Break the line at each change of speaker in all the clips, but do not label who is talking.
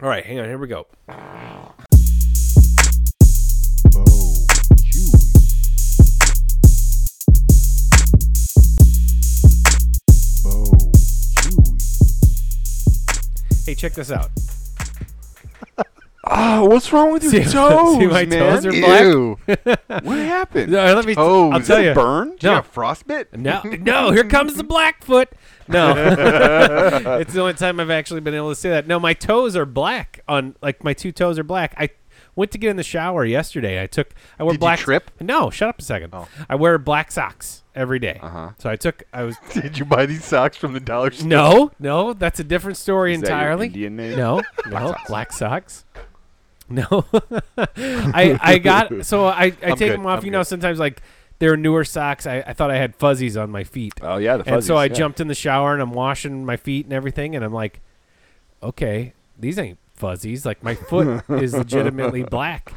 All right, hang on. Here we go.
Oh, Chewy. Oh, Chewy.
Hey, check this out.
Ah, what's wrong with your
See- see
toes,
my
man?
toes are black?
Ew.
what happened?
No, uh, let me.
Oh,
I'll
is
tell
that
you.
burn? Did
No.
you have frostbite?
No, no, here comes the Blackfoot. No, it's the only time I've actually been able to say that. No, my toes are black. On like my two toes are black. I went to get in the shower yesterday. I took I wore
Did you
black
trip?
No, shut up a second.
Oh.
I wear black socks every day.
Uh-huh.
So I took I was
Did you buy these socks from the dollar store?
no no that's a different story
Is that your
entirely.
Indian name?
No, no, black socks. No, I I got so I I
I'm
take
good,
them off.
I'm
you know,
good.
sometimes like they're newer socks. I, I thought I had fuzzies on my feet.
Oh yeah, the fuzzies.
and so I
yeah.
jumped in the shower and I'm washing my feet and everything, and I'm like, okay, these ain't fuzzies. Like my foot is legitimately black.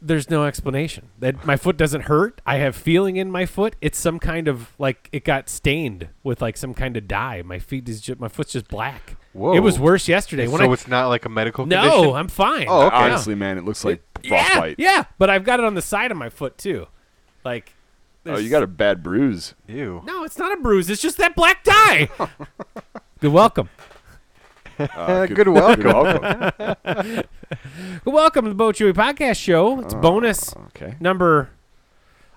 There's no explanation that my foot doesn't hurt. I have feeling in my foot. It's some kind of like it got stained with like some kind of dye. My feet is just my foot's just black.
Whoa.
It was worse yesterday when
So
I
it's not like a medical condition.
no, I'm fine.
Oh, okay.
Yeah.
Honestly,
Honestly, man, it looks like
Yeah,
frostbite.
yeah, but I've got it on the side of my foot too. Like,
Oh,
there's-
you got a bad bruise.
Ew.
No, it's not a bruise. It's just that black dye. Good welcome.
Uh,
good welcome.
Good welcome.
Good welcome to the Bo Chewy Podcast Show.
Oh,
It's bonus
Okay.
number.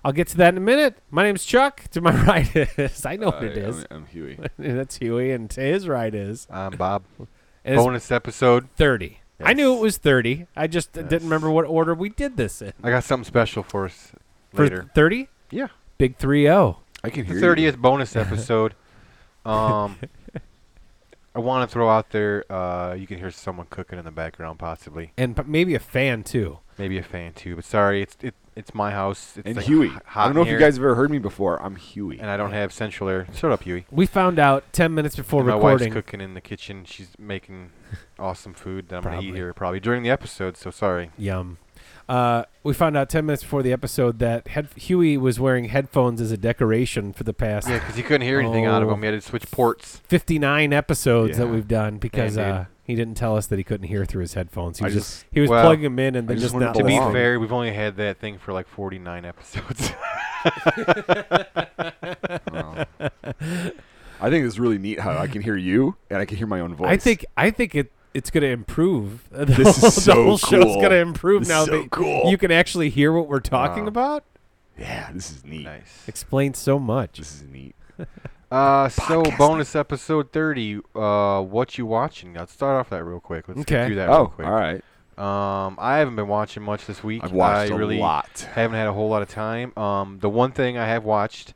I'll get to that in a minute. My name's Chuck. To my right is I know
Uh,
what
I-
it is.
Uh, I'm, I'm Huey.
That's Huey, and to his right is
I'm Bob.
and it's
Bonus episode.
thirty. I
Yes.
knew it was thirty. I just didn't remember what order we did this in.
I got something special for us
For
later.
thirty,
yeah.
big three oh. zero.
I can
The
hear
thirtieth bonus episode. Um, I want to throw out there. Uh, you can hear someone cooking in the background, possibly
and p- maybe a fan too.
maybe a fan too. But sorry, it's it, it's my house. It's
you. And
like
Huey.
h- hot
I don't know
in
if you
here,
guys have ever heard me before. I'm Huey.
And I don't have central air. Shut up, Huey.
We found out ten minutes before
And my
recording.
wife's cooking in the kitchen. She's making awesome food that I'm gonna eat
Probably.
here probably during the episode. So sorry.
Yum. Uh, we found out ten minutes before the episode that head- Huey was wearing headphones as a decoration for the past
Yeah, because he couldn't hear anything out of
Oh.
him. He had to switch ports.
59 episodes that
Yeah.
we've done because
Damn, dude.
uh, he didn't tell us that he couldn't hear through his headphones. He
I
was just,
just-
he was
well,
plugging them in and
I
then
just
just,
wanted
not
to
To be
Long.
listening.
fair, we've only had that thing for like 49 episodes.
Oh. I think it's really neat how I can hear you and I can hear my own voice.
I think I think it it's going to improve. The
This
whole,
is
the
so
whole show's
cool.
going to improve
This is
now
so
that
cool.
you can actually hear what we're talking
Wow.
about.
Yeah, this is neat.
nice.
Explains so much.
This is neat.
Uh, so
Podcast.
bonus episode 30. Uh, what you watching? Let's start off that real quick. Let's
Okay.
get through that real
Oh,
quick.
all right.
Um, I haven't been watching much this week.
I've watched
I
a
really
lot.
haven't had a whole lot of time. Um, the one thing I have watched,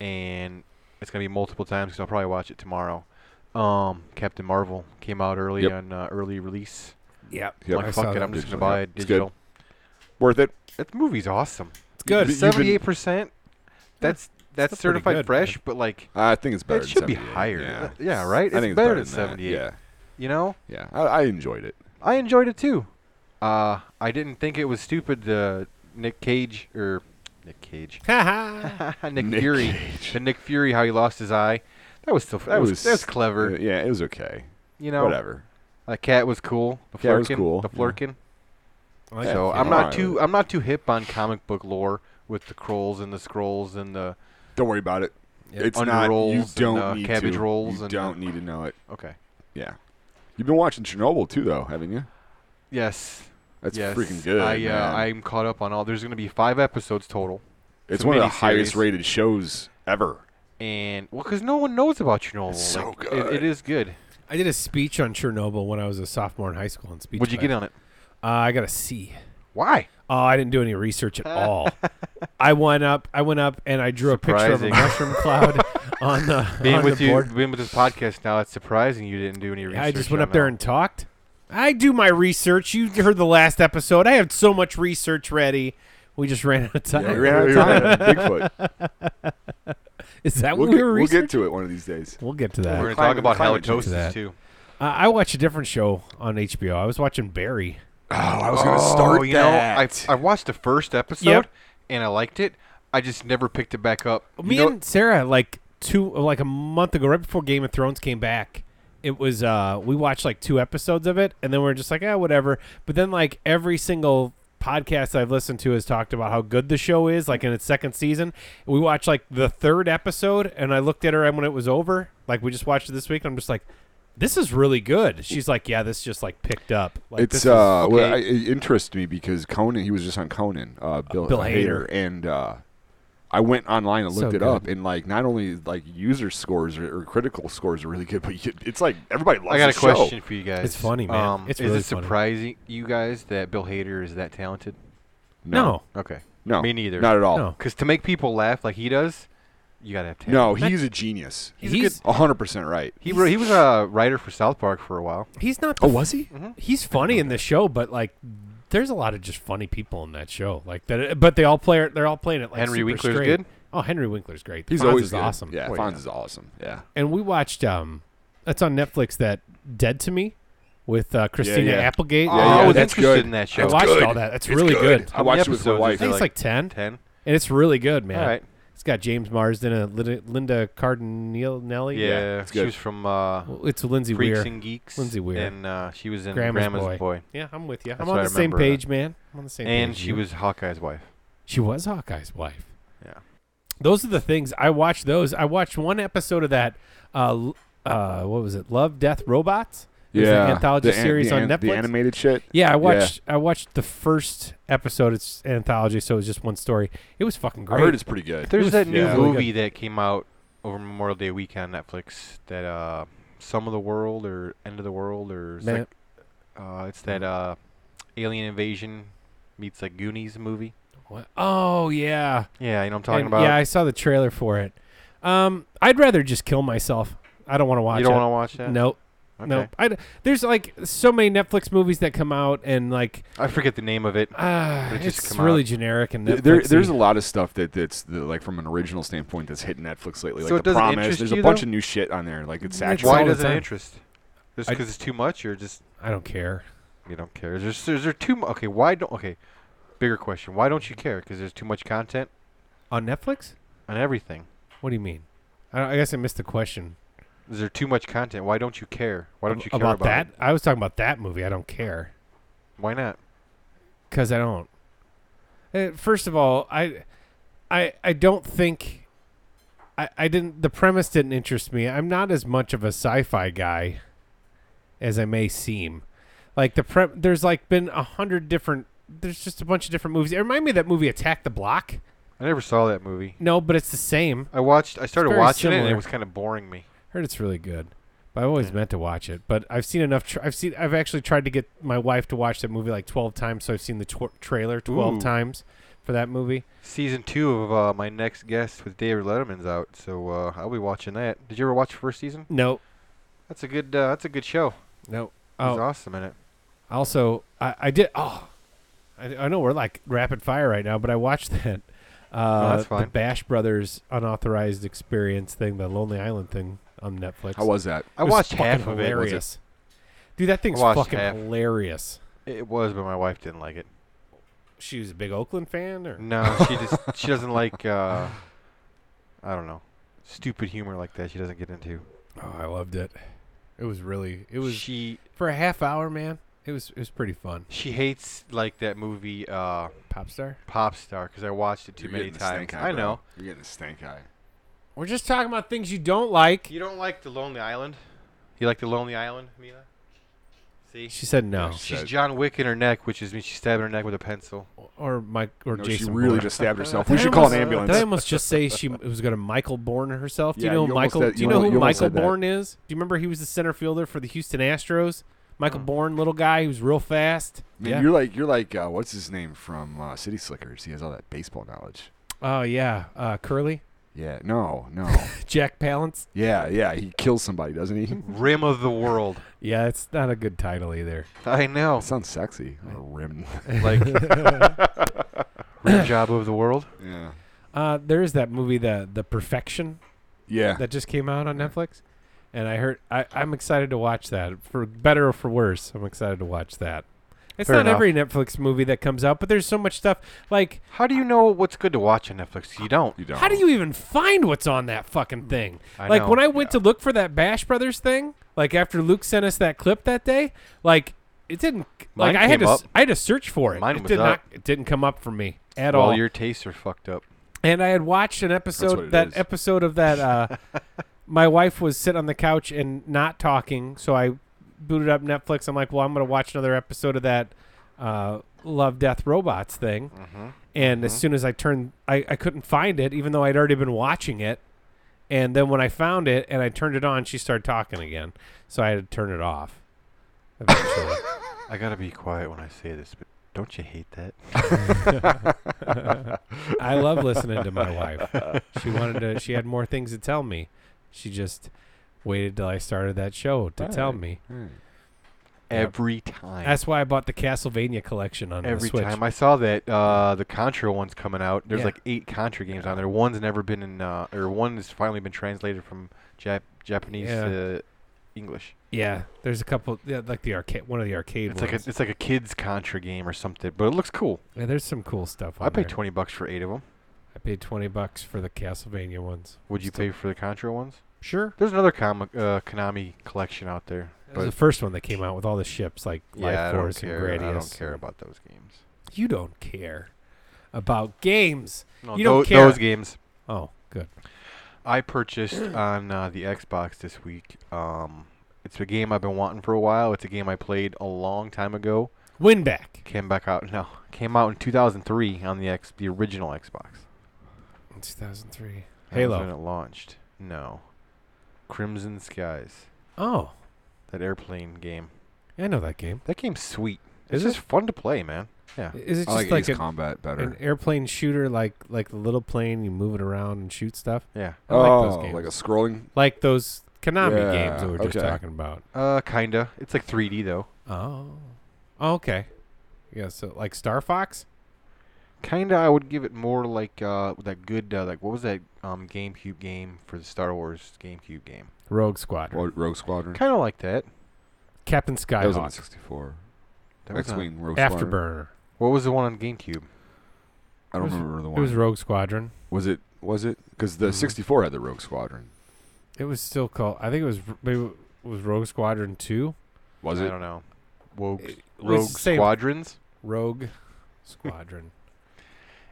and it's gonna be multiple times because I'll probably watch it tomorrow. Um, Captain Marvel came out early
Yep.
on uh, early release.
Yep.
Yep.
I
like,
saw
fuck it,
that.
I'm just gonna
Digital,
buy
yep.
it
It's good.
digital.
Worth it.
That movie's awesome.
It's good.
You've been-
Seventy-eight percent. That's that's
still pretty
certified
good,
fresh, but like
I think it's better.
it
than
should be
78,
higher. Uh,
Yeah,
Yeah, right.
I think it's
better, than
than that,
seventy-eight.
Yeah,
You know,
yeah. I, I enjoyed it.
I enjoyed it too. Uh, I didn't think it was stupid. Uh, Nick Cage or Nick Cage,
Haha.
Nick, Fury, the Nick Fury, how he lost his eye. That was still that
It
was,
was-
that was clever.
Uh, yeah, it was okay.
you know,
Whatever.
the cat was cool. The
Cat was
Flurkin,
cool,
The
yeah.
Flurkin.
I like
So
that.
I'm
I'm
not
alright
too
with
I'm not too hip on comic book lore with the Krolls and the scrolls and the
Don't worry about it.
Yeah,
it's
under
not.
rolls
You
and,
don't
uh,
need
cabbage
to.
rolls
You
and, uh,
don't need to know it.
okay.
Yeah. You've been watching Chernobyl too, though, haven't you?
Yes,
That's
yes.
freaking good.
I
man.
uh, I'm caught up on all. There's gonna be five episodes total.
it's
a
one of the
miniseries.
highest rated shows ever.
and well, because no one knows about Chernobyl.
It's so
Like,
good.
It, it is good.
I did a speech on Chernobyl when I was a sophomore in high school in speech.
Would you get
class.
on it?
Uh, I got a C.
Why?
Oh, I didn't do any research at all. I went up. I went up and I drew a picture of
Surprising.
a mushroom cloud on the
Being
on
with
the
you,
board.
being with this podcast now, it's surprising you didn't do any research.
I just went
on
up there
that.
and talked. I do my research. You heard the last episode. I had so much research ready. We just ran out of time.
Yeah, we ran out of time. Bigfoot.
Is that
We'll
what we
get,
were
we'll get
researching?
to it one of these days.
We'll get to
We're
that.
going to
Climate-
talk about
climate change.
halitosis
That.
too.
Uh, I watched a different show on HBO. I was watching Barry.
Oh, I was
oh,
gonna start
you
that.
Know, I, I watched the first episode
Yep.
and I liked it. I just never picked it back up. You
Me
know-
and Sarah like two like a month ago, right before Game of Thrones came back, it was uh we watched like two episodes of it and then we are just like, ah, whatever. But then like every single podcast I've listened to has talked about how good the show is, like in its second season. We watched like the third episode and I looked at her and when it was over, like we just watched it this week, and I'm just like this is really good. She's like, yeah, this just like picked up. Like this
it's
is-
uh, well, I,
okay.
it interests me because Conan. He was just on Conan, uh, Bill,
Bill
Hader, and uh, I went online and
So
looked it
good.
up, and like not only like user scores or, or critical scores are really good, but you, it's like everybody loves.
I got a
the show.
question for you guys.
It's funny, man.
Um,
It's
is
really
it
funny.
surprising you guys that Bill Hader is that talented?
no.
Okay.
no,
Me neither.
not at all.
No.
No,
Because to make people laugh like he does, you gotta have talent.
he's a genius.
He's a He's-
a hundred percent right.
He wrote, he was a writer for South Park for a while.
He's not.
Oh,
the
was he?
Mm-hmm.
he's funny in the show, but like, there's a lot of just funny people in that show. Like that, uh, but they all play. They're all playing it like
Henry
super
Winkler's
straight.
good?
Oh, Henry Winkler's great.
He's
Fonz
always
is
good.
awesome.
Yeah,
Oh,
Fonz
yeah.
is awesome. Yeah,
And we watched um, that's on Netflix. That Dead to Me with uh, Christina
yeah.
Applegate.
yeah,
I was
that's
interested
good.
in Oh, that show.
I watched
good.
all that. That's
It's
really good.
I watched it with my
I
wife.
think it's like ten,
ten.
and it's really good, man.
All right.
It's got James Marsden and Linda, Linda Cardinelli.
Yeah,
it's
she
good.
was from uh,
Well, it's Lindsay
Freaks
Weir.
and Geeks.
Lindsay Weir.
And uh, she was in
Grandma's
Grandma's,
Boy.
Boy.
Yeah, I'm with you. I'm
That's
on
what I
the same
remember.
page, man. I'm on the same page.
And
as
she
you.
was Hawkeye's wife.
she was Hawkeye's wife.
Yeah.
those are the things I watched. Those I watched one episode of that. Uh, l- uh, what was it? Love, Death, Robots. It was an anthology
the an-
series
the
on
an-
Netflix.
The animated shit.
yeah, I watched. I watched the first episode. It's anthology, so it was just one story. It was fucking
I
great.
heard it's pretty good.
There's
was
that new
really good.
movie that came out over Memorial Day weekend on Netflix that uh, Some of the World or End of the World or it's,
Man,
like, uh, it's that uh, Alien Invasion meets like Goonies movie.
what- Oh yeah,
Yeah, you know what I'm talking
And-
about.
Yeah, I saw the trailer for it. Um, I'd rather just kill myself. I don't want to watch
you don't
it.
want to watch that?
Nope.
Okay.
Nope. I d there's like so many Netflix movies that come out and like
I forget the name of it.
ah,
They just
it's
come out.
really generic and
Th- There,
Netflixy.
there's a lot of stuff that that's the, like from an original standpoint that's hitting Netflix lately. Like
So it
the
doesn't
promise.
interest
There's
you,
a bunch
though?
of new shit on there. Like it's
Why
actually
Why
all the
doesn't
time.
it interest? Just
I-
because it's too much, or just
I don't care.
you don't care? Is there, is there too much? Okay, why don't? Okay, bigger question. Why don't you care? Because there's too much content
On Netflix?
on everything.
What do you mean? I, don't- I guess I missed the question.
Is there too much content? Why don't you care? Why don't you care
about,
about,
that?
It?
I was talking about that movie. I don't care
Why not?
because I don't. Uh, First of all, I, I, I don't think. I, I didn't. The premise didn't interest me. I'm not as much of a sci-fi guy as I may seem. Like the pre, there's like been a hundred different. There's just a bunch of different movies. It reminded me of that movie Attack the Block.
I never saw that movie.
No, but it's the same.
I watched. I started
very
watching it, and
similar.
it was kind of boring me.
Heard it's really good. But I've always meant to watch it, but I've seen enough. Tra- I've seen. I've actually tried to get my wife to watch that movie like twelve times, so I've seen the tw- trailer twelve
Ooh.
times for that movie.
Season two of uh, my next guest with David Letterman's out, so uh, I'll be watching that. Did you ever watch first season?
No,
That's a good. Uh, that's a good show.
no.
He's
Oh,
awesome in it.
also, I, I did. Oh, I, I know we're like rapid fire right now, but I watched that. Uh,
that's
The
fine.
Bash Brothers unauthorized experience thing, the Lonely Island thing on Netflix.
How was that?
I
It was
watched
fucking
half of it.
hilarious.
Was
Dude, that thing's
watched
fucking
half.
hilarious.
it? It was, but my wife didn't like it.
She was a big Oakland fan, or
No, she just she doesn't like. Uh, I don't know, stupid humor like that. She doesn't get into.
Oh, I loved it. It was really it was
she
for a half hour, man. It was it was pretty fun.
she hates like that movie uh,
Pop star.
Pop Star because I watched it too
You're
many
getting the stank
times.
eye,
I
bro.
know.
You're getting the stank eye.
We're just talking about things you don't like.
You don't like The Lonely Island? You like The Lonely Island, Mila? See?
She said no,
Yes.
She's
said-
John Wick in her neck, which is means she's stabbing her neck with a pencil.
or Mike or
No, she
Jason.
really
Bourne.
just stabbed herself.
Did
We
I
should call an
almost-
ambulance.
Did I almost just say she m- was going to Michael Bourne herself? Do you
Yeah,
know
you almost
Michael?
said-
do you
you
know
almost-
who
you almost
Michael
said that.
Bourne is? Do you remember he was the center fielder for the Houston Astros? Michael Bourne, little guy, he was real fast.
Mm. Man, you're like you're like uh, what's his name from uh, City Slickers? He has all that baseball knowledge.
Oh yeah, uh, Curly,
Yeah. No. No.
Jack Palance.
yeah. Yeah. He kills somebody, doesn't he?
Rim of the world.
Yeah, it's not a good title either.
I know.
That sounds sexy. A rim.
Like rim job of the world.
yeah.
Uh, there is that movie, the the Perfection.
Yeah.
that just came out on Netflix, and I heard I, I'm excited to watch that for better or for worse. I'm excited to watch that. It's
Fair
not
enough.
every Netflix movie that comes out, but there's so much stuff. Like,
How do you know what's good to watch on Netflix? You don't. Mm,
You don't.
how do you even find what's on that fucking thing?
I
like
know.
when I went to look for that Bash Brothers thing, Like after Luke sent us that clip that day, like it didn't. Like
Mine
I had
came
to, s-
up.
I had to search for it.
Mine
it
was
did
up.
not. It didn't come up for me at
well,
all.
your tastes are fucked up.
And I had watched an
what
episode
it
that
is.
episode of that uh my wife was sitting on the couch and not talking, so I booted up Netflix. I'm like, "Well, I'm going to watch another episode of that uh Love Death Robots thing." And
Mm-hmm.
as soon as I turned I I couldn't find it even though I'd already been watching it. And then when I found it and I turned it on, she started talking again. So I had to turn it off. Eventually.
I gotta be quiet when I say this, but don't you hate that?
I love listening to my wife. She wanted to. She had more things to tell me. She just waited till I started that show to tell
Alright.
me.
Every time.
That's why I bought the Castlevania collection on
Every
the Switch.
time I saw that uh, the Contra one's coming out, there's
Yeah.
like eight Contra games on there. One's never been in, uh, or one has finally been translated from Jap- Japanese
Yeah.
to English.
yeah, there's a couple. Yeah, like the arcade. One of the arcade
It's like
ones.
a, it's like a kids Contra game or something, but it looks cool.
yeah, there's some cool stuff. On
I paid
there.
twenty bucks for eight of them.
I paid twenty bucks for the Castlevania ones.
Would you
Still-
pay for the Contra ones?
Sure.
There's another comic uh, Konami collection out there.
That was
But
the first one that came out with all the ships like
yeah,
Life Force
I don't
and
care.
Gradius.
I don't care about those games.
You don't care about games.
No,
You don't
tho-
care.
Those games
Oh, good.
I purchased on uh, the Xbox this week. Um, it's a game I've been wanting for a while. It's a game I played a long time ago.
Win back.
Came back out. No, came out in 2003 on the X, the original Xbox.
Two thousand three.
That was
Halo.
when it launched. No, Crimson Skies.
Oh,
That airplane game.
I know that game.
That game's sweet.
Is
It's just fun to play, man. Yeah.
Is it
I like,
just like,
Ace
an,
combat better.
an airplane shooter, like like the little plane? You move it around and shoot stuff.
Yeah.
I like
Oh,
those games, like,
like a scrolling.
those Konami
Yeah,
games that we were just
okay.
talking about.
Uh, kinda. It's like 3D though.
Oh, okay. Yeah, so like Star Fox.
Kinda. I would give it more like uh that good uh, like what was that um GameCube game for the Star Wars GameCube game?
Rogue Squadron,
Ro- Rogue Squadron.
Kind of like that.
Captain
that was on the
Skyhawk,
64.
That
uh,
was
X
on-
Wing Rogue Squadron.
Afterburner.
What was the one on GameCube?
I don't
It was-
remember the
It
one.
was Mm-hmm. Rogue Squadron.
was it? Was it? Because the
Mhm.
64 had the Rogue Squadron.
It was still called. I think it was r- maybe it was Rogue Squadron Two.
Was
I
it?
don't know. Rogue,
It was
Rogue
the same-
Squadrons.
Rogue Squadron.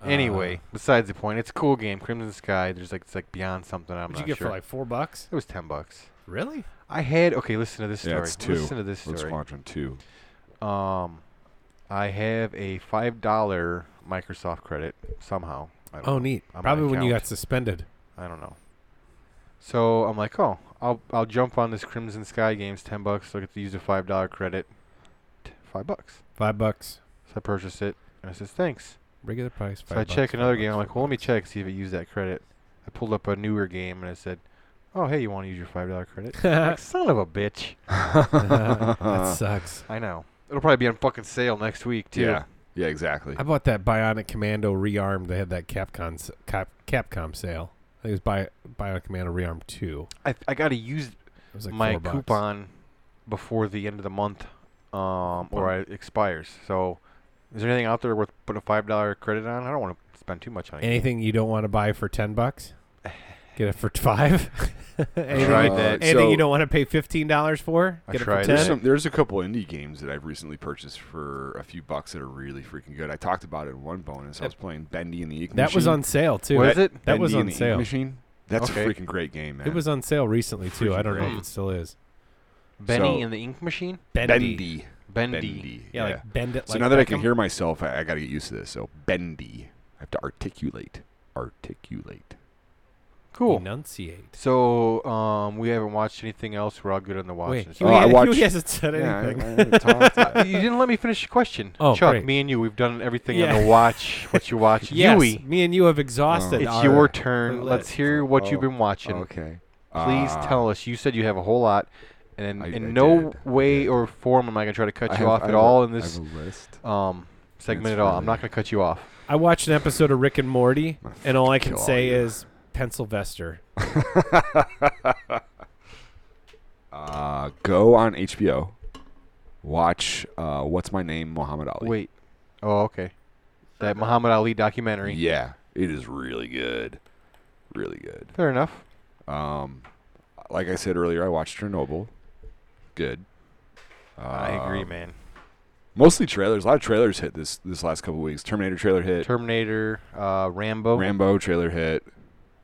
Uh,
anyway, besides the point, it's a cool game. Crimson Sky. There's like it's like beyond something. I'm
what'd you
not
get
sure.
for like four bucks?
it was ten bucks.
Really?
I had okay. Listen to this story.
Yeah, it's two.
Listen to this
Rogue
story.
Squadron 2.
Um, I have a five dollar Microsoft credit somehow. I don't
Oh,
know.
neat.
on my
Probably when you
account.
got suspended.
I don't know. So I'm like, oh, I'll I'll jump on this Crimson Sky games, ten bucks. So I get to use a five dollar credit, T- five bucks.
Five bucks.
So I purchased it, and it says thanks.
Regular price.
So
Five
I
bucks,
check
five
another
bucks,
game. I'm
five
like, well, let me
bucks.
check see if it used that credit. I pulled up a newer game, and it said, oh, hey, you want to use your five dollar credit? like, son of a bitch.
that sucks.
I know. It'll probably be on fucking sale next week too.
Yeah. Yeah, exactly.
I bought that Bionic Commando rearmed. They had that Capcom s- Cap, Capcom sale. I think it was Bi- Bionic Commando rearmed two.
I I gotta use
It was like
my
four bucks.
coupon before the end of the month, um, or
Coupon.
it expires. So, is there anything out there worth putting a five dollar credit on? I don't want to spend too much on it.
Anything you don't want to buy for ten bucks, get it for five. anything
tried
you,
that.
anything
so
you don't want to pay fifteen dollars for,
I
get it for
tried
ten.
that.
There's, some, there's a couple indie games that I've recently purchased for a few bucks that are really freaking good. I talked about it in one bonus. I was playing Bendy and the Ink
That
Machine.
was on sale too.
What is it?
that was on
Bendy and the Ink
sale.
Machine. That's
Okay.
a freaking great game, man.
It was on sale recently too. I
Freaking
don't know if
great.
it still is.
Benny
So-
and the Ink Machine.
Bendy.
Bendy.
Bendy.
Yeah, like bend it.
so
like
now that I can
Beckham.
hear myself, I, I got to get used to this. So Bendy. I have to articulate. Articulate.
Cool.
enunciate.
So, um, we haven't watched anything else. We're all good on the watch.
Wait,
list.
Huey,
Oh, I
Huey
watched-
hasn't said anything.
Uh, you didn't let me finish your question.
Oh,
Chuck,
great.
me and you, we've done everything
Yeah.
on the watch. What you watch,
Yes,
Yui.
me and you have exhausted.
It's
our-
your turn.
list.
Let's hear what you've
Oh,
been watching.
okay. Ah.
Please tell us. You said you have a whole lot, and
I-
in
I
no
did. I
way
did.
or form am I going to try to cut you off at all in this um, segment at all. I'm not
fine.
going to cut you off.
I watched an episode of Rick and Morty,
I'm gonna
and all I
fucking
can
kill
say
all you.
is Pennsylvester.
Uh, go on HBO. Watch uh, what's my name, Muhammad Ali.
Wait. Oh, okay. That Muhammad Ali documentary.
Yeah, it is really good, really good.
Fair enough.
Um, like I said earlier, I watched Chernobyl. good.
I agree,
Um,
man.
Mostly trailers. A lot of trailers hit this this last couple weeks. Terminator trailer hit.
Terminator, uh, Rambo.
Rambo trailer hit.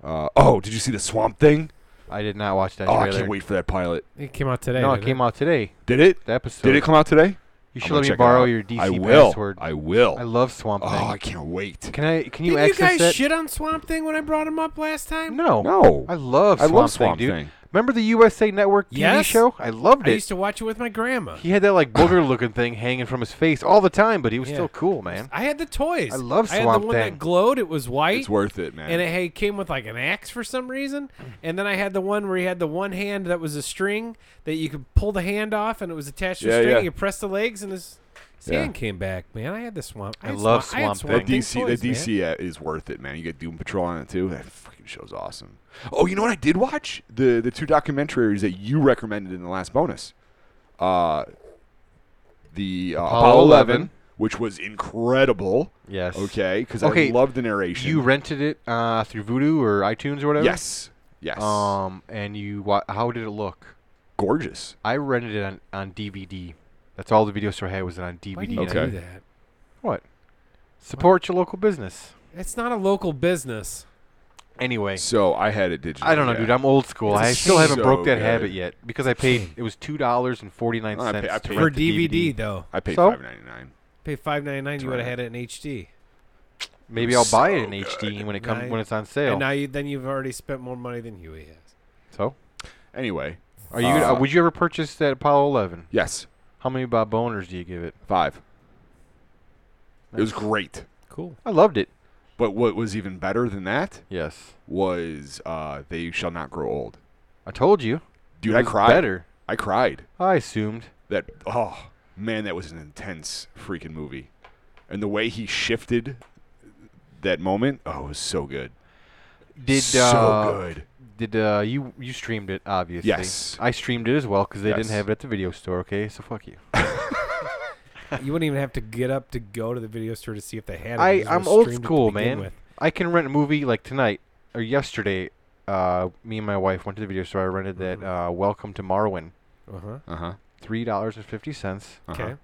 Uh, oh, did you see the Swamp Thing?
I did not watch that
Oh, I
trailer.
can't wait for that pilot.
It came out today.
No, it
didn't
came out today.
Did it?
The episode.
Did it come out today?
You
I'm
should
gonna
let me
check it
borrow
out.
your DC
I will.
password.
I
I
will.
love Swamp
Oh,
Thing.
I can't wait.
Can I? Can you
Didn't you
access
guys
that?
shit on Swamp Thing when I brought him up last time?
no.
No,
I love
I
Swamp,
love Swamp
Thing, dude.
Thing.
Remember the USA Network TV
Yes.
show? I loved
I
it.
used to watch it with my grandma.
he had that like booger-looking thing hanging from his face all the time, but he was
Yeah.
still cool, man.
I had the toys.
I love
I had
Swamp
the one
Thing.
that glowed. It was white,
It's worth it, man.
and it had, came with like an axe for some reason. And then I had the one where he had the one hand that was a string that you could pull the hand off, and it was attached to a
Yeah,
string.
yeah.
and You press the legs, and his, his
Yeah.
hand came back. Man, I had the swamp.
I
had
love
I had
Swamp
The
Thing.
Thing
DC,
toys,
the
man.
DC a- is worth it, man. You get Doom Patrol on it too. That freaking show's awesome. Oh, you know what I did watch? The the two documentaries that you recommended in the last bonus. Uh, the uh,
Apollo
Apollo, 11,
11.
which was incredible.
Yes.
Okay, because
Okay,
I loved the narration.
You rented it uh, through Vudu or iTunes or whatever.
yes, yes,
Um, and you wa- how did it look?
gorgeous.
I rented it on, on DVD. That's all the video store had was it on DVD.
Why do you
and I-
Okay.
do that?
What? Support your local business.
It's not a local business.
Anyway,
So I had it digitally.
I don't know,
yeah.
dude. I'm old school.
It's
I
a
still haven't
shame.
broke that
So
habit
good.
yet because I paid. It was two dollars and forty nine
I
cents
pay- I paid
to
Rent
For
rent the
DVD, though,
I paid
So?
five ninety nine.
pay five ninety nine. You
Right.
would have had it in HD.
Maybe I'll buy it
So
in HD when it comes
Nice.
when it's on sale.
And now you then you've already spent more money than Huey has.
so,
Anyway,
are you? gonna-
Uh,
would you ever purchase that Apollo Eleven?
yes,
How many Bob Boners do you give it?
five. It was great.
Cool.
I loved it.
But what was even better than that
Yes,
was uh, "They Shall Not Grow Old."
I told you.
Dude,
It
I
was
cried.
Better.
I cried.
I assumed.
That oh man, that was an intense freaking movie, and the way he shifted that moment, oh, it was so good.
Did
so
uh,
good.
Did uh, you you streamed it? Obviously.
Yes.
I streamed it as well because they didn't
Yes.
have it at the video store. Okay, so fuck you.
You wouldn't even have to get up to go to the video store to see if they had it.
I-
It was
I'm old
streamed to
school,
begin
man. I can rent a movie like tonight or yesterday. Uh, me and my wife went to the video store. I rented
Mm-hmm.
that uh, Welcome to Marwin,
Uh-huh.
Uh huh.
three dollars and fifty cents,
Okay.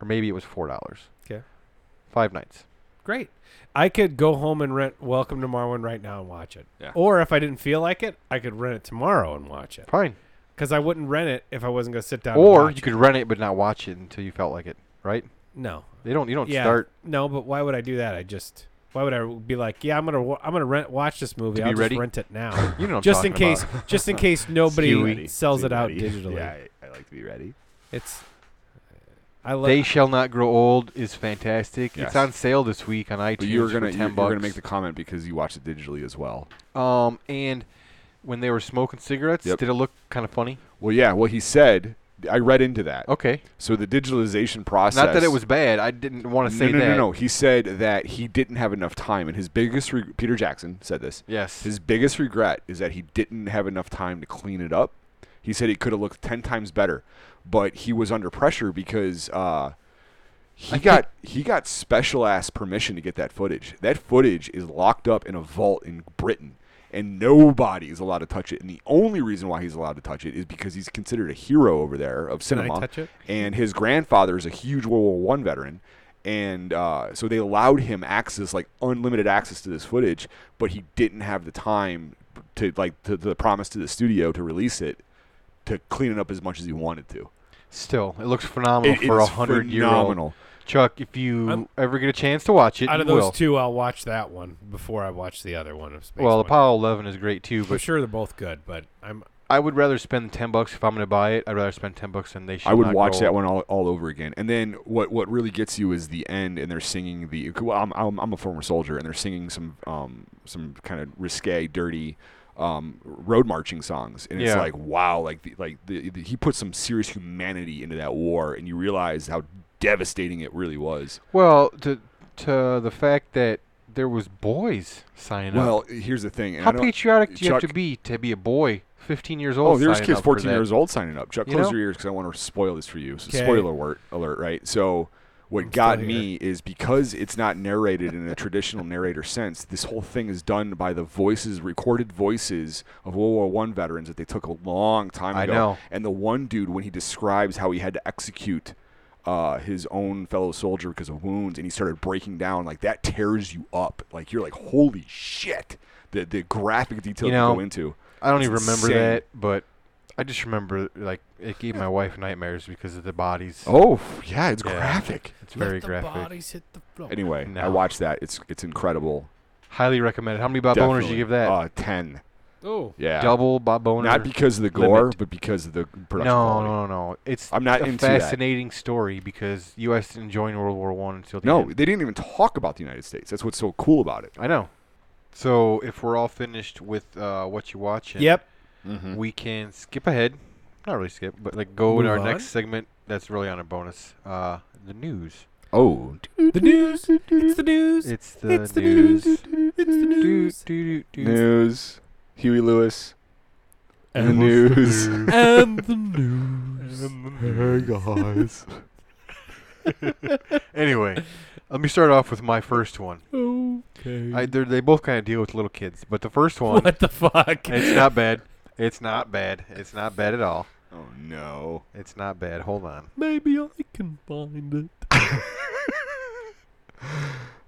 or maybe it was four dollars.
'Kay.
Five nights.
Great. I could go home and rent Welcome to Marwin right now and watch it.
Yeah.
Or if I didn't feel like it, I could rent it tomorrow and watch it.
Fine.
Because I wouldn't rent it if I wasn't going to sit down. and
Or
watch
you
it.
could rent it but not watch it until you felt like it. Right?
no.
They don't. You don't
yeah.
start.
No, but why would I do that? I just why would I be like, yeah, I'm gonna wa- I'm gonna rent watch this movie.
To be
I'll
ready?
just rent it now,
You know. What I'm
just in
talking
case,
about.
just in case
Huey.
nobody sells
Be
it out
ready.
digitally.
Yeah, I, I like to be ready.
It's I love.
They shall not grow old is fantastic.
Yes.
It's on sale this week on iTunes
But you were
for
gonna you,
ten
you
bucks.
were gonna make the comment because you watched it digitally as well.
Um, and when they were smoking cigarettes,
Yep.
did it look kind of funny?
Well, yeah. Well, he said I read into that.
Okay.
So the digitalization process.
Not that it was bad. I didn't want to
No,
say
no,
that.
no, no. He said that he didn't have enough time, and his biggest re- Peter Jackson said this.
Yes.
His biggest regret is that he didn't have enough time to clean it up. He said it could have looked ten times better, but he was under pressure because uh, he
I
got he got special ass permission to get that footage. That footage is locked up in a vault in Britain, and nobody is allowed to touch it. And the only reason why he's allowed to touch it is because he's considered a hero over there of
Can I
cinema.
touch it?
And his grandfather is a huge World War One veteran, and uh, so they allowed him access, like unlimited access to this footage, but he didn't have the time to like to the promise to the studio to release it to clean it up as much as he wanted to.
Still, it looks phenomenal Oh,
It
for a
is
hundred year old.
phenomenal.
Chuck, if you
I'm-
ever get a chance to watch it,
out
you
of those
will.
two, I'll watch that one before I watch the other one. Of Space
well,
One.
Apollo Eleven is great too,
I'm
but
sure they're both good, but I'm
I would rather spend ten bucks if I'm going to buy it. I'd rather spend ten bucks than they should.
I would
not
watch
grow
that
old.
one all, all over again. And then what what really gets you is the end, and they're singing the. Well, I'm, I'm, I'm a former soldier, and they're singing some um some kind of risque, dirty. Um, road marching songs, and it's
Yeah.
like wow, like the, like the, the, he put some serious humanity into that war, and you realize how devastating it really was.
Well, to to the fact that there was boys signing up.
Well, here's the thing. And
How
I don't-
patriotic do you have
Chuck-
to be to be a boy, fifteen years
Oh,
old?
there's
signing
kids
up for
14
that?
years old signing up. Chuck,
You
close
know?
your ears because I want to spoil this for you. So
'Kay.
spoiler alert, alert, right? So What
I'm still
got
here.
me is because it's not narrated in a traditional narrator sense. This whole thing is done by the voices, recorded voices of World War One veterans that they took a long time
I
ago.
know.
And the one dude, when he describes how he had to execute uh, his own fellow soldier because of wounds, and he started breaking down, like that tears you up. Like you're like, holy shit! The the graphic detail
You
you
know,
go into.
I don't
It's
even remember
insane.
that, but I just remember like it gave my wife nightmares because of the bodies.
Oh yeah, it's
Yeah.
graphic.
it's very
Let the
graphic.
bodies hit the floor.
Anyway, I
No.
watched that. It's it's incredible.
Highly recommended. How many Bob Boners do
Definitely.
you give that?
Uh, ten.
Oh,
Yeah.
Double Bob Boner.
Not because of the gore,
limit.
but because of the
no,
production. quality.
no, no, no. It's
I'm not
a
into that.
fascinating story because U.S. didn't join World War One until the
No,
end.
they didn't even talk about the United States. That's what's so cool about it.
I know. So if we're all finished with uh, what you watch,
yep.
Mm-hmm.
we can skip ahead. Not really skip, but like go
Move
to our
on?
next segment. That's really on a bonus. Uh, the news.
Oh,
The news. It's the news. It's,
It's
the
the news.
news. It's the news.
Do, do, do.
news. Huey Lewis.
And
the
what's
news.
and the news.
guys.
anyway, let me start off with my first one.
Oh, Okay.
I, they're- they both kind of deal with little kids, but the first one,
What the fuck?
it's not bad. It's not bad. It's not bad at all.
oh no.
It's not bad. Hold on.
Maybe I can find it.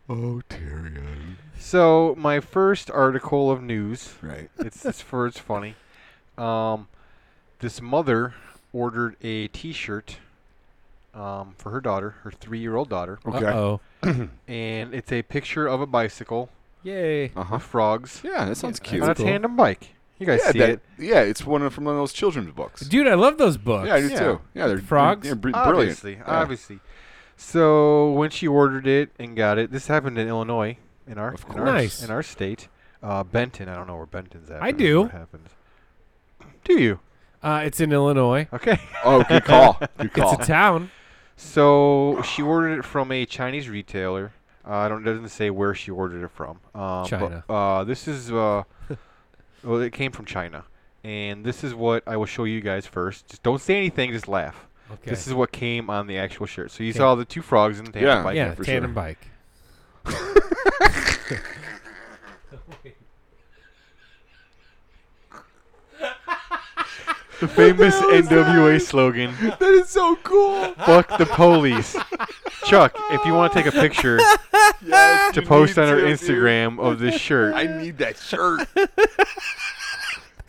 Oh Tyrion.
So my first article of news.
Right.
It's it's for it's funny. Um, this mother ordered a T-shirt um, for her daughter, her three-year-old daughter,
Okay.
Oh.
and it's a picture of a bicycle
Yay.
Uh huh.
with frogs
Yeah, that sounds
Yeah,
cute.
on a
That's cool.
tandem bike. You guys
yeah,
see
that-
it?
yeah, it's one of from one of those children's books.
Dude, I love those books.
Yeah, I do
Yeah.
too. Yeah, they're
Frogs?
They're br- brilliant.
Obviously,
Yeah.
obviously. So when she ordered it and got it, this happened in Illinois, in our,
Of
in our
Nice.
in our state, uh, Benton. I don't know where Benton's at.
I
but that's where
do.
it happened. Do you?
Uh, it's in Illinois.
Okay.
Oh, good call. Good call.
It's a town.
So she ordered it from a Chinese retailer. Uh, I don't. It doesn't say where she ordered it from. Um,
China.
But, uh, this is. Uh, well, it came from China, and this is what I will show you guys first. Just don't say anything. Just laugh.
Okay.
This is what came on the actual shirt. So you
Okay.
saw the two frogs in the tandem
Yeah.
bike.
yeah,
for
tandem
sure.
bike.
The famous NWA slogan.
that is so cool.
Fuck the police. Chuck, if you want to take a picture
Yes,
to
you
post
need
on our
to, dude.
Instagram of this shirt,
I need that shirt.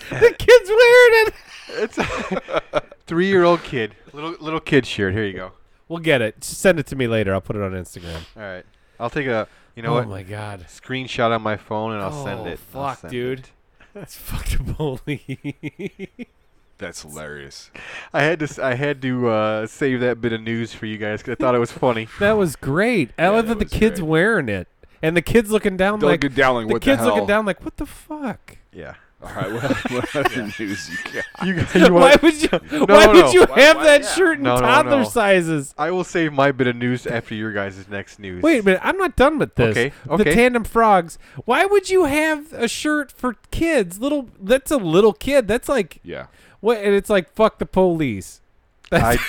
the kid's wearing it.
it's a three-year-old kid, little little kid shirt. Here you go.
We'll get it. Send it to me later. I'll put it on Instagram.
All right, I'll take a you know
oh
what
my god.
screenshot on my phone and I'll send
Oh,
it. I'll
fuck,
send
dude.
it.
That's fucked up only.
That's hilarious.
I had to s- I had to uh, save that bit of news for you guys because I thought it was funny.
that was great. I
Yeah,
love that
that
the
was
kid's
great.
wearing it. And the kid's looking down
Doug
like
and Dowling,
the
what
kid's
the hell?
looking down like what the fuck?
Yeah.
All right, what, what other news you got?
You, guys- you
why
want,
would you why
no,
would
no.
you
Why-
have
why-
that
yeah.
shirt in
No, no,
toddler
no.
sizes?
I will save my bit of news after your guys' next news.
Wait a minute, I'm not done with this.
Okay,
The
okay.
tandem frogs. Why would you have a shirt for kids? Little that's a little kid. That's like
Yeah.
what and it's like fuck the police.
I
That's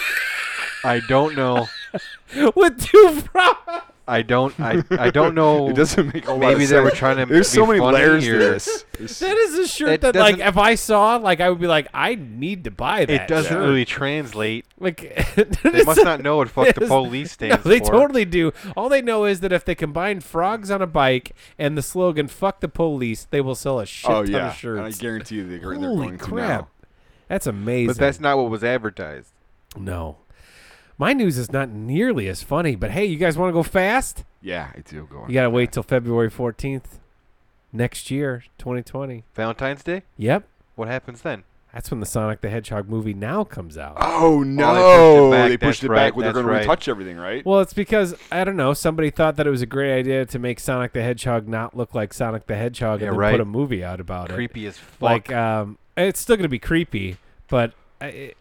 I don't know.
with two frogs.
I don't I, I don't know.
It doesn't make a lot
Maybe
of
they were
sense.
trying to
There's
be
so many
funny
layers to
or-
this. There's-
That is a shirt
It
that, like,
doesn't-
if I saw, like, I would be like, I need to buy that.
It doesn't
shirt.
really translate.
Like,
They must not know what fuck the
Yes.
police
No,
stands
they
for.
totally do. All they know is that if they combine frogs on a bike and the slogan "fuck the police," they will sell a shit
oh
ton
yeah,
of
and I
shirts.
guarantee you they're, they're
Holy
going to
crap,
now.
that's amazing.
But that's not what was advertised.
no, my news is not nearly as funny. But hey, you guys want to go fast?
Yeah, I do go on.
You gotta wait till February fourteenth next year, twenty twenty.
Valentine's Day?
Yep,
What happens then?
that's when the Sonic the Hedgehog movie now comes out.
Oh no!
Oh, they pushed it back,
they pushed
that's
it
right,
back. when they're
that's
going
right.
to retouch everything, right?
Well, it's because I don't know. Somebody thought that it was a great idea to make Sonic the Hedgehog not look like Sonic the Hedgehog,
Yeah,
and then
right.
put a movie out about it.
Creepy as fuck.
Like, um, it's still gonna be creepy, but I- it,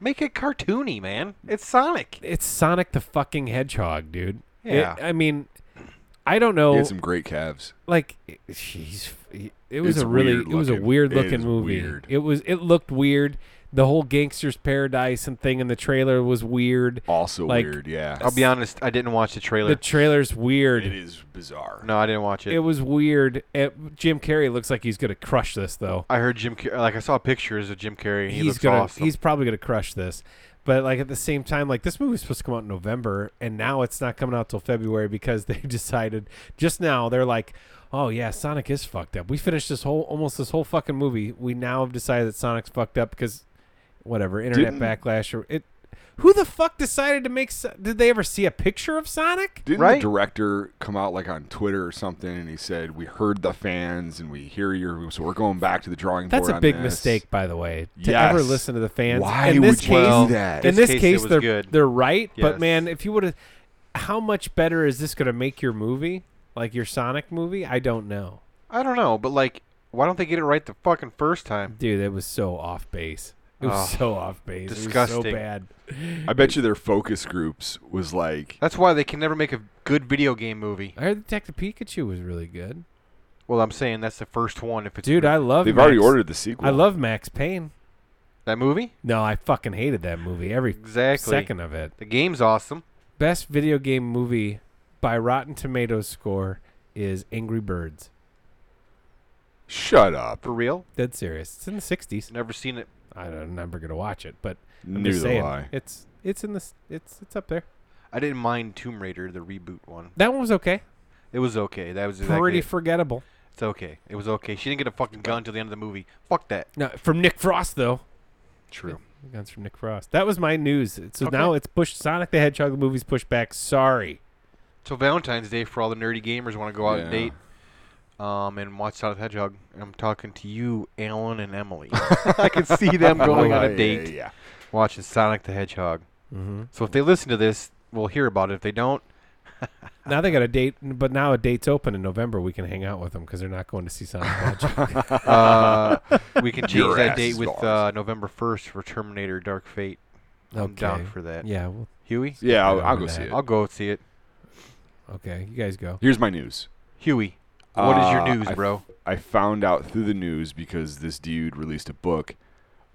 Make it cartoony, man. It's Sonic.
it's Sonic the fucking Hedgehog, dude. It-
Yeah.
I mean, I don't
he
know.
had some great calves.
like, he's. It was
It's
a really.
weird
It was a
looking.
weird
It
looking
is
movie.
weird.
It was. It looked weird. the whole gangsters paradise and thing in the trailer was weird.
Also
Like-
weird, yeah.
I'll be honest, I didn't watch the trailer.
The trailer's weird.
It is bizarre.
no, I didn't watch it.
It was weird. It, Jim Carrey looks like he's gonna crush this though.
I heard Jim Carrey. Like I saw pictures of Jim Carrey. And he
he's
looks
gonna
awesome.
he's probably gonna crush this. But like at the same time, like this movie's supposed to come out in November, and now it's not coming out till February because they decided just now they're like, oh yeah, Sonic is fucked up. We finished this whole almost this whole fucking movie. We now have decided that Sonic's fucked up because whatever internet
Didn't-
backlash or it. Who the fuck decided to make? So- Did they ever see a picture of Sonic?
Didn't
Right?
the director come out like on Twitter or something and he said, We heard the fans and we hear your so we're going back to the drawing
That's
board.
a
on
big
this."
mistake, by the way, to
Yes.
ever listen to the fans.
Why
in this
would
case,
you
Well,
do that?
in
this
this
case,
case,
it was
they're
good.
they're right.
Yes.
But man, if you would have, how much better is this going to make your movie? Like your Sonic movie? I don't know,
I don't know, but like, why don't they get it right the fucking first time?
dude. It was so off base. It was
Oh,
so off base. It was
disgusting.
so bad.
I bet you their focus groups was like
That's why they can never make a good video game movie.
I heard Detective Pikachu was really good,
Well, I'm saying that's the first one. If it's
dude.
good.
I love.
they've already
Max-
ordered the sequel.
I love Max Payne.
that movie,
No, I fucking hated that movie. Every
exactly.
second of it.
The game's awesome.
Best video game movie by Rotten Tomatoes score is Angry Birds.
Shut up.
For real,
Dead serious. It's in the sixties.
never seen it.
I don't- I'm never gonna watch it, but I'm
Knew
just
the
saying,
lie.
it's it's in this it's it's up there.
I didn't mind Tomb Raider, the reboot one.
That one was okay,
It was okay. That was exactly
pretty
it.
forgettable.
It's okay. It was okay. She didn't get a fucking gun till the end of the movie. Fuck that.
No, from Nick Frost though.
True.
The Guns from Nick Frost. That was my news. So
Okay.
now it's pushed. Sonic the Hedgehog the movie's pushed back. Sorry.
So Valentine's Day for all the nerdy gamers want to go out and
Yeah.
date, um, and watch Sonic the Hedgehog. I'm talking to you, Alan and Emily. I can see them going on
Yeah,
a date,
Yeah,
watching Sonic the Hedgehog.
Mm-hmm.
So if they listen to this, we'll hear about it. If they don't,
Now they got a date, but now a date's open in November. We can hang out with them because they're not going to see Sonic. the Hedgehog.
uh, we can change
Your
that
ass
date
is
with
ours.
uh, November 1st for Terminator Dark Fate. I'm down
Okay.
for that.
yeah. Well,
Huey?
yeah. yeah I'll,
Yeah,
I'll go
that.
see it.
I'll go see it.
okay. You guys go.
Here's my news.
Huey, what is
Uh,
your news,
I
bro?
I found out through the news because this dude released a book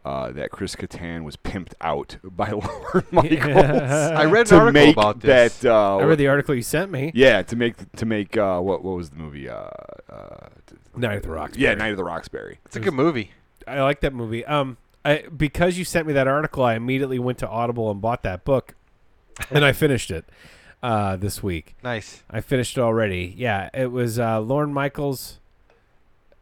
uh, that Chris Kattan was pimped out by Lauren Michaels
I read an
to
article
make
about this.
that. Uh,
I read the article you sent me.
yeah, to make to make uh, what what was the movie? Uh, uh,
Night of the Roxbury.
yeah, Night of the Roxbury.
it's a good movie.
I like that movie. Um, I because you sent me that article, I immediately went to Audible and bought that book, and I finished it uh, this week.
Nice.
I finished it already. Yeah, it was uh, Lauren Michaels.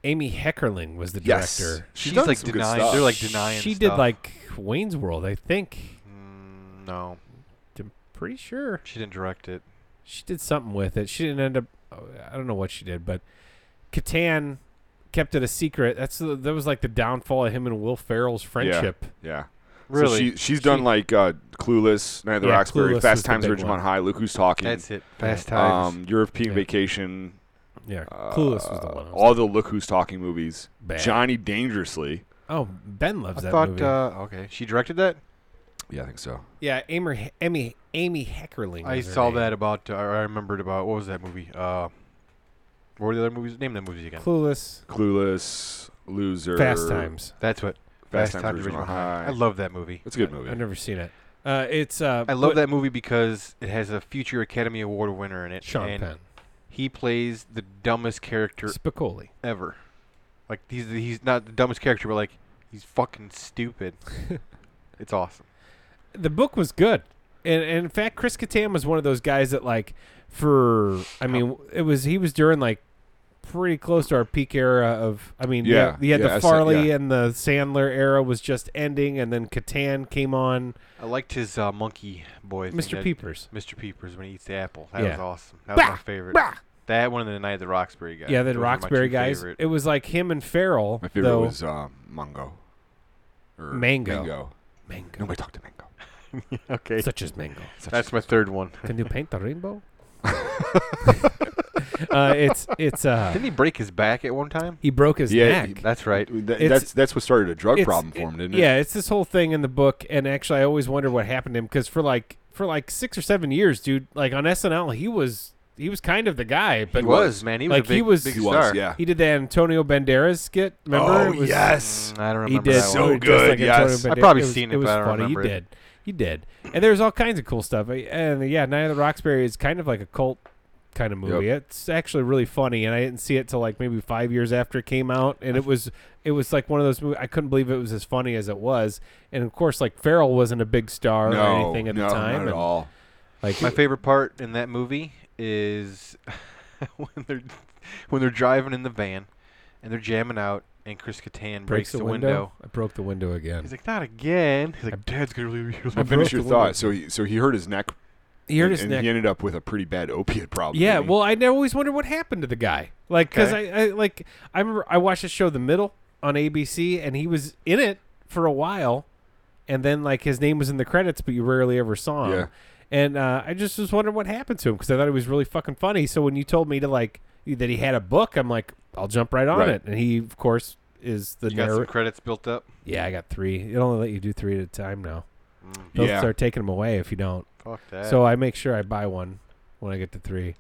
Amy Heckerling was the
Yes.
director.
She's,
She's,
done
like,
some good
denying-
stuff.
they're, like, denying
She did
stuff.
like Wayne's World, I think.
Mm, no,
I'm pretty sure
she didn't direct it.
she did something with it. She didn't end up. I don't know what she did, but Catan kept it a secret. That's the- that was like the downfall of him and Will Ferrell's friendship.
yeah.
Really?
So she she's done
She-
like uh, Clueless, Night of the
Yeah,
Rocksberry,
Clueless was
Fast
the
Times at
big
Ridgemont
one.
High, Look Who's Talking,
That's it. Fast Times.
um, European
Yeah.
Vacation,
Yeah,
uh,
Clueless was the one. I was
all the Look Who's Talking movies,
Bad.
Johnny Dangerously.
Oh, Ben loves
I
that
thought,
movie.
uh, okay. She directed that?
Yeah, I think so.
yeah, Amy, Amy, Amy Heckerling.
I
is her
saw
name.
that about, uh, I remembered about, what was that movie? Uh, what were the other movies? Name the movies again.
Clueless,
Clueless, Loser,
Fast Times.
That's what.
Fast, Times, at Ridgemont High.
I love that movie.
It's a good movie.
I've never seen it. Uh, it's uh,
I love
what-
that movie because it has a future Academy Award winner in it.
Sean
and
Penn,
He plays the dumbest character
Spicoli.
ever. Like he's he's not the dumbest character, but like he's fucking stupid. it's awesome.
The book was good, and, and in fact, Chris Kattan was one of those guys that like for I mean, it was he was during like pretty close to our peak era of I mean,
Yeah,
you had
yeah,
the
I said-
Farley
yeah.
and the Sandler era was just ending, and then Kattan came on,
I liked his uh, monkey boy. thing
Mr.
that-
Peepers.
Mr. Peepers when he eats the apple. That was
Yeah.
awesome. That was my favorite. That one and the Night of the Roxbury guy.
Yeah, the
Those were my two
Roxbury guys.
favorite.
It was like him and Farrell.
My favorite
though.
was uh, Mango. Or
Mango.
Mango.
mango,
Nobody talked to Mango.
okay.
such as mango.
That's my third one.
Can you paint the rainbow? uh, it's it's uh,
Didn't he break his back at one time?
he broke his
Yeah,
neck.
That's right.
Th-
It's-
that's that's what started a drug
It's-
problem
it-
for him, didn't it?
Yeah, it's this whole thing in the book, and actually, I always wonder what happened to him because for like for like six or seven years, dude, like on SNL, he was he was kind of the guy, but
he was man. He was
like,
a
he
big,
was-
big
He
was,
star.
yeah.
he did the Antonio Banderas skit. Remember?
Oh,
It was-
yes.
Mm, I don't
He
remember.
did
that
So
one.
it was just
good,
like Antonio
yes.
Banderas.
I've probably
It was-
seen it,
It was
but I don't
funny. You
remember it.
did. You did. And there's all kinds of cool stuff. I- And yeah, Night of the Roxbury is kind of like a cult kind of movie. It's actually really funny, and I didn't see it till like maybe five years after it came out, and it was it was like one of those movies. I couldn't believe it was as funny as it was. And of course, like Farrell wasn't a big star
no,
or anything at
no,
the time.
not at
and,
all.
Like
My favorite part in that movie is when they're when they're driving in the van and they're jamming out, and Chris Kattan breaks, the window.
I broke the window again.
He's like, "Not again." He's like, "Dad's gonna really." really
I
Now
broke
finish your
the window.
thought. So he, so he hurt his neck.
He hurt
and,
his
and
neck.
He ended up with a pretty bad opiate problem.
Yeah,
didn't he?
well, I never always wondered what happened to the guy. Like, because
Okay.
I, I like I remember I watched the show The Middle on ABC, and he was in it for a while, and then like his name was in the credits, but you rarely ever saw him.
Yeah.
And uh, I just was wondering what happened to him because I thought he was really fucking funny. So when you told me to like that he had a book, I'm like, I'll jump right on
Right.
it. And he, of course, is the
You got some
narrator.
credits built up.
Yeah, I got three. It only let you do three at a time now.
Mm,
They'll
Yeah. Uh.
start taking them away if you don't.
fuck that.
So I make sure I buy one when I get to three.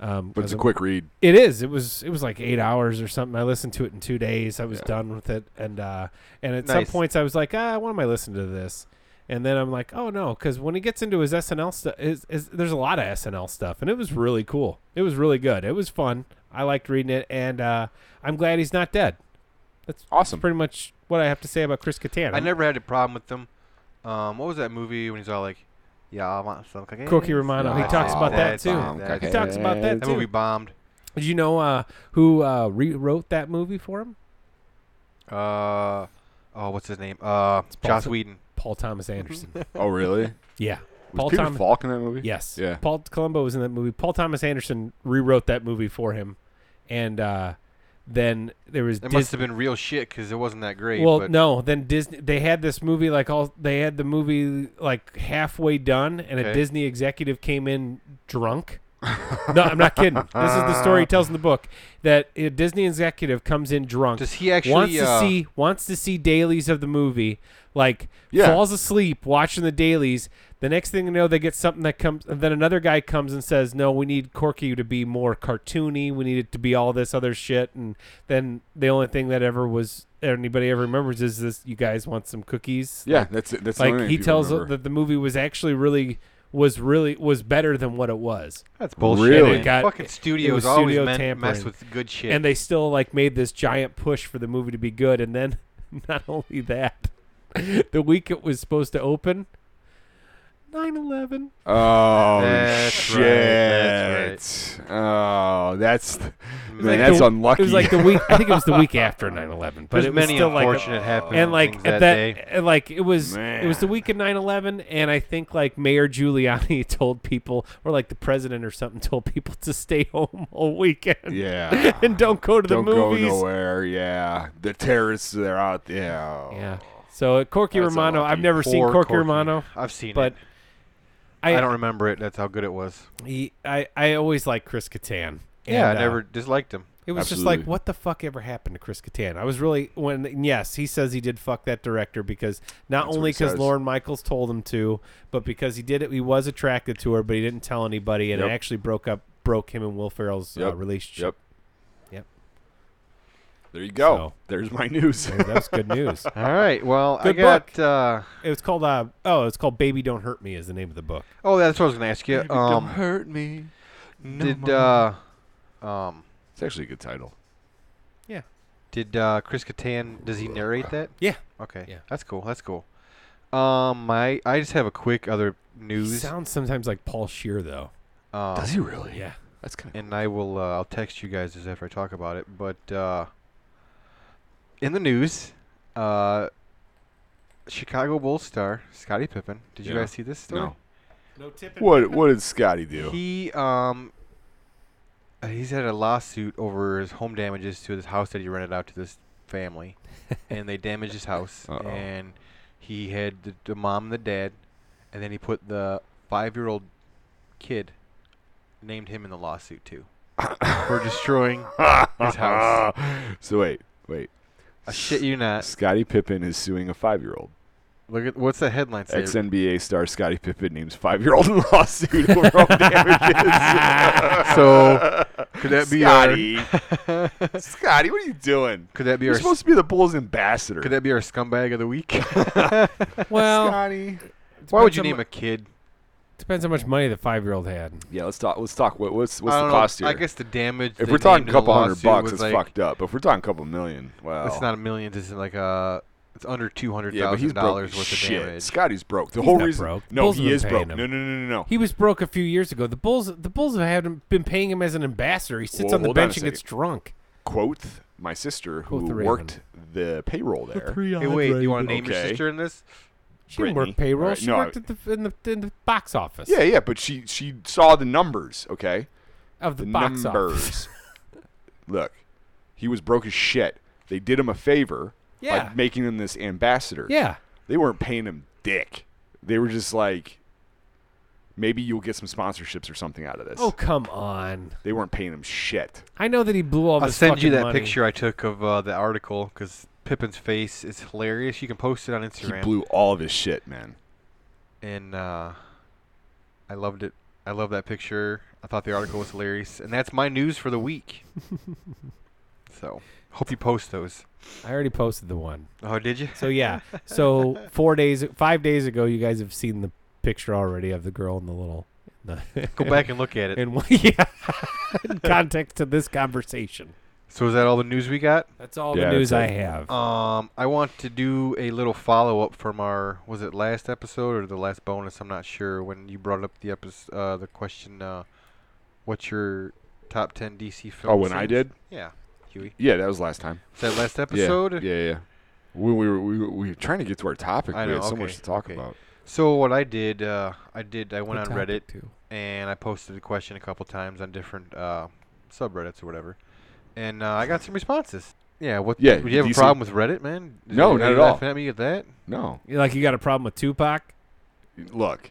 Um,
but it's a
'cause
quick read.
it is. It was. It was like eight hours or something. I listened to it in two days. I was
Yeah.
done with it, and uh, and at some
Nice.
points I was like, ah, why am I listening to this? And then I'm like, oh no, because when he gets into his SNL stuff, is, is there's a lot of SNL stuff, and it was really cool. It was really good. It was fun. I liked reading it, and uh, I'm glad he's not dead. That's
Awesome.
pretty much what I have to say about Chris Kattan.
I never had a problem with them. Um, what was that movie when he's all like, "Yeah, I want some cocaine."
Cookie Romano. He
Yeah,
talks
I
about
saw
that
that.
too.
Bomb
That,
He talks about that
that
too.
movie bombed.
Did you know uh, who uh, rewrote that movie for him?
Uh, oh, what's his name? Uh, Joss
Paulson.
Whedon.
Paul Thomas
Mm-hmm.
Anderson.
Oh, really? Was
yeah. Paul
Paul Peter
Thomas-
Falk in that movie?
Yes.
Yeah.
Paul Columbo was in that movie. Paul Thomas Anderson rewrote that movie for him, and uh, then there was
It
Dis-
must have been real shit because it wasn't that great.
well,
but
no. Then Disney they had this movie like all they had the movie like halfway done, and a
Okay.
Disney executive came in drunk. no, I'm not kidding. This is the story he tells in the book that a Disney executive comes in drunk,
does he actually?
wants to
uh,
see wants to see dailies of the movie, like
Yeah.
falls asleep watching the dailies. The next thing you know, they get something that comes, and then another guy comes and says, "No, we need Corky to be more cartoony. We need it to be all this other shit." And then the only thing that ever was anybody ever remembers is this: "You guys want some cookies?"
Yeah, that's it. That's the only
Like
thing
he
people
tells
remember.
that the movie was actually really was really was better than what it was.
That's bullshit.
bullshit, Really?
man.
Got-
Fucking
it
studios
was
always
studio
meant mess
tampering.
with good shit.
and they still like made this giant push for the movie to be good and then not only that the week it was supposed to open 9-11
Oh
That's
shit!
right, that's
Oh, that's
There's
man,
like
that's
the-
unlucky.
it was like the week i think it was the week after 9-11 but it was
many
still like
unfortunate happenings
and like
that,
at that,
day.
and like it was it was
Man.
the week of 9-11 and i think like mayor giuliani told people or like the president or something told people to stay home all weekend
yeah.
and don't go to the
Don't
movies
go nowhere. Yeah, the terrorists they're out. Yeah.
yeah so at corky
That's
romano i've
unlucky.
never seen
Poor
corky,
Corky.
romano
I've seen
but
it.
I,
I don't remember it. That's how good it was.
He, I, I always like Chris Kattan.
Yeah,
And,
I
uh,
never disliked him.
It was just like,
Absolutely.
what the fuck ever happened to Chris Kattan? I was really when and yes, he says he did fuck that director because not
That's what
only
he
because
says.
Lauren Michaels told him to, but because he did it, he was attracted to her, but he didn't tell anybody, and it
Yep.
actually broke up, broke him and Will Ferrell's uh,
Yep.
relationship.
Yep.
Yep.
There you go.
So-
There's my news.
So that's good news.
All right. Well, I
Good
got. Uh,
It was called uh, oh, it's called Baby Don't Hurt Me is the name of the book.
oh, that's what I was gonna ask you.
Baby, don't
Um,
hurt me. no
did
more.
uh, um,
it's actually a good title.
did uh, Chris Kattan? Does he narrate that?
Yeah.
Okay.
Yeah.
That's cool. That's cool. Um, my I just have a quick other
He
news.
sounds sometimes like Paul Shear though.
um,
Does he really?
Yeah.
That's kind of.
and I will uh, I'll text you guys just after I talk about it. But uh, in the news, uh, Chicago Bulls star Scottie Pippen. Did you
Yeah.
guys see this story?
No.
No tip.
What What did Scotty do?
He um uh, he's had a lawsuit over his home damages to this house that he rented out to this family, and they damaged his house.
Uh-oh.
And he had the, the mom and the dad, and then he put the five-year-old kid named him in the lawsuit too for destroying his house.
so wait, wait.
I shit you not.
Scotty Pippen is suing a five-year-old.
Look at what's the headline say?
Ex NBA star Scottie Pippen names five year old in lawsuit over home damages.
So, could that be our-
Scotty? Scotty, what are you doing?
Could that be
You're
our
supposed to be the Bulls ambassador.
could that be our scumbag of the week?
Well,
Scotty.
Why would
depends
you name
how
a kid?
mu- Depends how much money the five year old had.
Yeah, let's talk. Let's talk. What, what's what's
I
the
don't know,
cost here?
I guess the damage.
if
they
we're talking
named
a
in the
couple hundred
lawsuit
bucks,
was
it's
like-
fucked up. But if we're talking a couple million, wow.
It's not a million. It's like a. It's under two hundred
yeah, but
thousand
he's broke.
dollars worth
Shit,
of damage.
Scotty's broke. The
He's
whole
not
reason.
broke.
No,
Bulls have
he
been
is broke.
paying
No,
him.
no, no, no, no.
He was broke a few years ago. The Bulls, the Bulls haven't been paying him as an ambassador. He sits
Well,
on the
hold on a
bench and gets drunk.
Quote my sister who
Quote the Raven.
worked the payroll there.
Hey, wait, do you want to name your
Okay.
sister in this?
She didn't work
Brittany,
payroll.
right?
She
No, I-
worked at the in the in the box office.
Yeah, yeah, but she she saw the numbers. Okay,
of the,
the
box office.
numbers. Look, he was broke as shit. They did him a favor
Yeah.
by making him this ambassador.
Yeah,
they weren't paying him dick. They were just like, maybe you'll get some sponsorships or something out of this.
Oh come on!
They weren't paying him shit.
I know that he blew all
I'll
this.
send you
fucking
that
money.
picture I took of uh, the article because Pippin's face is hilarious. You can post it on
He
Instagram.
blew all of his shit, man.
and uh, I loved it. I love that picture. I thought the article was hilarious, and that's my news for the week. so, hope you post those.
I already posted the one.
Oh, did you?
So yeah, so four days, five days ago, you guys have seen the picture already of the girl in the little. The
Go back and look at it.
and yeah, in context to this conversation.
So, is that all the news we got?
That's all
Yeah,
the news I
that's
have.
Um, I want to do a little follow up from our was it last episode or the last bonus? I'm not sure. When you brought up the episode, uh, the question, uh, what's your top ten DC films?
Oh, when I did?
Yeah, Huey.
Yeah, that was last time.
Was that last
Yeah,
episode?
Yeah, yeah. When we were we, were- we were trying to get to our topic,
I
we
know,
had so
okay,
much to talk
okay.
about.
So what I did, uh, I did. I went
What
on Reddit
topic, too.
and I posted a question a couple times on different uh, subreddits or whatever, and uh, I got some responses. Yeah. What?
Yeah,
Do you have a
DC
problem with Reddit, man? Is-
No,
are
not
you
at all.
laughing at me at that?
No,
You- Like you got a problem with Tupac?
look,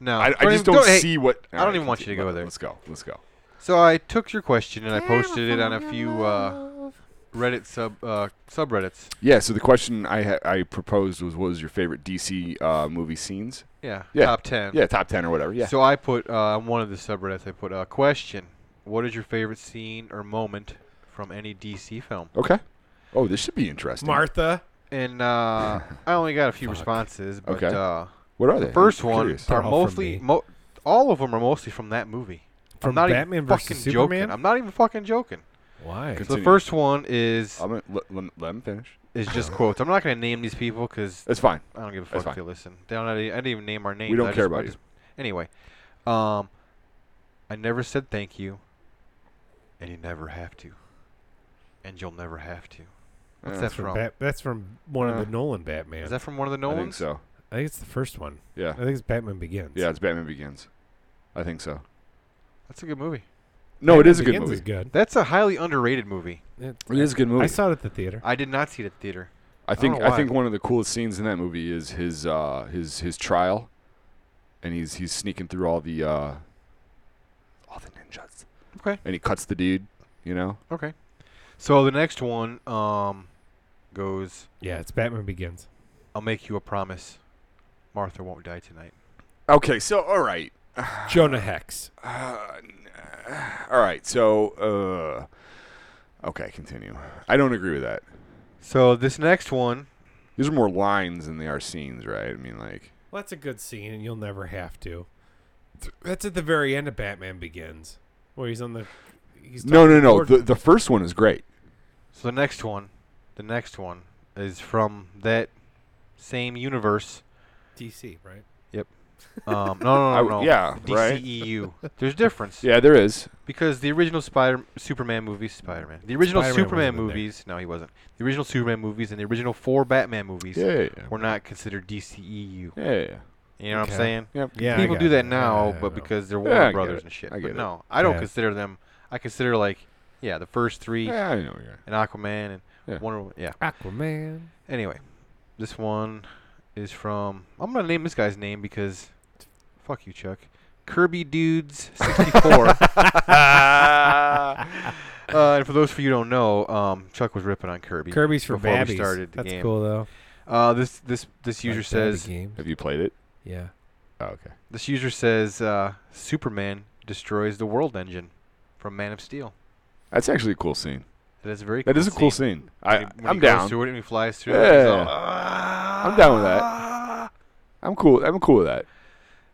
No.
I, I just
even-
don't,
hey,
see what.
I don't even want you to go
let-
there.
Let's go. Let's go.
So I took your question and I posted it on a few uh, Reddit sub uh, subreddits.
Yeah. So the question I ha- I proposed was, what was your favorite DC uh, movie scenes?
Yeah,
Yeah,
top ten.
Yeah, top ten or whatever. Yeah.
So I put uh, on one of the subreddits. I put a uh, question: What is your favorite scene or moment from any DC film?
okay. Oh, this should be interesting.
Martha.
And uh, I only got a few
Fuck.
responses, but
Okay.
uh,
What are
the
they? I'm
first one
curious.
They're
are
all from
mostly
me.
mo- all of them are mostly from that movie.
From
I'm not
Batman
even
versus
fucking
Superman?
joking. I'm not even fucking joking.
Why?
Cons-
So the
Continue.
first one is
I'm gonna, let, let, let him finish.
is just quotes. I'm not gonna name these people because
That's fine.
I don't give a
That's
fuck if
fine.
they listen. They don't. I didn't even name our names.
don't
I
care
just- I
about you.
just- Anyway, um, I never said thank you, and you never have to, and you'll never have to. What's that
Uh,
That's from
from?
Bat- that's from one of
Uh,
the Nolan Batman.
Is that from one of the
I
Nolans?
think so.
I think it's the first one.
Yeah.
I think it's Batman Begins.
Yeah, it's Batman Begins. I think so.
That's a good movie.
No, it
Batman
is a good
Begins
movie.
Is good.
That's a highly underrated movie.
It-
It is a good movie.
I
I,
saw it at the theater.
I did not see it at the theater.
think
don't know
I,
why.
think one of the coolest scenes in that movie is his uh, his his trial, and he's he's sneaking through all the uh, all the ninjas,
Okay.
and he cuts the dude. You know,
Okay. So the next one um goes.
Yeah, it's Batman Begins.
I'll make you a promise. Martha won't die tonight.
Okay, so all right,
Jonah Hex.
uh, all right, so uh, okay, continue. I don't agree with that.
So this next one,
These are more lines than they are scenes, right? I mean, like,
Well, that's a good scene, and you'll never have to. That's at the very end of Batman Begins, where he's on the. He's
no,
talking
no,
to
no.
Gordon.
The the first one is great.
So the next one, the next one is from that same universe.
DC, right?
Um, no, no,
I
no,
w-
no.
yeah, right.
DCEU. There's difference
Yeah, there is.
because the original Spider Superman movies, Spider-Man. The original
Spider-Man
Superman
wasn't in there.
movies. No, he wasn't. The original Superman movies and the original four Batman movies
Yeah, yeah, yeah.
were not considered DCEU.
Yeah, yeah, yeah.
You know what
Okay.
I'm saying?
Yep.
Yeah, I
People
got
do
it.
that now,
Yeah, I
but
know.
because they're
Yeah,
Warner
I get
Brothers
it.
and shit.
I
but
get it.
no, I don't
Yeah.
consider them. I consider like yeah, the first three
Yeah, I know. Yeah.
and Aquaman and
Yeah.
Wonder Woman. Yeah.
Aquaman.
Anyway, this one is from. I'm gonna name this guy's name because, fuck you, Chuck. Kirby dudes 64. uh, and for those of you who don't know, um, Chuck was ripping on Kirby.
Kirby's for
Before we
babbies.
started the
That's
game.
cool though.
Uh, this this this user
Like, that'd be
says
games.
Have you played it?
yeah.
Oh, okay.
this user says uh, Superman destroys the world engine from Man of Steel.
That's actually a cool scene.
That is a very.
That
cool
is a cool scene.
When
I,
he- when
I'm
he goes
down.
Through it and he flies through. it, he's all, "Ah!"
Yeah. I'm down with that. I'm cool. I'm cool with that.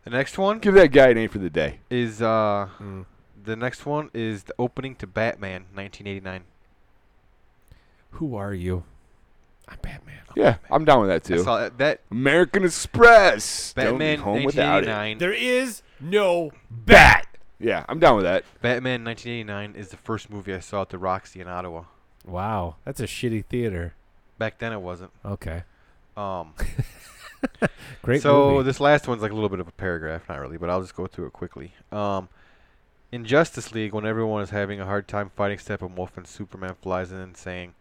The next one
Give that guy an A for the day.
is uh,
Mm.
the next one is the opening to Batman 1989.
Who are you? I'm Batman.
Oh,
Yeah, I'm down with that
I
too.
saw that, that
American Express. Don't
Batman
leave home without it.
1989.
There is no bat.
uh,
Yeah, I'm down with that.
Batman 1989 is the first movie I saw at the Roxy in Ottawa.
Wow, that's a shitty theater.
Back then it wasn't.
Okay,
Um,
great.
so
movie.
this last one's like a little bit of a paragraph, not really, but I'll just go through it quickly. Um, in Justice League, when everyone is having a hard time fighting Steppenwolf and Superman flies in and saying,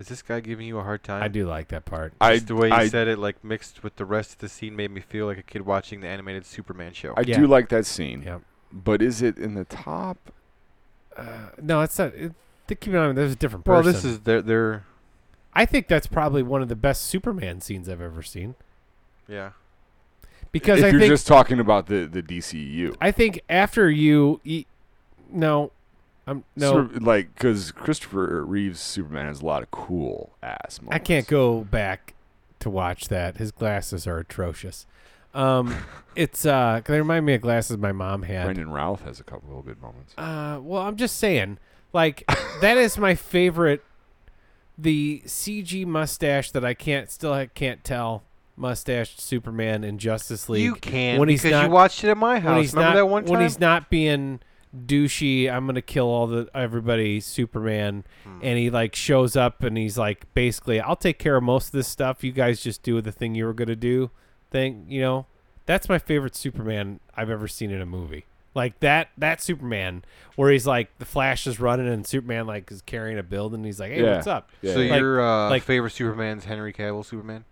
"Is this guy giving you a hard time?"
I do like that part.
I,
Just the way you
I,
said it, like mixed with the rest of the scene, made me feel like a kid watching the animated Superman show.
I
Yeah.
do like that scene.
Yep.
But is it in the top?
Uh, no, it's not. It, to keep in mind, there's a different person.
well, this is their their
I think that's probably one of the best Superman scenes I've ever seen
yeah.
because
if
I
you're
think
just talking about the E the DCU.
I think after you, eat, no, I'm no,
Super- like because Christopher Reeve's Superman has a lot of cool ass. Moments.
I can't go back to watch that. His glasses are atrocious. Um, it's uh, 'cause they remind me of glasses my mom had.
Brendan Ralph has a couple little good moments.
Uh, well, I'm just saying, like that is my favorite. The CG mustache that I can't still I can't tell mustache Superman in Justice League.
You can
when he's
because
not-
you watched it at my
when
house.
he's
Remember
not
that one time?
when he's not being douchey, I'm gonna kill all the everybody Superman,
Hmm.
and he like shows up and he's like basically, I'll take care of most of this stuff. You guys just do the thing you were gonna do, thing. You know, that's my favorite Superman I've ever seen in a movie. Like that that Superman where he's like the Flash is running and Superman like is carrying a building. And he's like, hey,
Yeah.
what's up?
Yeah.
so
yeah.
Like-
your uh,
like-
favorite Superman's Henry Cavill Superman?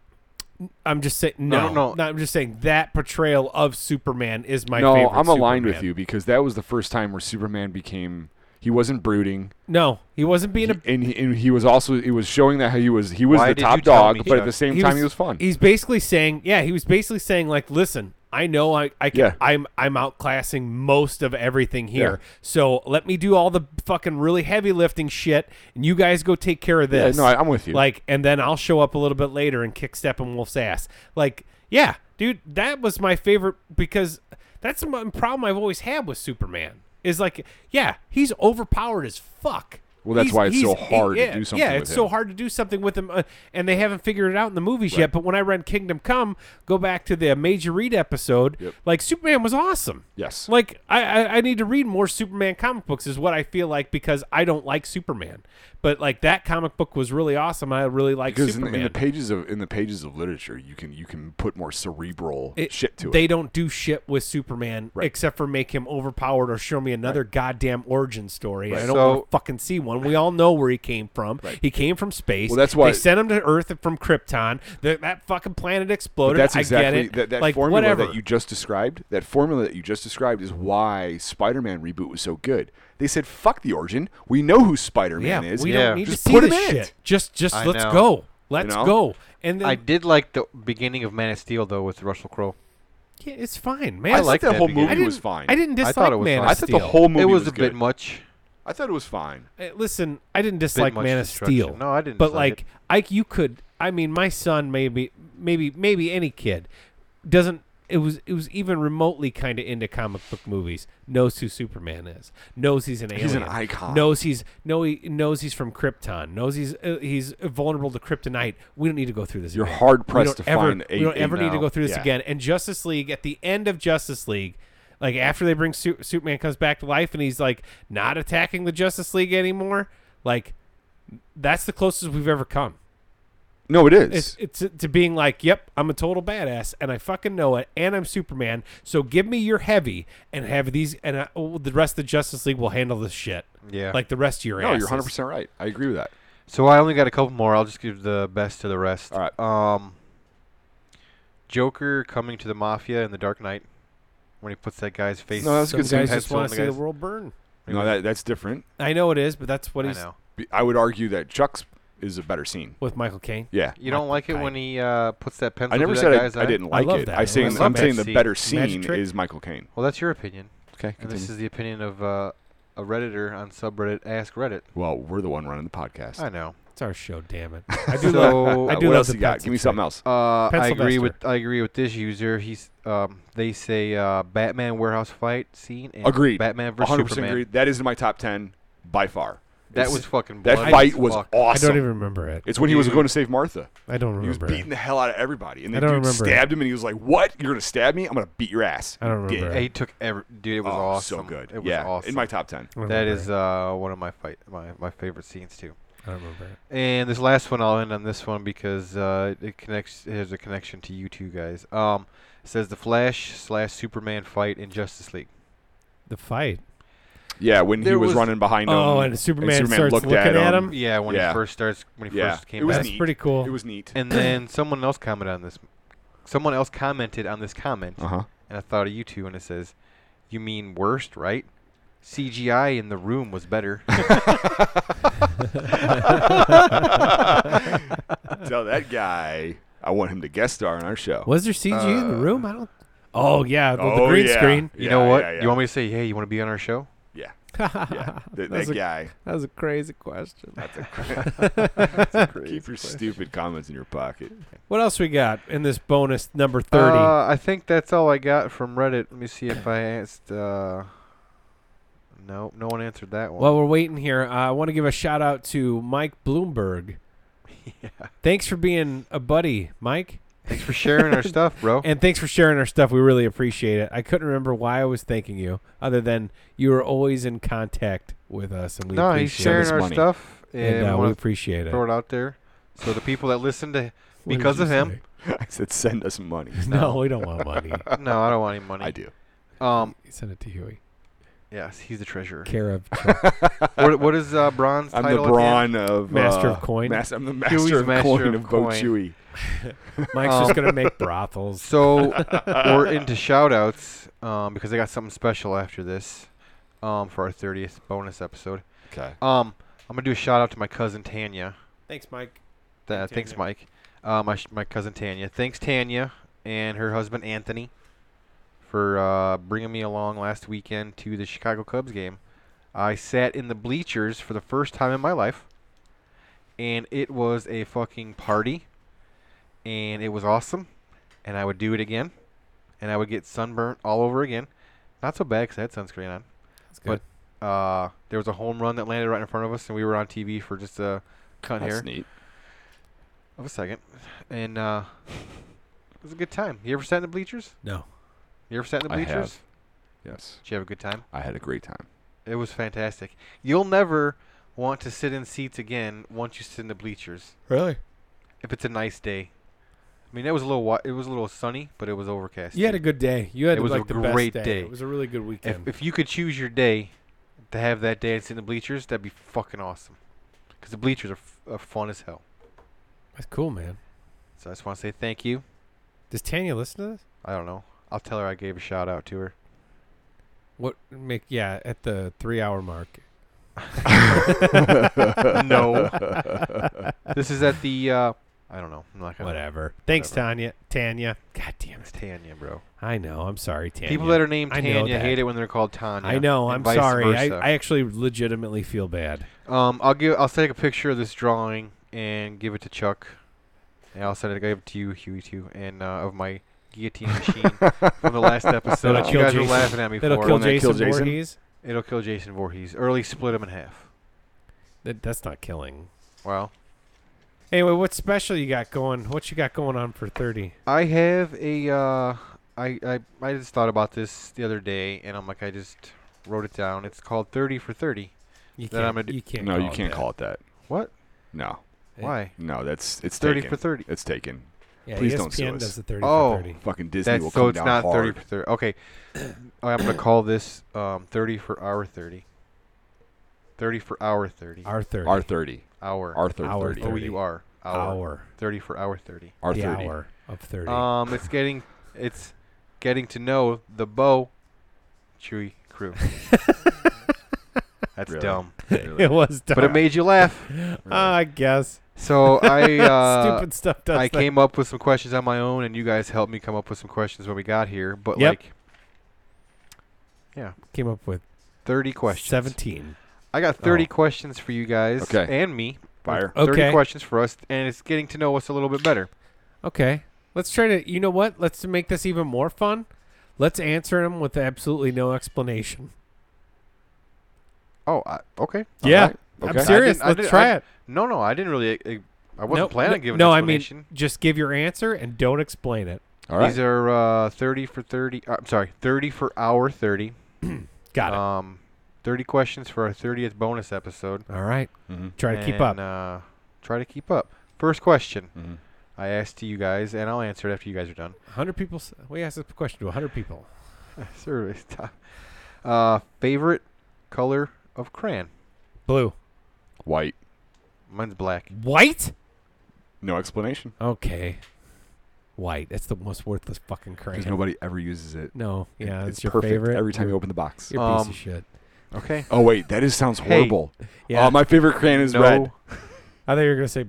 I'm just saying no,
No,
no,
no.
I'm just saying that portrayal of Superman is my
no,
favorite.
I'm aligned with
Superman.
you because that was the first time where Superman became. He wasn't brooding,
No, he wasn't being a
he- and, he, and he was also. It was showing that how he was. He was
Why
the
did
top
you tell
dog,
me,
but at
Chuck?
the same
He
time,
was-
he was fun.
He's basically saying, yeah, he was basically saying like, listen, I know I, I can,
Yeah.
I'm I'm outclassing most of everything here. So let me do all the fucking really heavy lifting shit, and you guys go take care of
yeah,
this.
no, I, I'm with you.
like, and then I'll show up a little bit later and kick Steppenwolf's ass. Like, yeah, dude, that was my favorite because that's the one problem I've always had with Superman. Is like, yeah, he's overpowered as fuck.
Well, that's
He's-
why it's so
he's-
hard to
yeah,
do something
Yeah,
with
it's so
him.
hard to do something with him, uh, and they haven't figured it out in the movies yet. But when I read Kingdom Come, go back to the Major Reed episode,
Yep.
like Superman was awesome.
yes,
Like I, I, I need to read more Superman comic books is what I feel like because I don't like Superman, but like that comic book was really awesome. I really like
because in, the-
Superman.
in the pages of in the pages of literature, you can you can put more cerebral
It-
shit to it.
They don't do shit with Superman
Right.
except for make him overpowered or show me another goddamn origin story. I don't
So-
want to fucking see one. We all know where he came from. He came from space.
Well, that's why-
they sent him to Earth from Krypton. That that fucking planet exploded.
That's
I
exactly
get it.
that, that
like
formula
whatever.
that you just described. That formula that you just described is why Spider-Man reboot was so good. They said, "Fuck the origin. We know who
yeah,
Spider-Man is.
we
Yeah.
don't need
Just
to see
put him
this
in
shit.
it.
Just just
I
let's
know.
go. Let's
know?
go. And then
I did like the beginning of Man of Steel though with Russell Crowe.
yeah, it's fine, man. It's
I, thought
like
the
that
whole
beginning.
I
movie
didn't,
was fine.
I didn't
I
dislike
thought it was
Man
fine.
of
I thought
Steel.
the whole movie
it was,
was,
a
good.
bit much.
I thought it was fine.
Uh, Listen, I didn't
bit
dislike
much
Man of
destruction.
Steel.
No, I didn't.
but
dislike
like
it.
I, you could. I mean, my son, maybe, maybe, maybe any kid doesn't. It was it was even remotely kind of into comic book movies. Knows who Superman is. Knows he's an alien.
He's an icon.
Knows he's no. He knows he's from Krypton. Knows he's uh, he's vulnerable to kryptonite. We don't need to go through this.
You're
again.
hard
We
pressed
don't
to
ever-
find
We
a-
don't
a
ever need to
now.
go through this
Yeah.
again. And Justice League at the end of Justice League. Like after they bring Su- Superman comes back to life and he's like not attacking the Justice League anymore. Like that's the closest we've ever come.
No, it is.
It's, it's to being like, yep, I'm a total badass, and I fucking know it, and I'm Superman. So give me your heavy, and have these, and I, oh, the rest of the Justice League will handle this shit.
Yeah.
like the rest of your.
no,
asses.
you're 100 percent right. I agree with that.
So I only got a couple more. I'll just give the best to the rest.
All right.
Um, Joker coming to the mafia in the Dark Knight when he puts that guy's face.
No, that's-
Some
good
guys
scene.
just want to
Headstone,
see the
guys.
world burn.
No, that that's different.
I know it is, but that's what
I
he's.
know.
Be- I would argue that Chuck's is a better scene.
with Michael Caine.
Yeah.
You don't like it when he uh, puts that pencil.
I never
through
said
that
I,
guy's
I
eye?
didn't like
love
it.
that.
I
It
saying
was
I'm
a
saying the
magic
better
trick.
scene
Magic
is Michael Caine.
Well, that's your opinion.
Okay.
And this is the opinion of uh, a Redditor on subreddit Ask Reddit.
well, we're the one running the podcast.
I know.
It's our show, damn it. I do
so,
love. I
Uh,
do love
what else
the
you got?
pencil
Give me something else.
Uh, I
Pencil
agree
Master.
with I agree with this user. He's um, they say uh, Batman warehouse fight scene. And
Agreed.
Batman versus
100 percent
Superman.
agree. That is in my top ten by far.
That
It's-
was fucking.
that
bloody
fight
as
was
fuck.
I
awesome.
don't even remember it.
it's when he was
Dude.
going to save Martha.
I don't
He was
remember.
beating
It.
the hell out of everybody, and
I
the
don't
dude
remember it.
stabbed him, and he was like, "What? You're gonna stab me? I'm gonna beat your ass."
I don't remember
Dick.
it.
He took every dude. It was
Oh,
awesome.
So good.
It was
yeah.
awesome.
In my top ten.
I don't
that
remember
is
it.
uh, one of my fight my, my favorite scenes too.
I don't remember. It.
And this last one, I'll end on this one because uh, it connects. It has a connection to you two guys. Um, it says the Flash slash Superman fight in Justice League.
The fight.
Yeah, when he
There
was,
was-
running behind him.
Oh, and Superman,
Superman
starts
looked
looking
at
at,
him.
him.
Yeah, when
Yeah.
he first starts, when he
Yeah.
first came
It was
back.
That's
neat.
pretty cool.
it was neat.
And then someone else commented on this. Someone else commented on this comment,
Uh huh.
and I thought of you two, and it says, "You mean worst, right? CGI in the room was better."
Tell that guy I want him to guest star on our show.
was there CG in the
Uh,
room? I don't. Oh yeah, the, the
Oh,
green
yeah.
screen.
You
Yeah,
know what?
yeah, yeah.
You want me to say, "Hey, you want to be on our show?"
Yeah, yeah.
yeah,
Th-
That's
that
a-
guy.
that was a crazy question.
Keep your stupid comments in your pocket.
What else we got in this bonus number thirty?
Uh, I think that's all I got from Reddit. Let me see if I asked. Uh, no, no one answered that one.
While we're waiting here, uh, I want to give a shout out to Mike Bloomberg.
yeah.
Thanks for being a buddy, Mike.
Thanks for sharing our stuff, bro.
And thanks for sharing our stuff. We really appreciate it. I couldn't remember why I was thanking you, other than you were always in contact with us, and we
no, he's
appreciate
sharing
us
it.
our
money.
stuff, and,
And uh,
we
we
want
appreciate
to
it.
throw it out there. So the people that listen to,
What did
because
you
of him.
I said, send us money.
say? No, we don't want money.
no, I don't want any money.
I do.
Um,
He sent it to Huey.
yes, he's the treasurer.
Care of
what, what is uh, Bron's
I'm the
title? again?
brawn of
Master
uh,
of Coin.
mas- I'm the master
Huey's
of
master
coin
of
of Bo
coin.
Chewy.
Mike's
Um,
just gonna make brothels.
So we're into shoutouts um, because I got something special after this um, for our 30th bonus episode.
Okay.
Um, I'm gonna do a shout out to my cousin Tanya.
Thanks, Mike.
Th-
Hey,
Thanks,
Tanya.
Mike. Uh, my sh- my cousin Tanya. Thanks, Tanya, and her husband Anthony, for uh, bringing me along last weekend to the Chicago Cubs game. I sat in the bleachers for the first time in my life, and it was a fucking party, and it was awesome, and I would do it again, and I would get sunburnt all over again. Not so bad because I had sunscreen on
That's
but- uh, there was a home run that landed right in front of us, and we were on TV for just a cut
That's
hair
neat.
of a second, and uh, it was a good time. You ever sat in the bleachers?
no.
You ever sat in the
I have.
bleachers?
Yes.
Did you have a good time?
I had a great time.
It was fantastic. You'll never want to sit in seats again once you sit in the bleachers
Really?
if it's a nice day. I mean, it was a little wa- it was a little sunny, but it was overcast.
You had
too.
a good day. You had
It was
like the
a
best
great
day.
day.
It was a really good
if,
weekend.
if you could choose your day to have that day and sit in the bleachers, that'd be fucking awesome. Because the bleachers are, f- are fun as hell.
That's cool, man.
So I just want to say thank you.
Does Tanya listen to this?
I don't know. I'll tell her I gave a shout out to her.
What make? Yeah, at the three-hour mark.
no. this is at the. Uh, I don't know. I'm not gonna.
Whatever. Thanks,
Whatever.
Tanya. Tanya. God damn
It's
it.
Tanya, bro.
I know. I'm sorry, Tanya.
People that are named
I know
Tanya
that.
hate it when they're called Tanya.
I know.
and
I'm
vice
sorry. I,
versa.
I actually legitimately feel bad.
um, I'll give. I'll take a picture of this drawing and give it to Chuck. And I'll send it. Give it to you, Huey, too, and uh, of my guillotine machine from the last episode.
That'll
that you
kill
guys were
Jason.
laughing at me
That'll
for.
kill
One that
Jason,
killed Jason?
Voorhees.
It'll kill Jason Voorhees. Or at least split him in half.
That, that's not killing.
Well,
Anyway, what special you got going? What you got going on for thirty?
I have a. Uh, I, I I just thought about this the other day, and I'm like, I just wrote it down. It's called Thirty for Thirty.
You
That
can't.
I'm gonna do-
You can't.
no,
call
you
it
can't
that.
call it that.
Oh, What?
No,
Yeah.
Why?
no, that's it's
Thirty
taken.
for thirty.
It's taken.
Yeah, E
Please
ESPN
don't sue us.
does the thirty
Oh.
for thirty.
Fucking Disney will
That's
come
so it's
down
not
hard.
thirty for thirty. Okay, I'm gonna call this um, thirty for hour thirty. Thirty for hour thirty.
R thirty.
R thirty.
hour.
R thirty.
Our
O
30.
U R. Hour.
Hour.
Thirty for hour thirty.
R
The
thirty.
hour of thirty.
Um, it's getting, it's getting to know the Bo Chewy crew. That's
Really?
dumb,
it was.
but it
dark.
made you laugh.
I guess.
So I uh,
Stupid stuff does
I
that.
came up with some questions on my own, and you guys helped me come up with some questions when we got here. But
Yep.
like, yeah,
Came up with
thirty questions.
17.
I got thirty
Oh.
questions for you guys
Okay.
and me.
Fire.
Thirty
Okay.
questions for us, and it's getting to know us a little bit better.
Okay. Let's try to, you know what? Let's make this even more fun. Let's answer them with absolutely no explanation.
Oh, I, okay.
Yeah.
Alright.
I'm
Okay.
serious.
I
Let's
didn't- I
try
didn't-
it.
No, no, I didn't really. I, I wasn't
Nope.
planning
no,
on giving
No,
an
I mean,
explanation.
just give your answer and don't explain it.
All right.
These are uh, 30 for 30. uh, I'm sorry, 30 for hour 30.
Got it.
Um, 30 questions for our 30th bonus episode.
All right.
mm-hmm.
Try to keep
And,
up.
Uh, try to keep up. First question
Mm-hmm.
I asked to you guys, and I'll answer it after you guys are done.
100 people. s- We asked this question to 100 people.
Survey stop. Uh, favorite color of crayon?
Blue.
White.
Mine's black.
White?
No explanation.
Okay. White. That's the most worthless fucking
Because
crayon.
nobody ever uses it.
no, yeah, it's,
it's,
your
perfect
favorite.
every time you
You're,
open the box.
you're a piece
Um,
of shit.
Okay.
Oh wait, that is sounds
Hey.
horrible.
Yeah,
Uh, my favorite crayon is
no
red.
I thought you were gonna say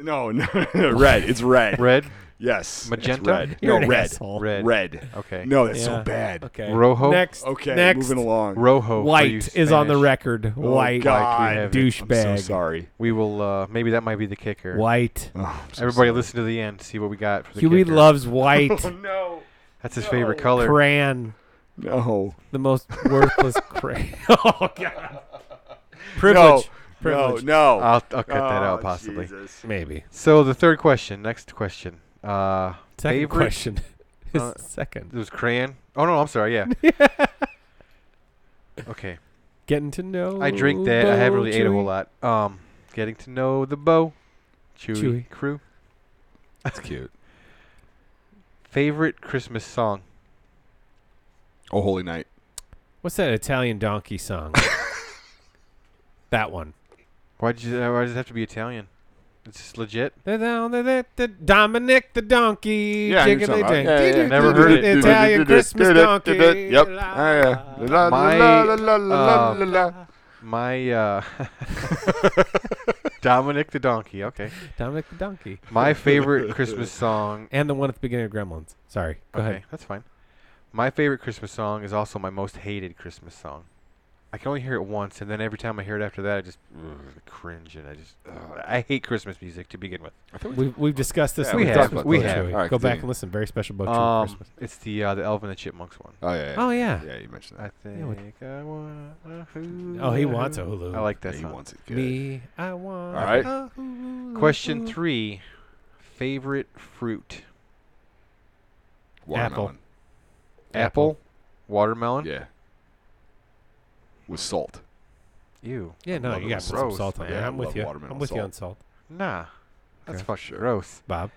No, no, red. It's red.
red.
Yes. it's
Magenta?
red.
you're
no,
an
red.
asshole.
Red.
Red.
Okay.
No, that's so
Yeah.
bad.
Okay.
Rojo?
Next.
Okay,
Next.
moving along.
Rojo. for you
White is on the
Spanish.
record.
Oh,
white.
God.
have it.
Douchebag.
I'm so sorry.
We will. Uh, maybe that might be the kicker.
White.
Oh, I'm so
Everybody,
sorry.
listen to the end. See what we got for the
Huey
kicker.
loves white.
Oh, no.
That's his favorite
No.
color.
crayon.
No.
The most worthless crayon. Oh God. Privilege. Privilege.
No. No.
I'll, I'll cut that
Oh,
out possibly.
Jesus.
Maybe.
So the third question. Next question. Uh,
Second
Favorite-
question. is
Uh,
second.
it was crayon. Oh no, I'm sorry. Yeah. okay.
Getting to know.
I drink that. I haven't
Bo
really ate a whole
Chewy.
lot. Um, getting to know the bow, Chewy,
Chewy.
crew.
That's cute.
Favorite Christmas song.
Oh, holy night.
What's that Italian donkey song? that one.
Why did you? Why does it have to be Italian? It's just legit.
Da- da- da- da- da- Dominic the donkey.
Yeah, I knew
jiggly
something about it.
jang.
Yeah, yeah,
Do-
yeah.
do-
Never
do-
heard
do-
it.
Italian Christmas donkey.
Yep.
La-
Ah, yeah. La, la,
My,
la, la, la, la,
uh,
la, la.
My uh, Dominic the donkey. Okay.
Dominic the donkey.
My favorite Christmas song
And the one at the beginning of Gremlins. Sorry. Go
okay,
ahead.
that's fine. My favorite Christmas song is also my most hated Christmas song. I can only hear it once, and then every time I hear it after that, I just ugh, cringe and I just ugh. I hate Christmas music to begin with.
We've, we've discussed this.
Yeah,
and
we
we've
have.
talked about
We
Bo
have.
Chewy.
All right,
Go back
continue.
and listen. Very special book
Um,
Christmas.
it's the uh, the Elf and the Chipmunks one.
Oh yeah.
Oh yeah.
Yeah, you mentioned
I
that.
we-
think I want a hula
Oh, he wants a
hoop.
hula.
I like that
Yeah, he
song.
wants it good.
Me, I want.
All right.
a hula
Question
hoop.
three: Favorite fruit?
Watermelon.
Apple.
Apple, watermelon.
Yeah. With salt.
Ew,
Yeah, no,
Love
you
it
got
with
to put some
salt.
salt on
Yeah,
there.
I
I'm with
love
you.
watermelon
I'm with you
salt.
on salt,
nah, that's
Okay.
fucking gross.
Bob.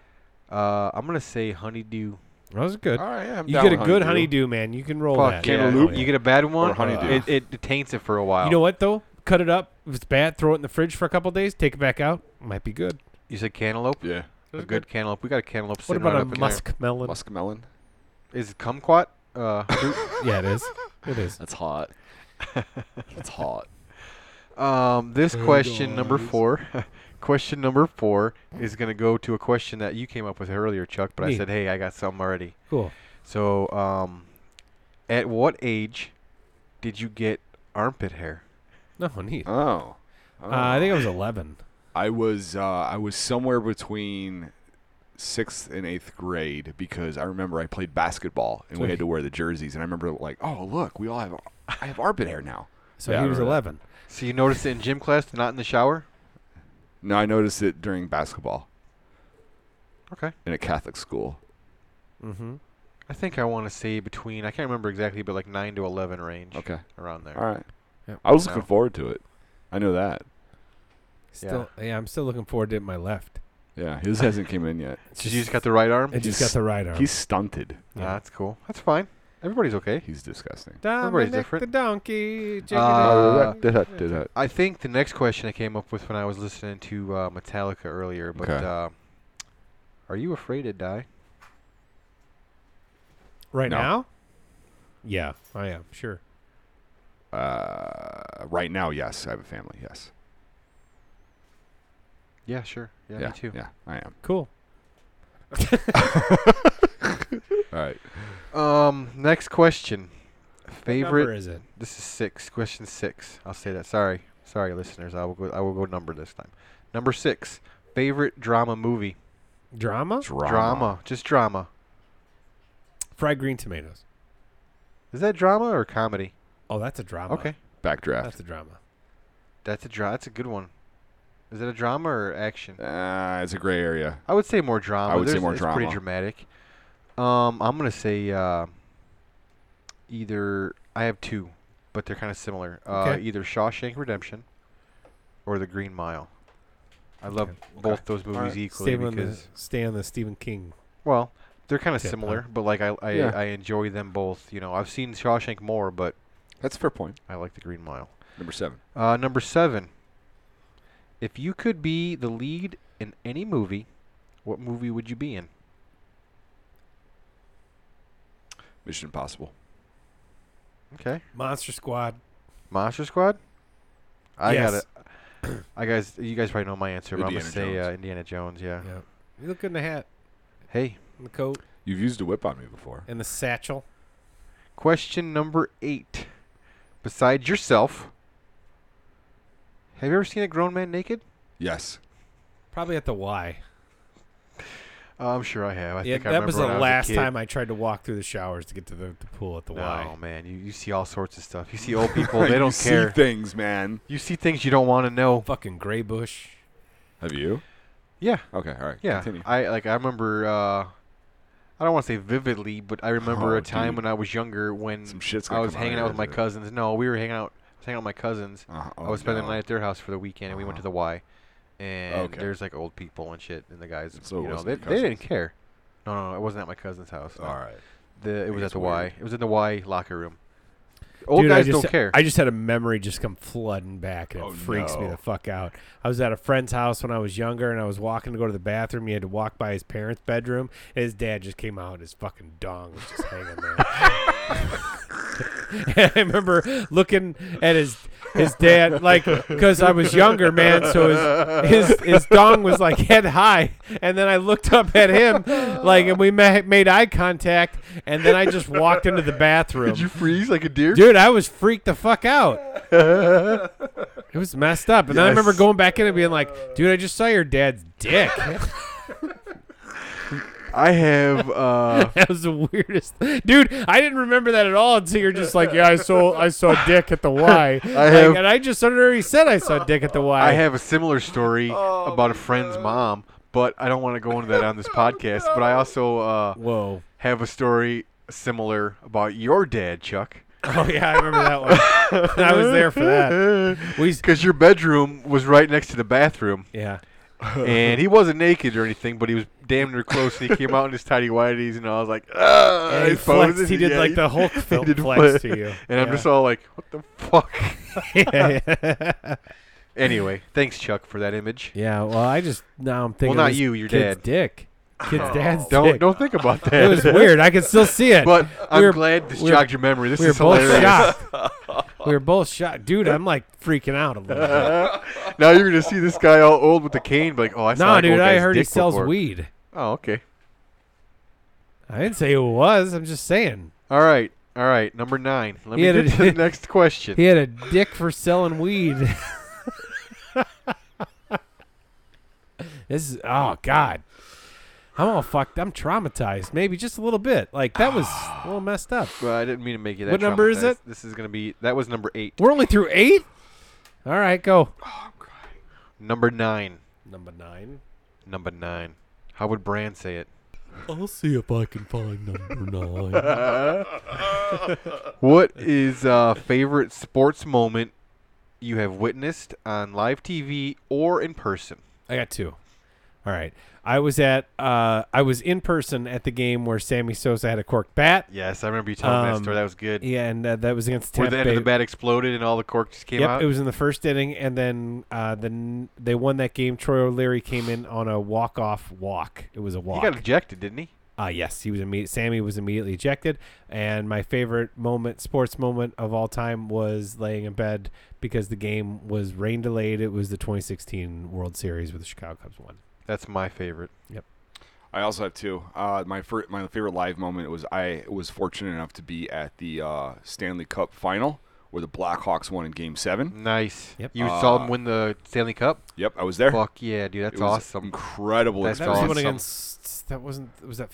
Uh, I'm gonna say honeydew.
That was good.
All right, yeah, I'm
You
down
get a
with
good honeydew, man. You can roll
Fuck
that.
yeah.
Cantaloupe.
Oh,
You get a bad one,
honeydew.
It, it, it taints it for a while.
You know what though? Cut it up. If it's bad, throw it in the fridge for a couple days. Take it back out. Might be good.
You said cantaloupe.
Yeah.
A good cantaloupe. We got a cantaloupe.
What
sitting
about
right
a
up in
musk melon?
Muskmelon.
There. Is it kumquat? Uh, fruit?
yeah, it is. It is.
That's hot. That's hot.
um, this
Oh,
question number
guys.
four. question number four is gonna go to a question that you came up with earlier, Chuck. But
Me.
I said, hey, I got some already.
Cool.
So, um, at what age did you get armpit hair?
No, neat. Uh,
Oh.
I think I was 11.
I was uh, I was somewhere between sixth and eighth grade because I remember I played basketball and we had to wear the jerseys and I remember like oh look we all have I have armpit hair now.
So
Yeah, I
he was
remember that.
11.
So you noticed it in gym class, not in the shower.
No, I noticed it during basketball
Okay.
in a Catholic school.
Mm-hmm.
I think I want to say between I can't remember exactly, but like nine to eleven range
Okay,
around there.
all right.
Yep.
I was looking
No.
forward to it. I know that.
Still, yeah. I'm still looking forward to it in my left.
Yeah, his hasn't came in yet.
It's
Did you just got the right arm?
It just
He's-
got the right arm.
He's stunted.
Yeah.
Nah, that's cool. That's fine. Everybody's okay.
He's disgusting.
Dominic
different.
the donkey. jiggity-
Uh,
did that, did that.
I think the next question I came up with when I was listening to uh, Metallica earlier, but
Okay.
uh, are you afraid to die?
right
No.
now? Yeah, I am sure.
Uh, right now, yes, I have a family. Yes.
Yeah, sure. Yeah,
yeah,
me too.
Yeah, I am.
Cool.
All right.
Um, next question.
Number
Favorite.
is it?
This is six. Question six. I'll say that. Sorry, sorry, listeners. I will go. I will go number this time. Number six. Favorite drama movie.
Drama?
Drama.
Drama. Just drama.
Fried green tomatoes.
Is that drama or comedy?
Oh, that's a drama.
Okay,
Backdraft.
That's a drama.
that's a dra- That's a good one. Is it a drama or action?
Uh, it's a gray area.
I would say more drama.
I would say
There's-
more
it's
drama.
Pretty dramatic. Um, I'm gonna say uh, either I have two, but they're kind of similar. Uh,
Okay.
Either Shawshank Redemption or The Green Mile. I love both those movies
Alright,
equally
stay, on the,
because
stay on the Stephen King.
well, they're kind of
Tip, huh?
similar, but like I I,
Yeah.
I enjoy them both. You know, I've seen Shawshank more, but
That's a fair point.
I like The Green Mile.
Number seven.
Uh, number seven. If you could be the lead in any movie, what movie would you be in?
Mission Impossible.
Okay.
Monster Squad.
Monster Squad? I
Yes.
got it. I guys, you guys probably know my answer, but I'm gonna
Indiana
say
Jones.
Uh, Indiana Jones. Yeah.
Yeah. You look good in the hat,
Hey,
and the coat,
You've used a whip on me before.
and the satchel.
question number eight. Besides yourself, have you ever seen a grown man naked?
Yes.
Probably at the Y.
Uh, I'm sure I have. I
Yeah,
think I
that
remember
was the
when I
last
a kid.
time I tried to walk through the showers to get to the, the pool at the
Oh
Y.
man, you, you see all sorts of stuff. You see old people; they don't
you
care.
See things, man.
you see things you don't want to know.
Fucking gray bush.
Have you?
Yeah,
Okay. All right.
Yeah,
Continue.
I like. I remember. Uh, I don't want to say vividly, but I remember
Oh,
a time
dude.
when I was younger when
Some shit's
I
gonna
was
come
hanging
out,
out with my
isn't it?
cousins. No, we were hanging out. I was hanging out with my cousins.
Uh,
I
oh,
was spending
no.
the night at their house for the weekend, and we went to
Uh-huh.
the Y. And
Okay.
there's like old people and shit, and the guys,
So it
you know,
wasn't
they,
your
they didn't
cousins?
care. No, no, no, it wasn't at my cousin's house. no.
All right.
The, it was at
That's
the
weird.
Y. It was in the Y locker room. Old
Dude, I
guys
just,
don't care.
I just had a memory just come flooding back, and it
Oh,
freaks me
no.
the fuck out. I was at a friend's house when I was younger, and I was walking to go to the bathroom. You had to walk by his parents' bedroom, and his dad just came out, and his fucking dong was just hanging there. And I remember looking at his his dad, like, because I was younger, man. So his, his his dong was like head high, and then I looked up at him, like, and we ma- made eye contact, and then I just walked into the bathroom.
Did you freeze like a deer?
Dude, I was freaked the fuck out. it was messed up. And then I remember
Yes.
going back in and being like, dude, I just saw your dad's dick.
I have. Uh,
that was the weirdest. Dude, I didn't remember that at all until you're just like, yeah, I saw I saw dick at the Y. I
have-
and I just already said I saw dick at the Y.
I have a similar story
Oh,
about a friend's mom, but I don't want to go into that on this podcast. But I also uh,
Whoa.
have a story similar about your dad, Chuck.
Oh, yeah, I remember that one. I was there for that. We, s-
Because your bedroom was right next to the bathroom,
yeah.
and he wasn't naked or anything, but he was damn near close. And he came out in his tidy whities, and I was like, "Ah!"
And he
his phone is
flexed. He
in-
did
yeah,
like the Hulk
he
film
did
flex
flex.
to you.
and I'm just all like, "What the fuck?"
yeah.
anyway, thanks, Chuck, for that image.
Yeah, well, I just now I'm thinking.
not
this
you, your
kid's
dad. Oh.
dick. Kid's dad's
Don't
dick.
don't think about that.
It was weird. I can still see it.
But I'm
were-
glad this
we were-
jogged your memory. This
we were
is
both
hilarious.
shocked. we were both shocked, dude. I'm like freaking out a little. Bit.
now you're gonna see this guy all old with the cane, be like, oh, I saw.
No,
an old
dude, I
guy's
heard he
dick
sells
before."
weed.
Oh, okay.
I didn't say it was. I'm just saying
All right, all right. Number nine. Let
He
me
had
get
a-
to the next question.
he had a dick for selling weed. this is oh god. I'm all fucked. I'm traumatized. Maybe just a little bit. Like that was a little messed up.
Well, I didn't mean to make you that.
What number is
traumatized.
it?
This is gonna be. That was number eight.
We're only through eight. All right, go.
Number nine.
Number nine.
Number nine. How would Brand say it?
I'll see if I can find number nine.
What is uh, favorite sports moment you have witnessed on live TV or in person?
I got two. All right. I was at uh, I was in person at the game where Sammy Sosa had a corked bat.
Yes, I remember you telling me that
Um,
story. That was good.
Yeah, and uh, that was against
Where
Tampa
the end
Bay.
of the bat exploded and all the cork just came
yep,
out.
it was in the first inning, and then uh, then they won that game. Troy O'Leary came in on a walk off walk. It was a
he
walk.
got ejected, didn't he?
Uh, yes, he was imme- Sammy was immediately ejected, and my favorite moment, sports moment of all time, was laying in bed because the game was rain delayed. It was the 2016 World Series where the Chicago Cubs won.
That's my favorite.
I also have two. Uh, my fir- my favorite live moment was I was fortunate enough to be at the uh, Stanley Cup final where the Blackhawks won in Game Seven.
Nice.
Hmm. Yep.
You saw
Uh,
him win the Stanley Cup?
Yep, I was there.
Fuck yeah, dude. That's
It was
awesome.
Incredible.
That's
that was the
experience.
one
awesome.
against. That wasn't. Was that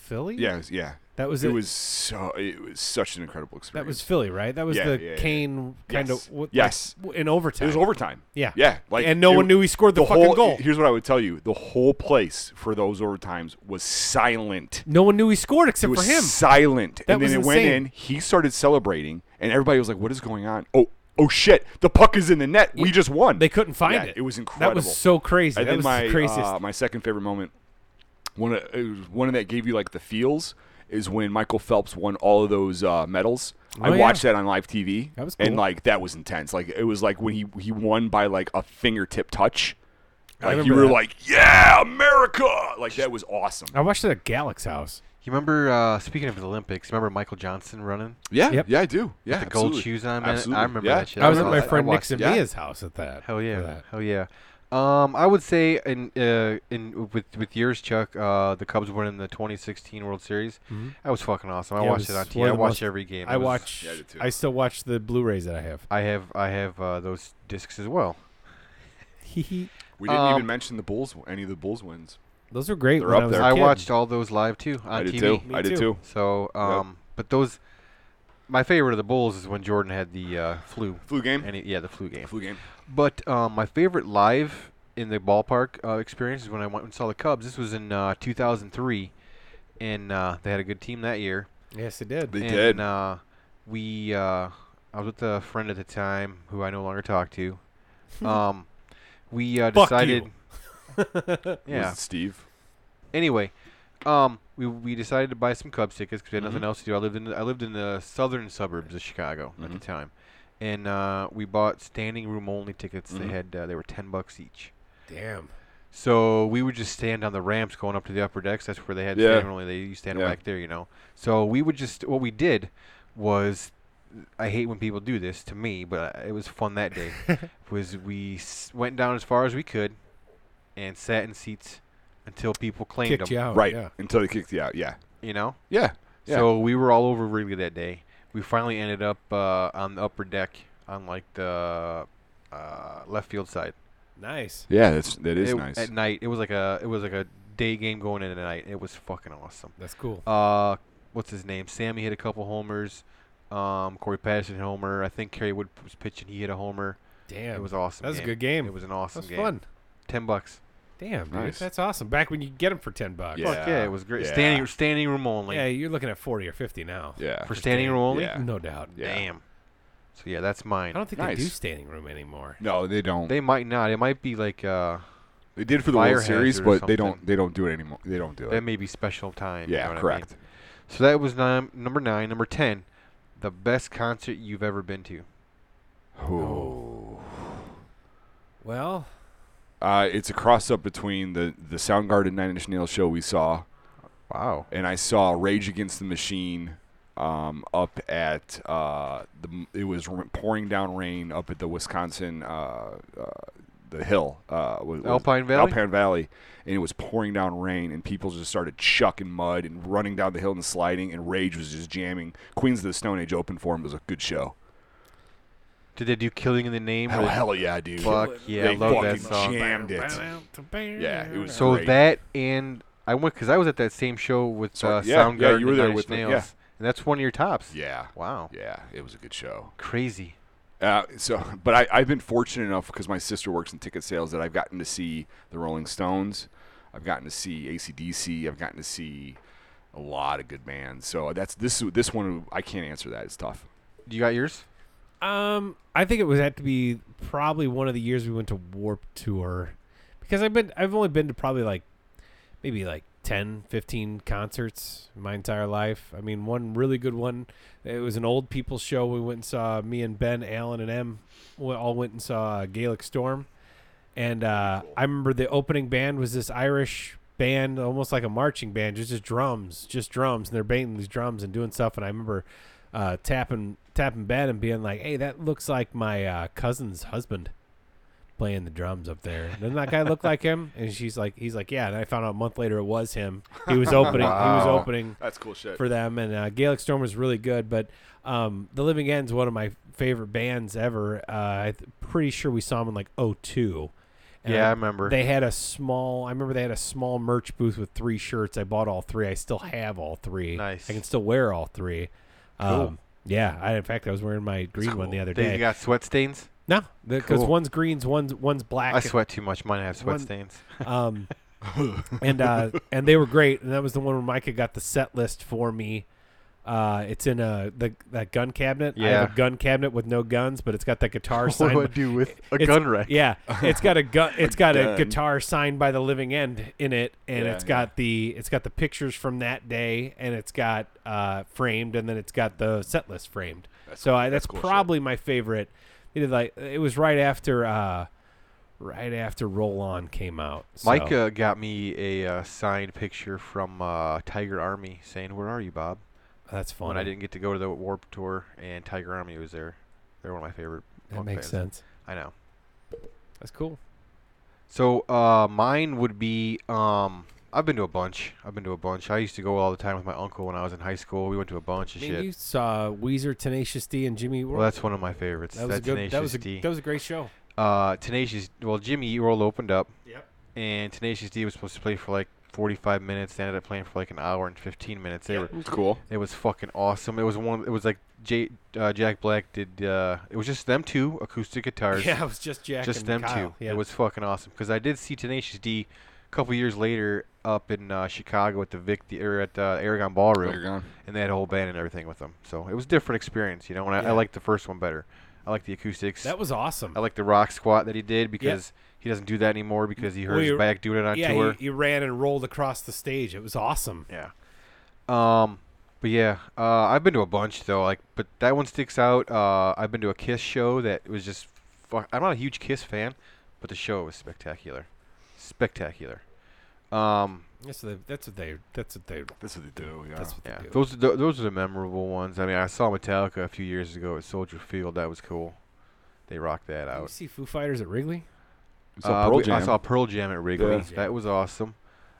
Philly?
Yeah, it was- yeah.
that was
it
it.
was so. It was such an incredible experience.
that was Philly, right? That was
Yeah,
the
yeah, yeah.
Kane kind
Yes.
of w- like,
Yes.
w- in overtime.
It was overtime.
Yeah.
Yeah, like
and no
it-
one knew he scored the, fucking
whole.
goal.
Here's what I would tell you: the whole place for those overtimes was silent.
no one knew he scored except
it
for
was
him.
silent.
That
and
was
then it went
insane.
in. He started celebrating, and everybody was like, "What is going on? Oh, oh shit! The puck is in the net. We just won."
They couldn't find
Yeah,
it.
It was
That
incredible.
was so crazy.
And
that
then
was
my
the craziest.
uh, my second favorite moment, one of, it was one that gave you like the feels, is when Michael Phelps won all of those uh, medals. I
Oh, yeah.
watched that on live TV.
That was
And
cool.
like that was intense. Like it was like when he he won by like a fingertip touch. Like you
remember
were
that.
like, yeah, America! Like that was awesome.
I watched it at Galax House.
You remember, uh, speaking of the Olympics, remember Michael Johnson running?
Yeah,
Yep.
yeah, I do. Yeah,
the
absolutely.
gold shoes on, man.
Absolutely.
I remember
Yeah.
that shit.
I was
was
at my
awesome.
friend
I
Nick
watched-
yeah.
Samia's house at that.
Hell
for
yeah,
that.
hell yeah. Um, I would say in uh, in with with yours, Chuck, uh, the Cubs winning the 2016 World Series.
Mm-hmm.
That was fucking awesome. I
Yeah, it
watched it,
was
on TV.
one
I
of the
watched
most-
every game.
I
It was-
watch.
Yeah, I did too.
I still watch the Blu-rays that I have.
I have I have uh, those discs as well.
We didn't
Um,
even mention the Bulls, any of the Bulls wins.
Those are great.
They're
when
up
I, was
there.
a
I
kid.
watched all those live too on
I did
TV.
too.
Me
I did
too.
too.
So, um, but those. My favorite of the Bulls is when Jordan had the uh, flu.
Flu game.
And he, yeah, the flu game.
Flu game.
But um, my favorite live in the ballpark uh, experience is when I went and saw the Cubs. This was in uh, 2003, and uh, they had a good team that year.
Yes, it did.
They
and,
did.
Uh, we, uh, I was with a friend at the time who I no longer talk to. Um, we uh,
Fuck you.
decided. yeah.
Was it Steve?
Anyway, um, we we decided to buy some Cubs tickets because we had
Mm-hmm.
nothing else to do. I lived in I lived in the southern suburbs of Chicago at the
Mhm.
time, and uh, we bought standing room only tickets. They
Mhm.
had uh, they were ten bucks each.
Damn.
So we would just stand on the ramps going up to the upper decks. That's where they had
Yeah.
standing only. They used to stand
Yeah.
back there, you know. So we would just what we did was I hate when people do this to me, but uh, it was fun that day. was we s- went down as far as we could and sat in seats until people claimed
Kicked
them.
you out.
right.
Oh, Yeah.
Until they kicked you out. Yeah.
You know.
Yeah. Yeah.
So we were all over Wrigley that day. We finally ended up uh, on the upper deck on like the uh, left field side.
Nice.
Yeah, that's that is
It-
nice.
At night, it was like a it was like a day game going in at night. It was fucking awesome.
That's cool.
Uh, what's his name? Sammy hit a couple homers. Um, Corey Patterson hit a homer. I think Kerry Wood was pitching. He hit a homer.
Damn.
It was an awesome.
That was a
game.
good game.
It was an awesome
That's
game.
fun.
Ten bucks.
Damn, dude,
Nice.
that's awesome. Back when you could get them for ten bucks.
Yeah.
Fuck yeah, it was great.
Yeah.
Standing standing room only.
Yeah, you're looking at forty or fifty now.
yeah.
For standing room only.
Yeah.
No doubt.
Yeah.
Damn. So yeah, that's mine.
I don't think
Nice.
they do standing room anymore.
no, they don't. They,
They might not. It might be like uh,
did for the
Fire
World Series,
hazard or
but they don't.
something.
They don't do it anymore. They don't do
that
it.
may be special time. you know
Yeah,
what I mean?
correct.
So that was nine, number nine. Number ten, the best concert you've ever been to.
Oh.
Well,
Uh, it's a cross up between the the Soundgarden Nine Inch Nails show we saw,
Wow.
and I saw Rage Against the Machine um, up at uh, the. It was r- pouring down rain up at the Wisconsin uh, uh, the hill. Uh, was,
Alpine Valley?
Alpine Valley, and it was pouring down rain, and people just started chucking mud and running down the hill and sliding, and Rage was just jamming. Queens of the Stone Age opened for him. It was a good show.
Did they do "Killing in the Name"?
Hell,
with-
hell yeah, dude!
Fuck yeah, I
They
love that
fucking
song.
jammed it.
Yeah,
Yeah, it was
So
Great.
that and I went because I was at that same show with
So-
uh,
yeah,
Soundgarden.
yeah, you were
and Nine
there
Inch
with me,
Nails,
yeah.
and that's one of your tops.
Yeah,
Wow.
yeah, it was a good show.
Crazy.
Uh, so, but I, I've been fortunate enough because my sister works in ticket sales that I've gotten to see the Rolling Stones, I've gotten to see ACDC, I've gotten to see a lot of good bands. So that's this this one I can't answer that. It's tough.
You got yours?
Um, I think it was had to be probably one of the years we went to Warp Tour because I've been I've only been to probably like maybe like 10, 15 concerts in my entire life. I mean, one really good one. It was an old people's show. We went and saw me and Ben, Allen, and M. We all went uh, and saw Gaelic Storm, and uh, I remember the opening band was this Irish band, almost like a marching band, just just drums, just drums, and they're banging these drums and doing stuff. And I remember uh, tapping tapping bed and being like, "Hey, that looks like my uh, cousin's husband playing the drums up there." Doesn't that guy look like him? And she's like, "He's like, yeah." And I found out a month later it was him. He was opening. He
Wow.
was opening
That's cool shit.
for them. And uh, Gaelic Storm was really good, but um, The Living End's one of my favorite bands ever. Uh, I'm pretty sure we saw them in like '02. And
yeah, I
I-
remember.
they had a small. I remember they had a small merch booth with three shirts. I bought all three. I still have all three.
Nice.
I can still wear all three. Um, yeah. I, in fact, I was wearing my green one the other
They
day.
got sweat stains.
no, because
Cool.
one's greens, one's one's black.
I sweat too much. Mine have sweat
One-
stains.
Um, and uh, and they were great. And that was the one where Micah got the set list for me. Uh, it's in a the that gun cabinet. I have
Yeah.
a gun cabinet with no guns, but it's got that guitar
What
signed.
do I do with a
it's-
gun rack?
Yeah, it's got a gun. It's got a
gun.
guitar signed by the Living End in it, and
Yeah,
it's got the it's got the pictures from that day, and it's got uh, framed, and then it's got the set list framed.
That's
so
cool-
I,
that's
that's,
cool shit.
probably my favorite. It is like it was right after uh, right after Roll On came out. So.
Micah got me a uh, signed picture from uh, Tiger Army saying, "Where are you, Bob?"
that's fun.
When I didn't get to go to the Warp Tour, and Tiger Army was there. They're one of my favorite.
That
punk
makes
bands.
sense.
I know.
That's cool.
So uh, mine would be um, I've been to a bunch. I've been to a bunch. I used to go all the time with my uncle when I was in high school. We went to a bunch of shit.
you saw Weezer, Tenacious D, and Jimmy.
well, that's one of my favorites.
that was a good.
Tenacious
That was a,
D.
that was a great show.
uh, Tenacious. Well, Jimmy Earl opened up.
Yep.
And Tenacious D was supposed to play for like 45 minutes. They ended up playing for like an hour and 15 minutes. They were
It's cool.
It was fucking awesome. It was one. It was like J, uh, Jack Black did. Uh, it was just them two acoustic guitars.
Yeah, it was just Jack.
just
and
them
Kyle.
two.
Yeah.
It was fucking awesome because I did see Tenacious D a couple years later up in uh, Chicago at the Vic the, or at uh, Aragon Ballroom,
You're gone.
and they had a whole band and everything with them. So it was a different experience, you know. And I,
Yeah.
I liked the first one better. I liked the acoustics.
that was awesome.
I liked the rock squat that he did because he doesn't do that anymore because he hurt
Well,
his
you're-
back doing it on
yeah,
tour.
He, he ran and rolled across the stage. It was awesome.
Yeah. Um, but yeah, uh, I've been to a bunch though. Like, but that one sticks out. Uh, I've been to a Kiss show that was just. Fuck, I'm not a huge Kiss fan, but the show was spectacular, spectacular. Um,
That's what they. That's what they. That's what they.
That's what they do. Yeah.
That's what they
Oh, yeah,
do.
those are the, those are the memorable ones. I mean, I saw Metallica a few years ago at Soldier Field. That was cool. They rocked that
Did you
out.
see Foo Fighters at Wrigley?
So
Uh,
Pearl
we- I
Jam.
saw Pearl Jam at Wrigley.
Yeah.
That was awesome.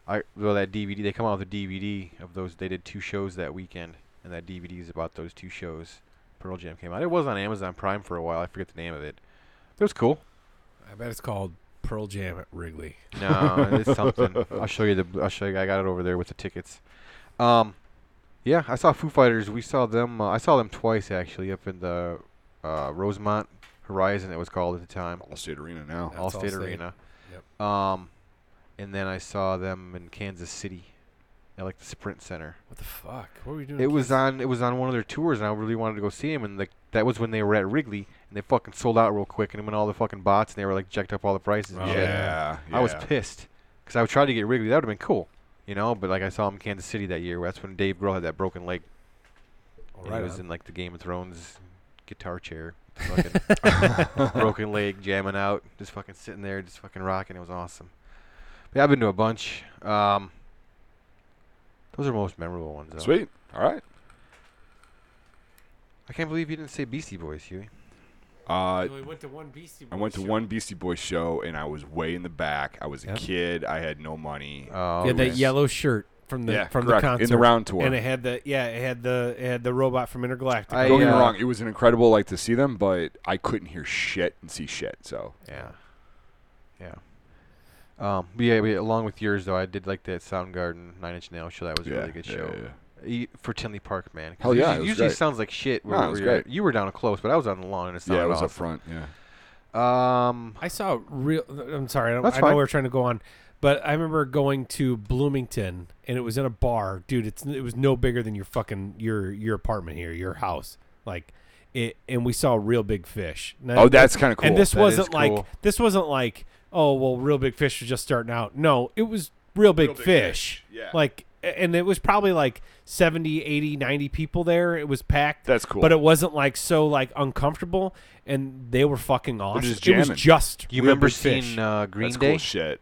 I well that DVD. They come out with a DVD of those. They did two shows that weekend, and that DVD is about those two shows. Pearl Jam came out. It was on Amazon Prime for a while. I forget the name of it. It was cool.
I bet it's called Pearl Jam at Wrigley.
No, it's something. I'll show you the. I'll show you. I got it over there with the tickets. Um, yeah, I saw Foo Fighters. We saw them. Uh, I saw them twice actually up in the uh, Rosemont Horizon. It was called at the time.
All State Arena now.
That's
Allstate
Allstate.
Arena. Um, and then I saw them in Kansas City, at like the Sprint Center.
What the fuck? What were we doing?
It was on it was on one of their tours, and I really wanted to go see them. And like that was when they were at Wrigley, and they fucking sold out real quick, and then went all the fucking bots, and they were like jacked up all the prices. and
Oh,
yeah.
shit. I was
yeah.
pissed because I tried to get Wrigley. That would have been cool, you know. But like I saw him in Kansas City that year. That's when Dave Grohl had that broken leg. and
Oh, right
he was
on.
in like the Game of Thrones guitar chair, fucking broken leg, jamming out, just fucking sitting there, just fucking rocking. It was awesome. But yeah, I've been to a bunch. Um, those are the most memorable ones. Though.
Sweet. All right.
I can't believe you didn't say Beastie Boys, Huey.
Uh,
we went to one Beastie.
I went to
Boys
one Beastie Boys show and I was way in the back. I was a
Yep.
kid. I had no money.
show.
Oh,
Yeah,
okay.
that yellow shirt from Uh, the
yeah,
from
correct.
the concert
in the round tour.
and it had the yeah, it had the it had the robot from Intergalactic.
I,
Don't get me
uh,
wrong. It was an incredible like to see them, but I couldn't hear shit and see shit. So
Yeah, yeah. Um, but yeah, but along with yours though, I did like that Soundgarden Nine Inch Nails show. That was a
yeah,
really good
yeah,
show.
yeah, yeah.
E- for Tinley Park, man. 'Cause
Hell yeah,
Usually,
it was
usually
great.
sounds like shit. Where
No, it
we
was
were at.
great.
You were down close, but I was on the lawn and it
Yeah,
sounded
it was up
awesome.
front. Yeah.
Um,
I saw real. I'm sorry. I, don't,
That's
I know
fine.
we're trying to go on, but I remember going to Bloomington and it was in a bar, dude. It's it was no bigger than your fucking your your apartment here, your house, like it. And we saw real big fish. Now,
Oh, that's kind of cool.
And this
That
wasn't
is
like
cool.
this wasn't like oh well, real big fish was just starting out. No, it was real big,
Big
fish.
Fish, yeah.
Like and it was probably like 70 80 90 people there it was packed
That's cool.
but it wasn't like so like uncomfortable and they were fucking awesome
just
it was
jamming.
just
you
real
remember
big fish.
seeing uh, Green
that's
Day?
cool shit.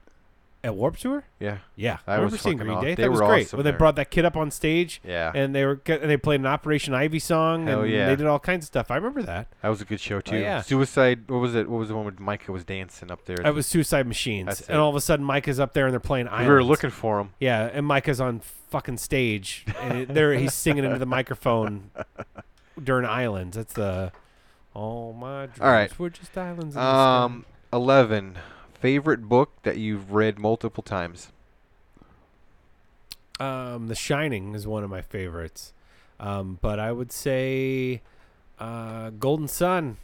at Warp Tour?
Yeah.
Yeah,
That
I remember
was
seeing
fucking
Green
aw-
Day.
they
that was
were
great.
awesome
when they
there.
brought that kid up on stage,
Yeah.
and they were g- and they played an Operation Ivy song,
Hell
and
yeah.
they did all kinds of stuff. I remember that.
That was a good show
Oh,
too.
yeah.
Suicide. What was it? What was the one where Micah was dancing up there?
I was Suicide Machines,
That's
and
it.
all of a sudden Micah's up there and they're playing.
we were
Islands.
looking for him.
Yeah, and Micah's on fucking stage, and it, there he's singing into the microphone during Islands. That's the all my dreams
All right.
were just islands. In the sky."
Um, eleven. Favorite book that you've read multiple times.
Um, The Shining is one of my favorites, um, but I would say uh, Golden Sun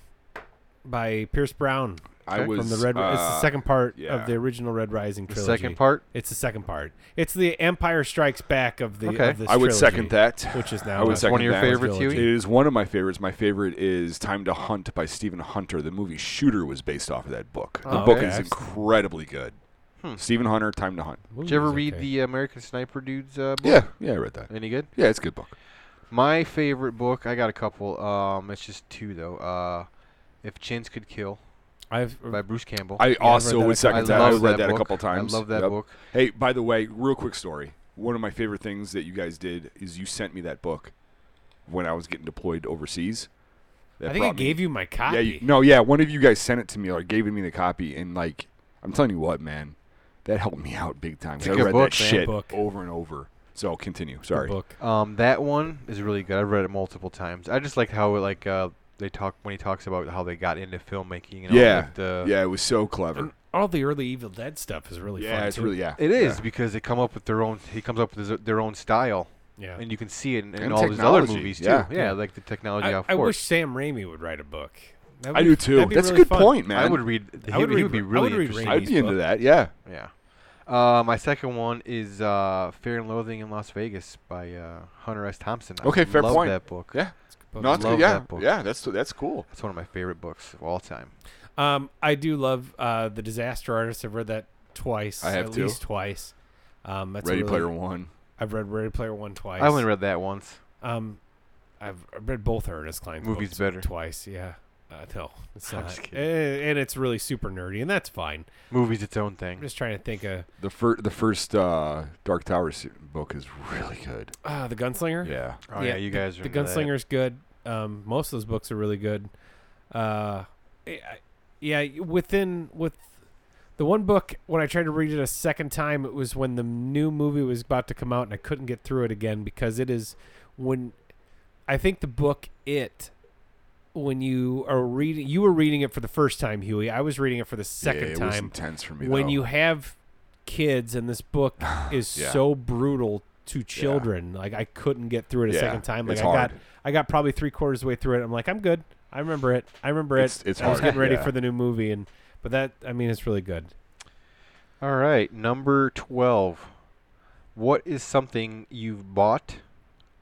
by Pierce Brown
I was
from the Red. it's the
uh,
second part
yeah.
of the original Red Rising
The
trilogy.
second part.
It's the second part. It's the Empire Strikes Back of the.
Okay.
Of this
I would
trilogy,
second that.
Which is now
I would
a
second
One of your
that.
favorites,
trilogy.
It
Huey?
is one of my favorites. My favorite is Time to Hunt by Stephen Hunter. The movie Shooter was based off of that book. The
Oh,
book
okay.
is incredibly good.
Hmm.
Stephen Hunter, Time to Hunt.
Did you ever
Movies,
read
okay.
the American Sniper dude's uh, book?
Yeah, yeah, I read that.
Any good?
Yeah, it's a good book.
My favorite book. I got a couple. Um, it's just two though. Uh, if Chins Could Kill
I've
by Bruce Campbell.
I
I've read
also
that a
would
couple
second that. I
times.
read that, a
book.
couple times.
I love that
Yep.
book.
Hey, by the way, real quick story. One of my favorite things that you guys did is you sent me that book when I was getting deployed overseas. That
I think I
brought me-
gave you my copy.
Yeah, you, no, yeah. One of you guys sent it to me or gave me the copy, and like, I'm telling you what, man, that helped me out big time.
It's
'cause
a
I
good
read
book,
that
man.
shit
Book.
over and over. So continue.
The
Sorry.
book.
Um, that one is really good. I've read it multiple times. I just like how it, like uh, they talk when he talks about how they got into filmmaking. And
Yeah,
all, uh, like, the,
Yeah, it was so clever.
And all the early Evil Dead stuff is really fun.
Yeah, it's
too.
really yeah.
It is
Yeah.
because they come up with their own. He comes up with his, their own style,
yeah.
and you can see it in, in
And
all of his other
technology,
movies too.
yeah.
Yeah, like the technology.
I,
off
I
course.
wish Sam Raimi would write a book. That
I
would-
do too.
that'd be
That's
really
a good
fun.
point, man.
I would read. He,
I
would,
would
he would be
read- I
really
would read
interesting.
read
I'd be into
book.
that. Yeah.
Yeah. Uh, my second one is uh, Fear and Loathing in Las Vegas by uh, Hunter S. Thompson. I
Okay, fair
love
point.
That book.
Yeah.
But-
No, that's
love
good. Yeah,
that book.
yeah. That's that's cool.
That's one of my favorite books of all time.
Um, I do love uh, the Disaster Artist. I've read that twice.
I have
at
too.
least twice. Um, that's a
Ready
really-
Player One.
I've read Ready Player One twice.
I only read that once.
Um, I've I've read both Ernest Klein's
Movie's
books
better.
twice. Yeah. Uh, no, it's
I'm
not.
just kidding.
Eh, And it's really super nerdy, and that's fine.
Movie's its own
I'm
thing.
just trying to think of
The first the first uh, Dark Tower se- book is really good.
uh, the Gunslinger.
Yeah.
Oh yeah,
the-
you guys are
The
into that.
Gunslinger's good. Um, most of those books are really good. Uh, I- I- yeah, within with the one book when I tried to read it a second time, it was when the new movie was about to come out, and I couldn't get through it again because it is when I think the book it when you are reading you were reading it for the first time, Huey. I was reading it for the second
yeah, it was
time
intense for me.
when
though.
you have kids and this book is
Yeah.
so brutal to children like i couldn't get through it a
Yeah,
second time like
it's
i got
hard.
i got probably three quarters of the way through it i'm like i'm good i remember it i remember
It's-
it
it's
i was
hard,
getting ready
yeah.
for the new movie and but that i mean it's really good
All right, number 12. What is something you've bought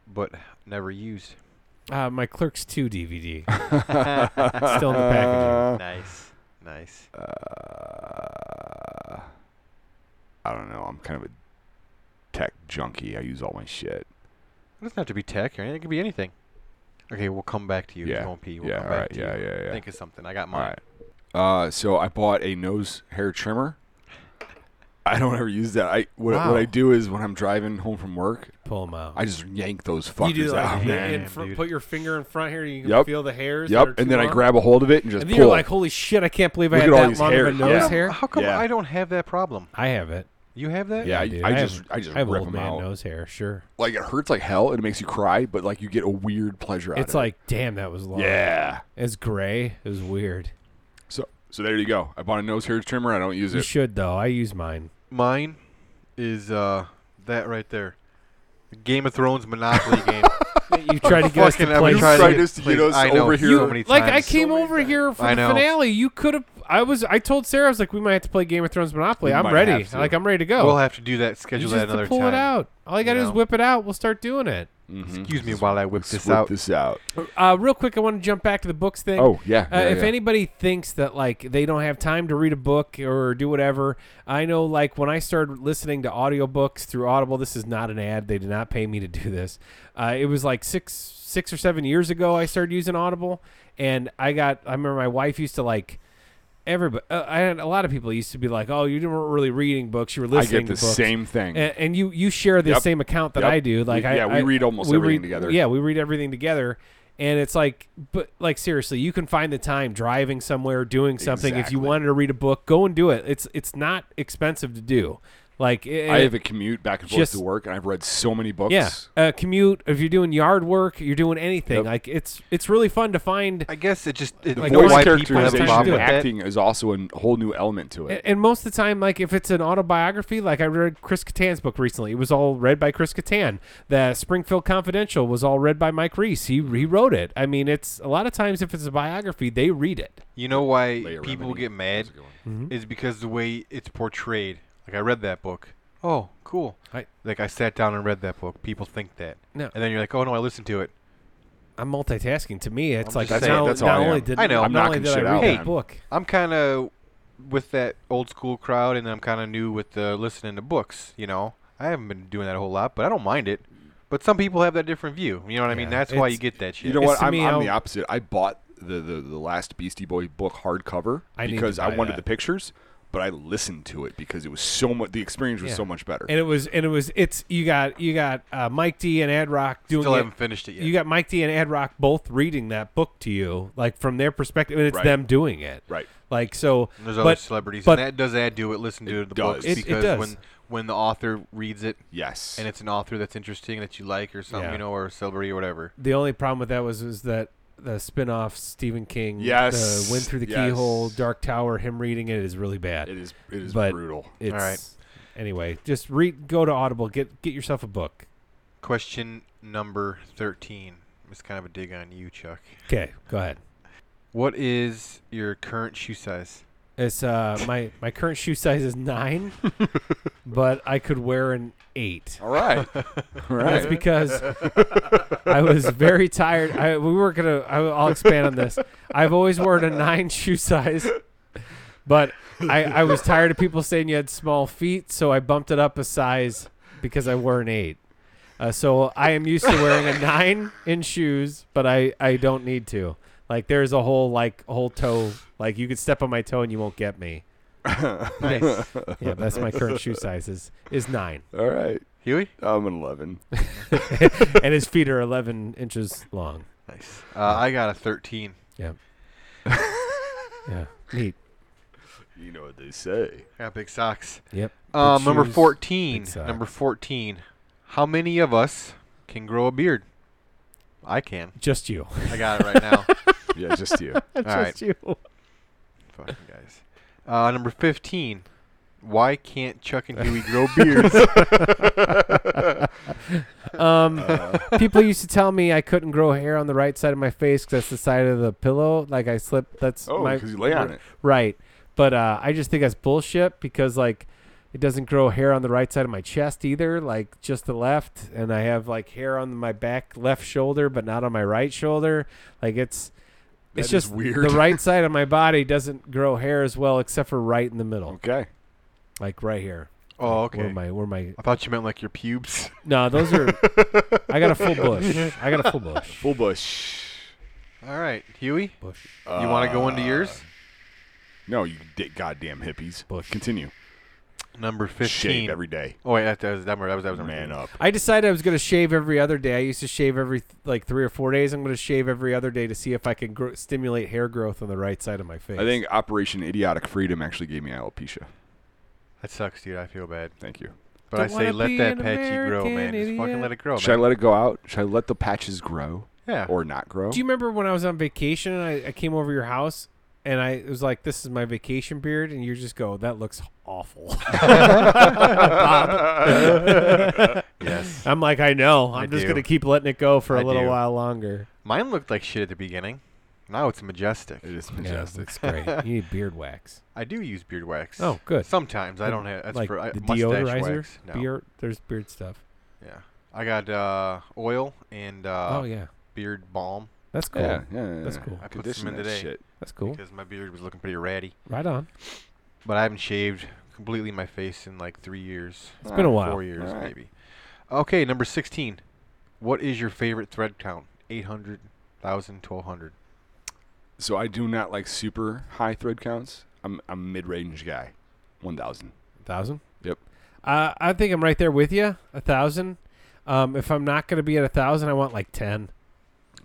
but never used?
uh, my clerks 2 dvd still in the packaging
nice. Nice.
Uh, I don't know. I'm kind of a tech junkie. I use all my shit.
It doesn't have to be tech or anything. It could be anything. Okay, we'll come back to you. if
Yeah,
You won't pee. We'll
yeah,
come
all
back
right.
to
Yeah,
you.
yeah, yeah.
Think of something. I got
all
mine.
right. Uh, so I bought a nose hair trimmer. I don't ever use that. I what,
Wow.
what I do is when I'm driving home from work,
pull them out
I just yank those fuckers
you do like
out,
in-
Oh, man.
in
man,
fr-
dude.
put your finger in front here you can
Yep.
feel the hairs that are
Yep,
too
and then I
long.
grab a hold of it and just
and then
pull.
you're like holy shit i can't believe
Look
i
at
had
all
that
these
long
hairs,
of a nose
yeah.
hair
How come
Yeah.
I don't have that problem?
i have it
You have that?
yeah, I,
dude,
I
I have-
just I just
i have
rip
old
them
man
out.
nose hair sure
Like it hurts like hell and it makes you cry, but like you get a weird pleasure out
it's
of
like damn that was long
it. Yeah.
It's gray. It was weird.
So so there you go. I bought a nose hair trimmer. I don't use
You
it.
should though. I use mine.
Mine is uh that right there. The Game of Thrones Monopoly game.
You tried to get us to
Fucking, I've
play.
been trying
tried
get-
this to get
please,
us
I know,
over here.
So many
like I
times.
came
So many
over
times.
here for
I
the
know.
finale. You could have. I was. I told Sarah. I was like, we might have to play Game of Thrones Monopoly.
We
I'm
might
ready.
have to.
Like I'm ready to go.
We'll have to do that.
You
Schedule
just
that
have to
another
pull
time.
it out. All you got to
You
do is
know?
whip it out. We'll start doing it.
Mm-hmm.
Excuse me while I whip
Let's
this
whip
out.
this out.
Uh, real quick, I want to jump back to the books thing.
Oh yeah.
Uh, if anybody thinks that like they don't have time to read a book or do whatever, I know like when I started listening to audiobooks through Audible, this is not an ad. They did not pay me to do this. Uh, it was like six six or seven years ago I started using Audible, and I got I remember my wife used to like everybody, uh, I had a lot of people used to be like, "Oh, you weren't really reading books; you were listening."
I get the
to books. uh,
same thing.
and, and you you share the
Yep.
same account that
Yep.
I do. Like,
We-
I,
yeah, we
I-
read almost
read-
everything together.
Yeah, we read everything together, and it's like, but like seriously, you can find the time driving somewhere, doing something. If you
Exactly.
wanted to read a book, go and do it. It's it's not expensive to do. Like, it,
I have a commute back and forth
uh, Just-
to work, and I've read so many books.
yeah, uh, commute. If you're doing yard work, you're doing anything.
Yep.
Like, it's it's really fun to find.
I guess it just it,
The
like
no
voice
one
why
character
people have a
has
problem
characterization and
with
do
that.
acting is also a whole new element to it.
And- And most of the time, like if it's an autobiography, like I read Chris Kattan's book recently, it was all read by Chris Kattan. The Springfield Confidential was all read by Mike Reese. He he wrote it. I mean, it's a lot of times if it's a biography, they read it.
You know
Uh,
why
Leia
people
Remini.
get mad
How's it going?
is because the way it's portrayed. Like I read that book. Oh, cool.
I-
like I sat down and read that book. People think that.
No.
And then you're like, oh no, I listened to it.
I'm multitasking. To me, it's
I'm
like
just
now,
saying,
that's all
not
I
only
am.
did
I know.
not
I'm
only
knocking
did I
shit
read
out,
the
man.
book.
I'm kind of with that old school crowd, and I'm kind of new with the listening to books. You know, I haven't been doing that a whole lot, but I don't mind it. But some people have that different view. You know what I mean?
Yeah,
That's why you
it's-
get that shit.
You know
It's
what?
to
I'm,
me
I'm
how-
the opposite. I bought the, the, the last Beastie Boy book hardcover
I need to
because I
buy
wanted
that.
the pictures, but I listened to it because it was so much. The experience was
Yeah.
so much better.
And it was and it was it's you got you got uh, Mike D and Ad Rock doing
Still
it.
haven't finished it yet.
You got Mike D and Ad Rock both reading that book to you, like from their perspective, and it's
Right.
them doing it.
right.
Like so,
And there's
but
other celebrities,
but-
and that does add to it. Listen to the
does.
books
It- it
because
does.
when when the author reads it,
Yes.
and it's an author that's interesting that you like or something,
Yeah.
you know, or a celebrity or whatever.
The only problem with that was was that the spin-off Stephen King
Yes,
the Wind Through the
yes.
Keyhole, Dark Tower, him reading it is really bad.
it is. It is
but-
brutal.
It's,
right.
Anyway, just read go to Audible, get get yourself a book.
Question number thirteen. It's kind of a dig on you, Chuck.
Okay, go ahead.
What is your current shoe size?
It's uh my my current shoe size is 9, but I could wear an 8.
All right. All
That's
right.
because I was very tired. I, we were gonna. I, I'll expand on this. I've always worn a nine shoe size, but I, I was tired of people saying you had small feet, so I bumped it up a size because I wore an eight. Uh, so I am used to wearing a nine in shoes, but I I don't need to. Like there's a whole like whole toe. Like you could step on my toe and you won't get me.
Nice.
Yeah, that's my current shoe size is is nine,
All right.
Huey?
I'm an eleven.
and his feet are eleven inches long.
Nice. Uh, I got a 13.
Yeah, neat.
You know what they say.
Got big socks.
Yep.
Um,
Big
number
shoes,
14.
big
Number 14. How many of us can grow a beard? I can.
Just you.
I got it right now.
Yeah, just you.
Just
right.
you.
Fucking guys. Uh, number 15. Why can't Chuck and Huey grow beards?
Um,
Uh,
people used to tell me I couldn't grow hair on the right side of my face 'cause that's the side of the pillow. Like I slip. That's
Oh,
my
because you lay on it.
right. But uh, I just think that's bullshit because like it doesn't grow hair on the right side of my chest either. Like just the left, and I have like hair on my back left shoulder, but not on my right shoulder. Like it's.
That
it's
is
just
weird.
the right side of my body doesn't grow hair as well, except for right in the middle,
Okay.
like right here.
oh,
Where
okay.
my where my
I thought you meant like your pubes.
No, those are. I got a full bush. I got a full bush.
Full bush.
All right, Huey.
Bush.
You want to go into yours?
Uh, No, you d- goddamn hippies.
Bush.
Continue.
Number 15.
Shave every day.
oh, wait, that, that was number, that was, that was number
Man
15.
up.
I decided I was going to shave every other day. I used to shave every th- like three or four days. I'm going to shave every other day to see if I can grow, stimulate hair growth on the right side of my face.
I think Operation Idiotic Freedom actually gave me alopecia. uh,
That sucks, dude. I feel bad.
Thank you.
But
Don't
I say
wanna
let
be
that
an
patchy grow, man.
American
Just fucking
idiot.
let it grow,
Should I
man.
let it go out? Should I let the patches grow
yeah.
or not grow?
Do you remember when I was on vacation and I, I came over your house and I was like, "This is my vacation beard," and you just go, "That looks awful." Bob.
yes.
I'm like, I know.
I
I'm just
do.
going to keep letting it go for a
I
little
do.
while longer.
Mine looked like shit at the beginning. Now it's majestic.
it is
Yeah,
majestic.
it's great. You need beard wax.
I do use beard wax.
Oh, good.
Sometimes I don't have. That's for I,
the
mustache
deodorizer
wax. No.
beard there's beard stuff
Yeah. I got uh, oil and uh,
oh yeah
beard balm
that's cool
Yeah, yeah, yeah,
That's
yeah.
cool. I
put some
Condition
in
that
today.
shit.
that's cool
because my beard was looking pretty ratty.
right on
But I haven't shaved completely my face in like three years,
It's been a while
four years
Alright.
maybe. Okay, number sixteen. What is your favorite thread count? 800, 1,000, 1,200.
So I do not like super high thread counts. I'm I'm a mid-range guy. 1000.
thousand.
Yep.
Uh, I think I'm right there with you. A thousand. Um, if I'm not gonna be at a thousand, I want like ten.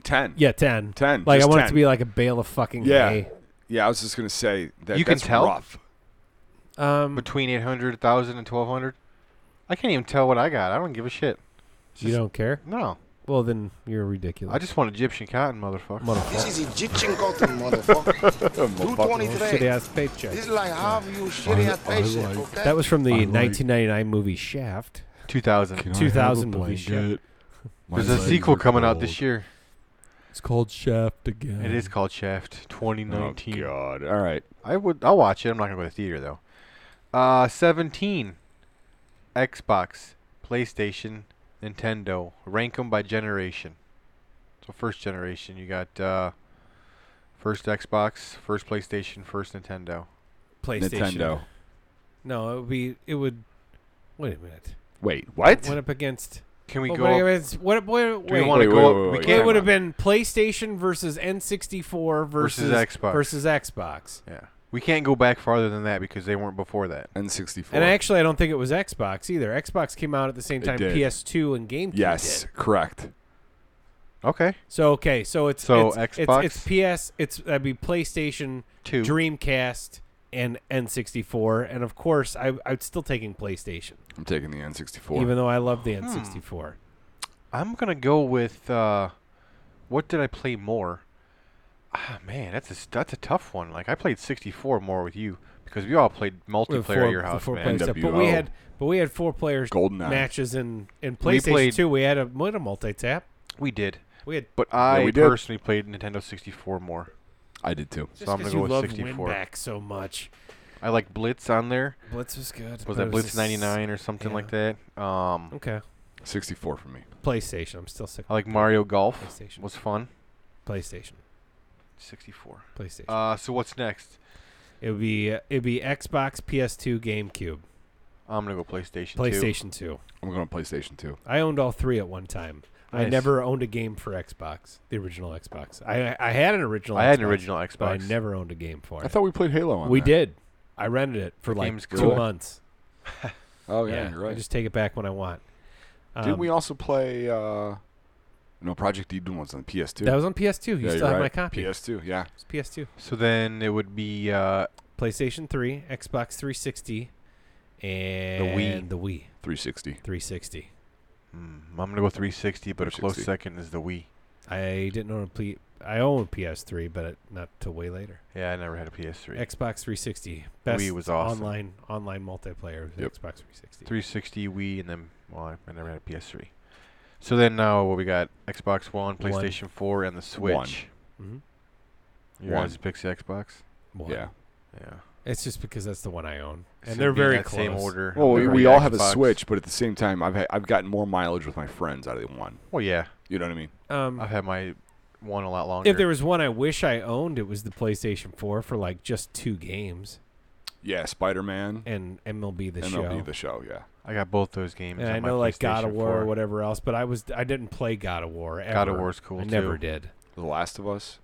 10.
Yeah, ten.
10.
Like I
just
want
10.
it to be like a bale of fucking
Yeah.
hay.
Yeah, I was just going to say that
You can
that's
tell?
rough.
Um,
Between 800, 1,000, and 1,200. I can't even tell what I got. I don't give a shit. It's
you
just-
don't care.
No.
Well, then you're ridiculous.
I just want Egyptian cotton, motherfucker.
This
motherfucker.
is Egyptian cotton, motherfucker. Do
Shitty
23.
ass paycheck.
This is like half you shitty ass patient, okay?
That was from the
I like-
1999 movie Shaft.
2,000.
Can I
2000
have a
movie shit.
blanket? My
There's a
legs
sequel
are
coming out
oh,
cold.
this year.
It's called Shaft again.
It is called Shaft
Oh
2019.
god. All right.
I would. I'll watch it. I'm not gonna go to the theater though. Uh, 17. Xbox, PlayStation, Nintendo. Rank them by generation. So first generation, you got uh, first Xbox, first PlayStation, first Nintendo.
PlayStation.
Nintendo.
No, it would be. It would. Wait a minute.
Wait, what?
Went up against.
Can we
Well,
go?
Oh, wait,
up-
wait, what, what,
do we
wait.
want to
Wait,
go?
wait,
up-
wait,
we
wait,
can't
it would have been PlayStation versus N64 versus,
Versus Xbox.
versus Xbox.
Yeah. We can't go back farther than that because they weren't before that.
N64.
And actually, I don't think it was Xbox either. Xbox came out at the same
It
time
did.
PS2 and GameCube
yes,
did.
correct.
Okay.
So okay, so it's
So
it's,
Xbox?
it's, it's PS, it's that'd be PlayStation,
Two.
Dreamcast, and N64, and of course, I I'm still taking PlayStation,
I'm taking the N64.
even though I love
Hmm.
the N64.
I'm gonna go with uh, what did I play more? Ah, man, that's a s- that's a tough one. Like I played 64 more with you because we all played multiplayer
With
at your
with
house,
four
man.
players,
players.
but we
NWO.
had but we had four players
Goldeneye.
matches in in
We
PlayStation
played-
2. We had a, we had a multi tap.
We did,
We had
but I
we did.
personally played Nintendo 64 more.
I did too.
just
I'm gonna
'cause
go
you
with
love
64.
Winback so much.
I like Blitz on there.
Blitz was good.
Was
but
that
it
Blitz
just-
99 or something like that? Um,
Okay,
64 for me.
PlayStation. I'm still sick.
I like Mario Golf.
PlayStation.
Oh. Was fun.
PlayStation.
64.
PlayStation.
Uh, so what's next?
it would be it would be Xbox, PS2, GameCube,
I'm gonna go PlayStation. 2.
PlayStation 2.
I'm going PlayStation 2.
I owned all three at one time. I
Nice.
never owned a game for Xbox, the original Xbox. I I had an original.
I had an
Xbox,
original
but I
Xbox.
never owned a game for
I
it.
thought we played Halo on
We
there.
did. I rented it for like
game's
two
cool.
months.
Oh yeah, you're
I
right.
just take it back when I want.
Didn't
Um,
we also play uh No, Project Eden was on PS2.
That was on PS2. You
yeah,
still
you're
have my
right.
copy.
PS2, yeah.
It's PS2,
So then it would be uh,
PlayStation 3, Xbox 360, and the Wii
360.
360.
mm, I'm gonna go 360, but a close
360.
second is the Wii.
I didn't own a P- I own PS3, but it- not till way later.
Yeah, I never had a PS3.
Xbox 360, best
Wii was awesome.
online online multiplayer. was
Yep.
Xbox 360.
360, Wii, and then well, I- I never had a PS3. So then now what we got? Xbox
One.
One, PlayStation 4, and the Switch.
Mhm.
You
One.
guys pick the Xbox.
One.
Yeah.
Yeah,
It's just because that's the one I own,
So
and
it'd
they're
be
very
that
close.
Same order.
Well, we,
Never
we
had
all have a
Xbox.
Switch, but at the same time, I've had, I've gotten more mileage with my friends out of the one.
Well, yeah,
You know what I mean?
Um,
I've had my one a lot longer.
if there was one I wish I owned, it was the PlayStation 4 for like just two games
Yeah, Spider Man,
and MLB the
and
Show.
MLB the show. Yeah,
I got both those games.
and
on
I
my
know like God
PlayStation
of War
4.
or whatever else, but I was I didn't play God of War. Ever.
God of War's cool
I
too.
never did.
The Last of Us.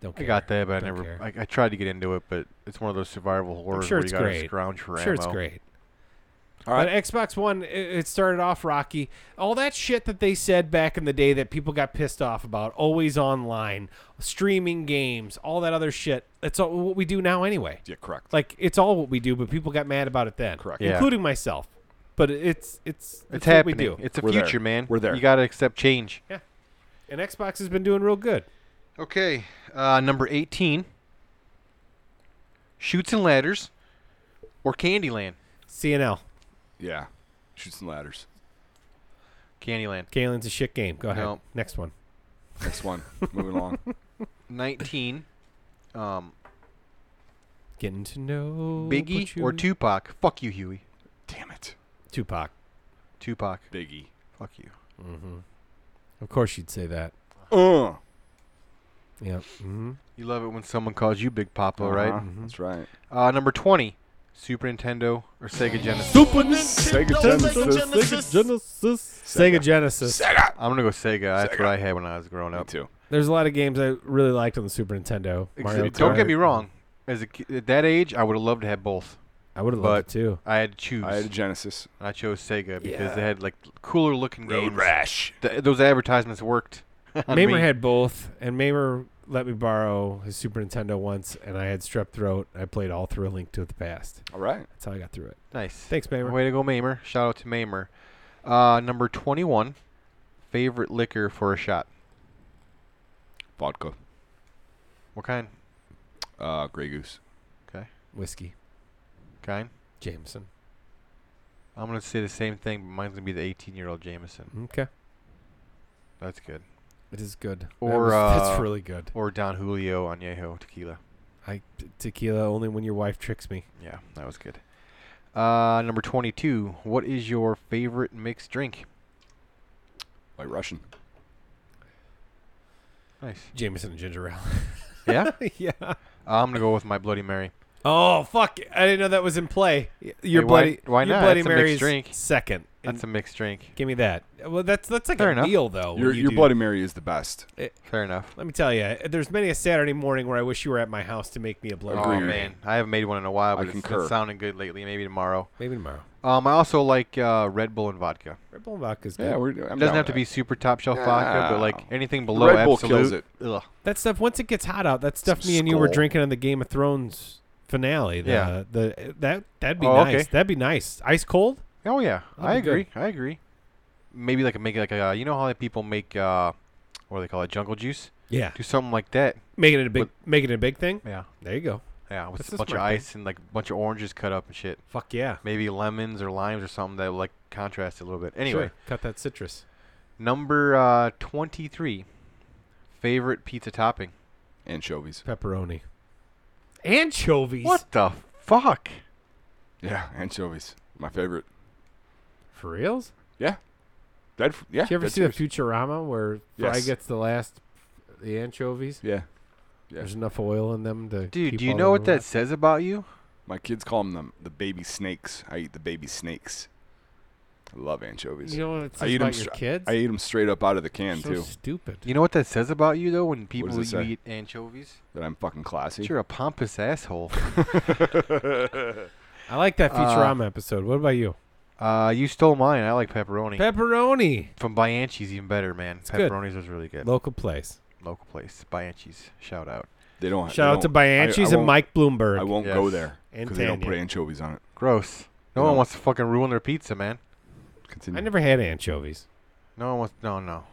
Don't
I
care.
got that, but I
Don't
never.
care.
I, I tried to get into it, but it's one of those survival horrors
sure
where
it's
you gotta
great.
scrounge for
Sure, it's
ammo.
great.
All right.
But Xbox One, it, it started off rocky. All that shit that they said back in the day that people got pissed off about, always online, streaming games, all that other shit. That's all what we do now anyway.
Yeah, correct.
Like it's all what we do, but people got mad about it then,
Correct.
Yeah.
including myself. But it's it's it's
It's
what we
happening.
do.
It's the
We're there.
future, man.
We're there.
You gotta accept change.
and Xbox has been doing real good.
Okay, uh, number 18. Shoots and Ladders or Candyland?
CNL,
yeah, shoots and ladders.
Candyland.
Galen's a shit game. Go ahead.
No.
Next one.
Next one. Moving along.
19. Um,
Getting to know what
Biggie
you-
or Tupac? Fuck you, Huey.
Damn it,
Tupac.
Tupac.
Biggie.
Fuck you.
Mm-hmm. Of course you'd say that.
Uh,
Yeah. Mm-hmm.
You love it when someone calls you Big Papa, right?
Mhm.
Uh-huh. That's right. Mm-hmm.
Uh, number 20. Super Nintendo or Sega Genesis?
Super
Sega
Sega
Genesis.
Genesis. Sega Genesis.
Sega.
I'm going to go Sega. That's
Sega.
what I had when I was growing
Me
up.
too.
There's a lot of games I really liked on the Super Nintendo. Mario
Except- don't
Kart.
get me wrong. as a ki- at that age, I would have loved to have both.
I would have
But-
loved it too.
I had to choose.
I had a Genesis.
and I chose Sega because
Yeah.
they had like cooler looking games.
Rash.
Th- those advertisements worked. on
Mamer
me.
had both, and Mamer let me borrow his Super Nintendo once, and I had strep throat. I played all through A Link to the Past.
All right.
That's how I got through it.
nice.
Thanks, Mamer.
Way to go, Mamer. Shout out to Mamer. Uh, number 21, favorite liquor for a shot.
Vodka.
What kind?
Uh, Grey Goose.
Whiskey,
Kind?
Jameson.
I'm going to say the same thing, but mine's going to be the 18 year old Jameson.
Okay,
That's good.
it is good. That
Or,
was- that's
uh,
really good.
Or Don Julio Añejo tequila.
I t- tequila only when your wife tricks me.
Yeah, that was good. Uh, number 22, what is your favorite mixed drink?
White Russian.
Nice.
Jameson and ginger ale.
Yeah?
yeah.
I'm going to go with my Bloody Mary.
Oh fuck! I didn't know that was in play. Y- Your
Hey, why-
bloody
why
your
not?
Bloody
That's a mixed
Mary's
drink.
second. And
That's a mixed drink.
give me that. Well, that's that's like
Fair
a
enough.
meal though. when
Your,
you
your
do-
Bloody Mary is the best.
Eh.
Fair enough.
Let me tell you, there's many a Saturday morning where I wish you were at my house to make me a bloody.
Oh,
Agreed.
man. I haven't made one in a while,
I
but it's,
concur.
it's sounding good lately. Maybe tomorrow.
Maybe tomorrow.
Um, I also like uh, Red Bull and vodka.
Red Bull and vodka's good.
Yeah, we're, I'm
It
down
doesn't have
with
to
that.
be super top shelf vodka, but like
No.
anything
The
below
Red Bull
absolute.
kills it.
Ugh.
that stuff. Once it gets hot out, that stuff. Me and you were
Skull.
drinking on the Game of Thrones finale. The,
Yeah.
The that that'd be
Oh,
nice.
okay.
That'd be nice. Ice cold.
Oh yeah,
That'd
I
be
agree. I agree. Maybe like make like a you know how like people make uh, what do they call it? Jungle juice.
Yeah.
Do something like that.
Making it a big making it a big thing.
Yeah.
There you go.
Yeah, with
That's
a
a
bunch of
smart thing.
ice and like a bunch of oranges cut up and shit.
Fuck yeah.
Maybe lemons or limes or something that like contrast a little bit. Anyway,
Sure. cut that citrus.
number uh, twenty-three, favorite pizza topping.
anchovies.
Pepperoni. Anchovies.
What the fuck?
Yeah, anchovies. My favorite.
For reals?
Dead. f- Yeah.
Did you ever
dead
see the
serious.
Futurama where Fry
Yes.
gets the last the anchovies?
Yeah.
There's enough oil in them to.
Dude,
keep
do you
all
know
of
what
them
that says about you?
My kids call them the, the baby snakes. I eat the baby snakes. I love anchovies.
alive? You know what it
I
says
eat 'em
about your
stra-
kids?
I eat them straight up out of the can
so
too.
stupid.
You know what that says about you though when people you
does it say?
eat anchovies?
That I'm fucking classy.
That You're a pompous asshole.
I like that
Uh,
Futurama episode. What about you?
uh, you stole mine. I like pepperoni.
Pepperoni.
From Bianchi's even better, man.
good.
Pepperoni's was really good.
Local place.
Local place, Bianchi's. Shout out.
They don't. they
Shout out to
don't- I- I
Bianchi's and
won't-
Mike Bloomberg.
I won't go
Yes.
there
And
because they don't put
Tanya.
anchovies on it.
Gross. No
No.
one wants to fucking ruin their pizza, man.
Continue.
I never had anchovies.
No one wants. No, no.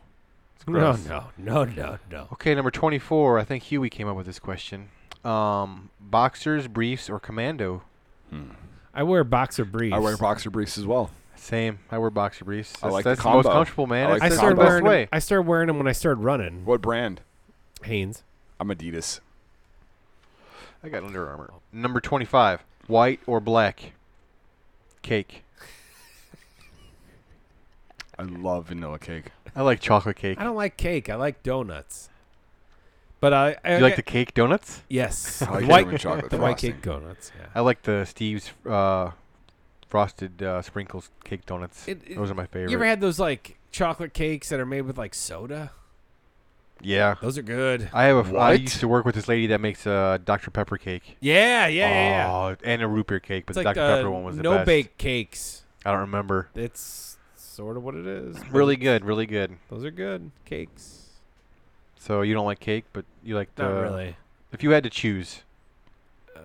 It's
No,
gross.
no, no, no, no.
Okay, number twenty-four. I think Huey came up with this question. Um, boxers, briefs, or commando?
Hmm.
I wear boxer briefs.
I wear boxer briefs as well.
Same. I wear boxer briefs. That's,
I like the
that's the, most
combo.
comfortable, man.
I like
I
That's
the
the
started
combo.
best
wearing.
way.
Them, I started wearing them when I started running.
What brand?
Hanes.
I'm Adidas.
I got Under Armour. Number 25, white or black? Cake.
I love vanilla cake.
I like chocolate cake.
I don't like cake. I like donuts. But I. I
you like the cake donuts?
Yes.
I like
the white,
German chocolate
the white
frosting.
cake donuts. Yeah.
I like the Steve's uh, frosted uh, sprinkles cake donuts.
It- it-
Those are my favorite.
You ever had those like chocolate cakes that are made with like soda?
yeah.
Those are good.
I have a f I
What?
used to work with this lady that makes uh, Dr. Pepper cake.
Yeah, yeah, yeah. yeah.
Oh, and a root beer cake, but
it's
the
like
Dr.
the
Pepper one was the
no
best.
bake cakes.
I don't remember.
It's sort of what it is. but
Really good, really good.
Those are good cakes.
So you don't like cake, but you like the.
Not really. Uh,
If you had to choose,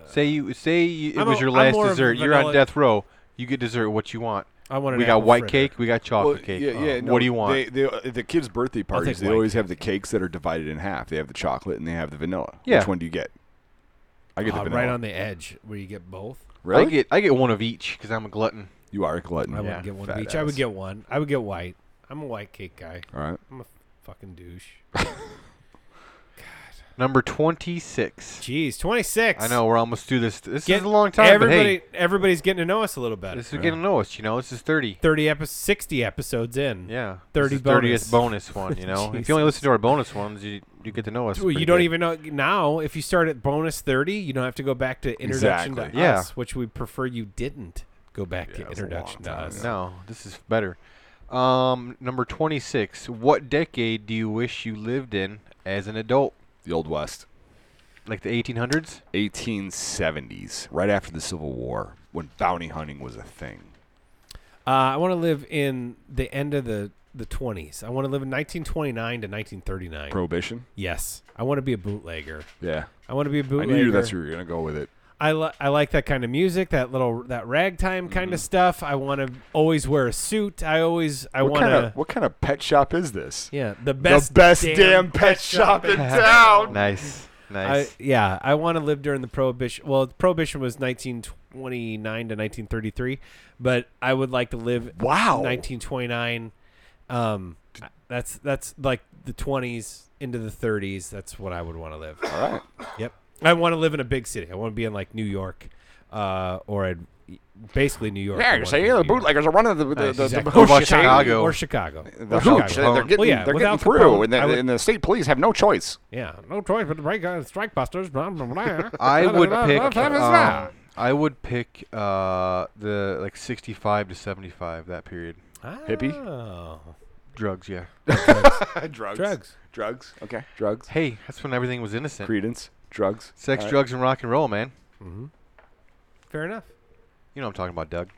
say you say you, it
I'm
was
a-
your
I'm
last
more of a
dessert. You're on
vanilla-
death row. You get dessert what you want.
I want. an
We got
apple
white
fritter.
cake. We got chocolate
Well,
cake.
Yeah, yeah.
What
no,
do you want?
They, they, uh, the kids' birthday parties, they
white
always have the cakes that are divided in half. They have the chocolate and they have the vanilla.
Yeah.
Which one do you get? I get
Uh,
the vanilla.
right on the edge where you get both.
really?
I get I get one of each because I'm a glutton.
you are a glutton.
I
Yeah,
wouldn't get one of
fat
each. I would
ass.
get one. I would get white. I'm a white cake guy.
All right.
Fucking douche.
Number twenty six.
Jeez, 26.
I know we're almost through this. This
Get
is a long time.
Everybody,
but
everybody's getting to know us a little
hey,
better.
this is getting to know us. You know, this is thirty.
30 epi- 60 episodes in.
Yeah,
30
thirtieth bonus one. You know, if you only
Jesus.
listen to our bonus ones, you you get to know us.
Well,
pretty
you don't
good.
even know now. If you start at bonus 30, you don't have to go back to introduction to
Exactly.
Yeah.
us, which we prefer you didn't go back
Yeah,
to
it was a long
introduction to
time
us.
ago.
No, this is better. Um, number twenty six. What decade do you wish you lived in as an adult?
The Old West.
Like the 1800s?
1870s, right after the Civil War, when bounty hunting was a thing.
Uh, I want to live in the end of the the twenties. I want to live in 1929 to 1939.
Prohibition.
yes, I want to be a bootlegger.
Yeah,
I want to be a
I
bootlegger.
knew that's where you were gonna go with it.
I, li- I like that kind of music, that little that ragtime kind
Mm-hmm.
of stuff. I want to always wear a suit. I always I
what
want
kind
to
of what kind of pet shop is this?
yeah the best
the best damn, pet shop in town.
Nice.
I,
Nice.
yeah, I want to live during the prohibition. Well, prohibition was 1929 to 1933, but I would like to live
Wow.
1929. Um, that's that's like the 20s into the 30s. That's what I would want to live.
All right.
Yep. I want to live in a big city. I want to be in like New York, uh, or I'd, basically New York. I
Yeah,
wanna
you
be
see,
in New
the
York.
bootleggers are running the the,
Nice.
the,
Exactly.
the
Or
bullshit.
Chicago.
or Chicago.
The
Chicago.
hooch. They're getting,
Well, yeah,
they're getting
without
through,
Capone,
and, the,
I would-
and the state police have no choice.
yeah, no choice but to break out and strike busters. Blah, blah, blah.
I would
Blah, blah, blah,
pick.
blah,
uh,
blah,
um,
blah.
I would pick uh, the like 65 to 75 that period.
hippie?
Oh.
Drugs, yeah.
drugs.
Drugs.
Drugs. Okay. Drugs.
Hey, that's when everything was innocent.
Credence. Drugs.
Sex,
All right.
drugs, and rock and roll, man. Mm-hmm.
hmm Fair enough.
You know what I'm talking about, Doug.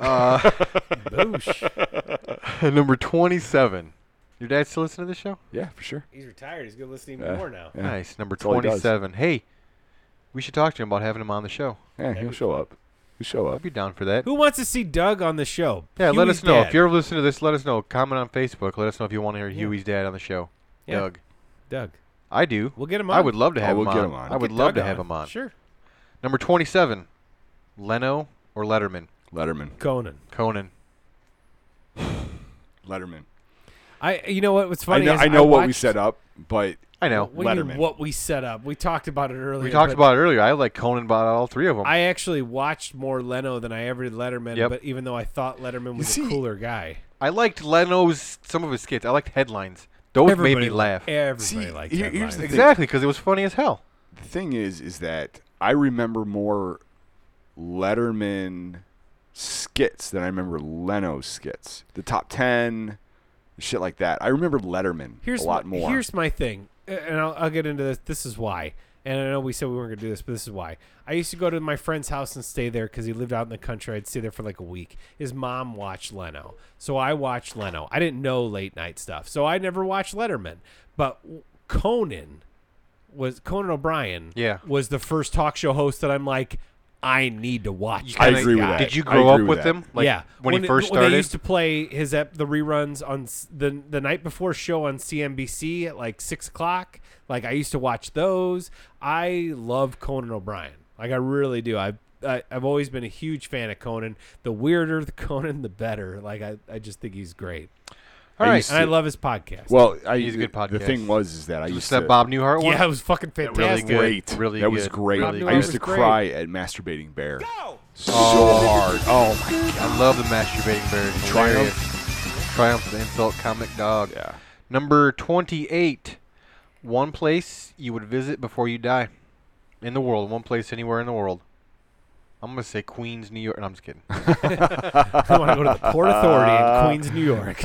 Uh,
Boosh.
number 27. Your dad still listen to this show?
Yeah, for sure.
He's retired. He's gonna listen
Yeah.
even more now.
Yeah.
Nice. Number
That's all he does.
27. Hey, we should talk to him about having him on the show.
Yeah, he'll show up. He'll show
I'd
up.
be down for that.
Who wants to see Doug on the show?
Yeah, let
Huey's
us know.
dad.
If you're listening to this, let us know. Comment on Facebook. Let us know if you want to hear
Yeah.
Huey's dad on the show.
Yeah.
Doug.
Doug,
I do.
we'll get him on.
I would love to
Oh,
have
we'll
him,
get
on.
him on.
I would
Get
love
Doug
to have him on.
Sure.
Number 27. Leno or Letterman?
Letterman.
Conan.
Conan.
Letterman.
I. You know what? What's
I
funny?
know,
is
I know what we
watched-
set up, but
I know.
What, do you mean
Letterman.
what we set up. We talked about it earlier.
We talked
but
about it earlier. I like Conan about all three of them.
I actually watched more Leno than I ever did Letterman.
Yep.
But even though I thought Letterman was
see-
a cooler guy,
I liked Leno's some of his skits. I liked headlines. Those made me laugh.
Everybody
See,
liked
here-
that
here's
line.
the-
Exactly, because it was funny as hell.
the thing is, is that I remember more Letterman skits than I remember Leno skits. The top ten, shit like that. I remember Letterman
Here's
a lot
my,
more.
Here's my thing, uh, and I'll, I'll get into this. This is why, and I know we said we weren't gonna do this, but this is why. I used to go to my friend's house and stay there because he lived out in the country. I'd stay there for like a week. His mom watched Leno, so I watched Leno. I didn't know late night stuff, so I never watched Letterman. But w- Conan was Conan O'Brien.
Yeah.
was the first talk show host that I'm like, I need to watch.
I
this
agree with
guy."
that.
Did you
I
grow
agree
up
with
with
that.
him? Like,
yeah,
When, he
it-
first
When they
started.
used to play his ep, the reruns on s- the the night before show on CNBC at like six o'clock. Like I used to watch those. I love Conan O'Brien. Like I really do. I, I I've always been a huge fan of Conan. The weirder the Conan, the better. Like I, I just think he's great.
All
I
right,
used
And I
to-
love his podcast.
Well, I,
He's a good
the- The
podcast.
thing was, is that I
Did you
used
see that
to
Bob Newhart one?
yeah, it was fucking
really
fantastic.
good.
great.
Really
that was
good.
great.
Really
I used
good.
to
It was
cry at masturbating bear. So hard.
Oh my god. I love the masturbating bear. It's
Triumph.
hilarious. Triumph, the insult comic dog.
Yeah.
Number 28. One place you would visit before you die. In the world. One place anywhere in the world. I'm going to say Queens, New York. No, I'm just kidding.
I want to go to the Port Authority in Queens, New York.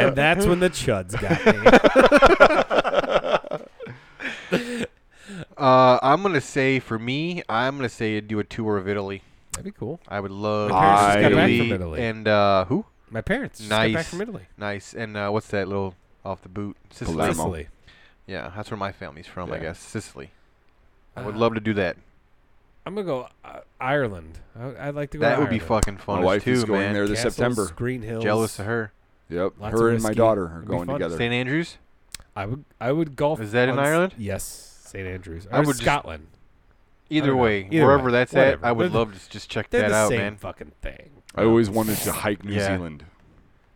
and that's when the chuds got me.
Uh, I'm going to say, for me, I'm going to say do a tour of Italy.
That'd be cool.
I would love
My parents just got back
Italy
from Italy.
And uh, who?
My parents just got back
Nice.
from Italy.
Nice. And uh, what's that little off the boot? Sicily.
Palermo.
Sicily.
Yeah, that's where my family's from, I
Yeah.
guess. Sicily. I would
Uh,
love to do that.
I'm gonna go uh, Ireland. I, I'd like to go.
That
to
would be
Ireland.
fucking fun
My
as
wife
too,
is going
man.
there this
Castles,
September.
Green Hills.
Jealous of her.
Yep.
Lots
her
of
and my
whiskey.
daughter are
It'd be
going
fun.
together.
St. Andrews.
I would. I would golf.
Is that
on
in
s-
Ireland?
Yes, St Andrews.
I
Or
would just-
Scotland.
Either
don't know.
way,
Either
wherever
way,
that's at,
whatever.
I would
They're the-
love to just check
They're
that
the
out,
same
man.
fucking thing.
I always wanted to hike New
Yeah.
Zealand.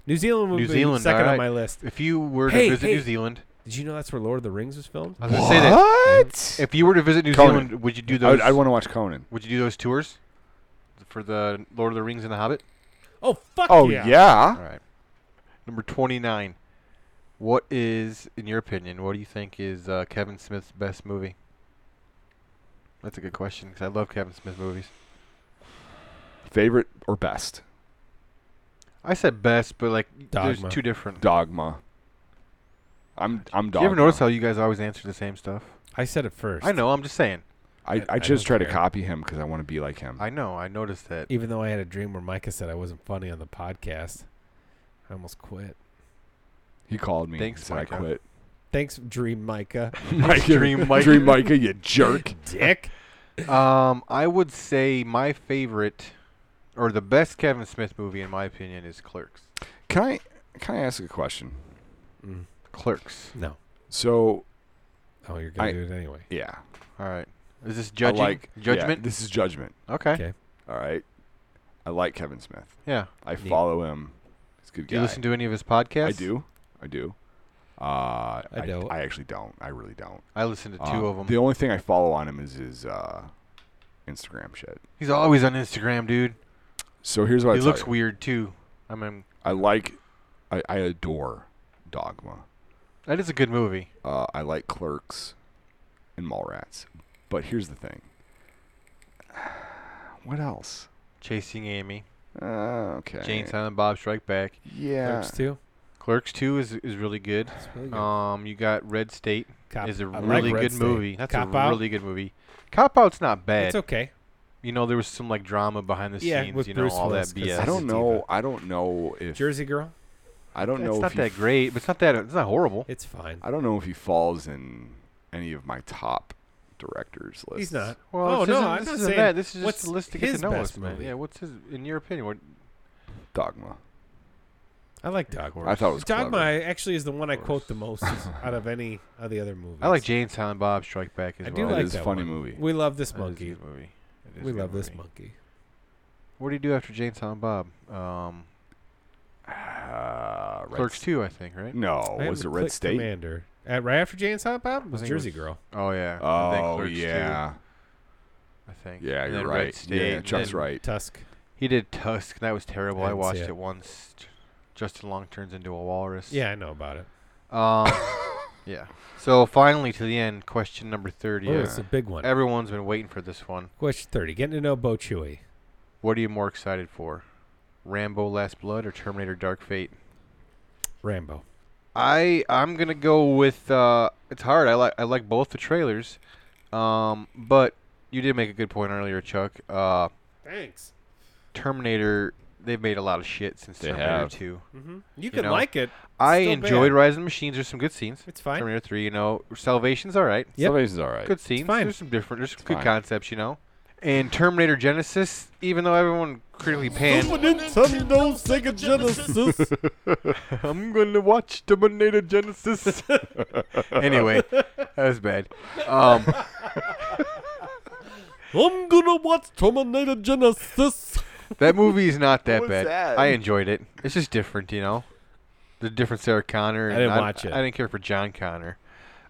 New Zealand would
New
be
Zealand,
second
alright.
on my list.
If you were to
Hey,
visit
hey.
New Zealand,
Did you know that's where Lord of the Rings was filmed?
I was gonna say that. If you were to visit New
Conan.
Zealand, would you do
I
those?
want to watch Conan.
would you do those tours for the Lord of the Rings and the Hobbit?
Oh fuck
Oh
yeah!
yeah.
All right. Number twenty-nine. What is, in your opinion, what do you think is uh, Kevin Smith's best movie? That's a good question because I love Kevin Smith movies.
Favorite or best?
I said best, but like, there's
Dogma.
two different.
Dogma. I'm I'm
Do
dog.
you ever notice
now.
how you guys always answer the same stuff?
I said it first.
I know. I'm just saying.
I, I,
I
just
don't
try to
care.
copy him because I want to be like him.
I know. I noticed that.
Even though I had a dream where Micah said I wasn't funny on the podcast, I almost quit.
he called me.
Thanks,
and said I
Micah.
quit.
Thanks, Dream Micah.
Micah,
Dream Micah.
Dream Micah, you jerk.
Dick.
Um, I would say my favorite, or the best Kevin Smith movie in my opinion, is Clerks.
Can I can I ask a question?
Mm,
Clerks.
no.
So
Oh, you're gonna
I-
do it anyway.
yeah,
All right. Is this
I
judging?
like yeah,
Judgment.
this is judgment.
okay.
Okay.
All right. I like Kevin Smith.
Yeah.
I
Neat.
follow him. He's a good
Do
guy.
you listen to any of his podcasts?
I do. I do. Uh, I,
don't.
I actually don't. I really don't.
I listen to two
Uh,
of them.
The only thing I follow on him is his uh, Instagram shit.
He's always on Instagram, dude.
So here's what
he
I
looks
tell you.
weird too. I mean,
I like. I, I adore Dogma.
that is a good movie.
Uh, I like Clerks and Mallrats. But here's the thing. What else?
Chasing Amy,
Uh, okay.
Jane, Silent Bob Strike Back.
Yeah.
Clerks too.
Clerks Two is is really good.
It's really good.
Um, you got Red State
Cop-
is a
I like
really
Red
good
State.
movie. That's
Cop
a
Out?
really good movie. Cop Out's not bad.
It's okay.
you know, there was some like drama behind the
Yeah,
scenes,
with
you know,
Bruce
all
Willis,
that
'cause
BS.
I
Yes,
don't
it's
know.
evil.
I don't know if
Jersey Girl.
I don't know
it's
if
not
he
that great, but it's not that it's not horrible.
It's fine.
I don't know if he falls in any of my top directors list.
He's not.
Well,
Oh,
this
no,
isn't-
I'm
this
not
isn't
saying-
that. This is
what's
just a list to get
his
to know
best
us, man.
movie?
Yeah, what's his in your opinion? What
Dogma.
I like Dogma.
I thought it was
Dogma
clever.
actually is the one I
course.
quote the most out of any of the other movies.
I like Jane, Silent Bob Strike Back as
I do
well.
like
it is a
that
funny
one.
movie.
We love this
That is a
monkey.
good movie. It is
We
a good
love this
movie.
monkey.
What do you do after Jane, Silent Bob? Um,
Uh, Red
Clerks
S-
Two, I think, right?
No,
I am
Oh, was it
the
Red
Click
State?
Commander. Uh, right after Jane and Silent Bob was
think it
Jersey
was-
Girl.
Oh yeah. I think
Oh
Clerks 2,
yeah,
I think.
yeah,
And
you're
then Red
right.
State,
Yeah,
and
Chuck's
then
right.
Tusk.
He did Tusk, and that was terrible.
I
I,
didn't see
watched
it.
it. once. Justin Long turns into a walrus.
Yeah, I know about it.
Um, yeah. So finally, to the end, question number thirty.
Oh,
Uh,
it's a big one.
Everyone's been waiting for this one.
Question 30. Getting to know Bo Chewy.
What are you more excited for, Rambo: Last Blood or Terminator: Dark Fate?
Rambo.
I I'm gonna go with. Uh, it's hard. I like I like both the trailers, um, but you did make a good point earlier, Chuck. Uh,
Thanks.
Terminator. They've made a lot of shit since
They
Terminator
have.
Two.
Mm-hmm. You can
know,
like it.
I
Still
enjoyed
bad.
Rise of the Machines. There's some good scenes.
It's fine.
Terminator Three. You know, Salvation's all right.
Yep.
Salvation's all right.
Good scenes.
fine.
There's some different. There's good
fine.
concepts. You know. And Terminator Genesis, even though everyone critically panned,
Nintendo Sega Genesis.
I'm gonna watch Terminator Genesis. anyway, that was bad. Um,
I'm gonna watch Terminator Genesis.
That movie is not that
was
bad.
that?
I enjoyed it. It's just different, you know. The different Sarah Connor.
I
and
didn't watch it.
I didn't care for John Connor,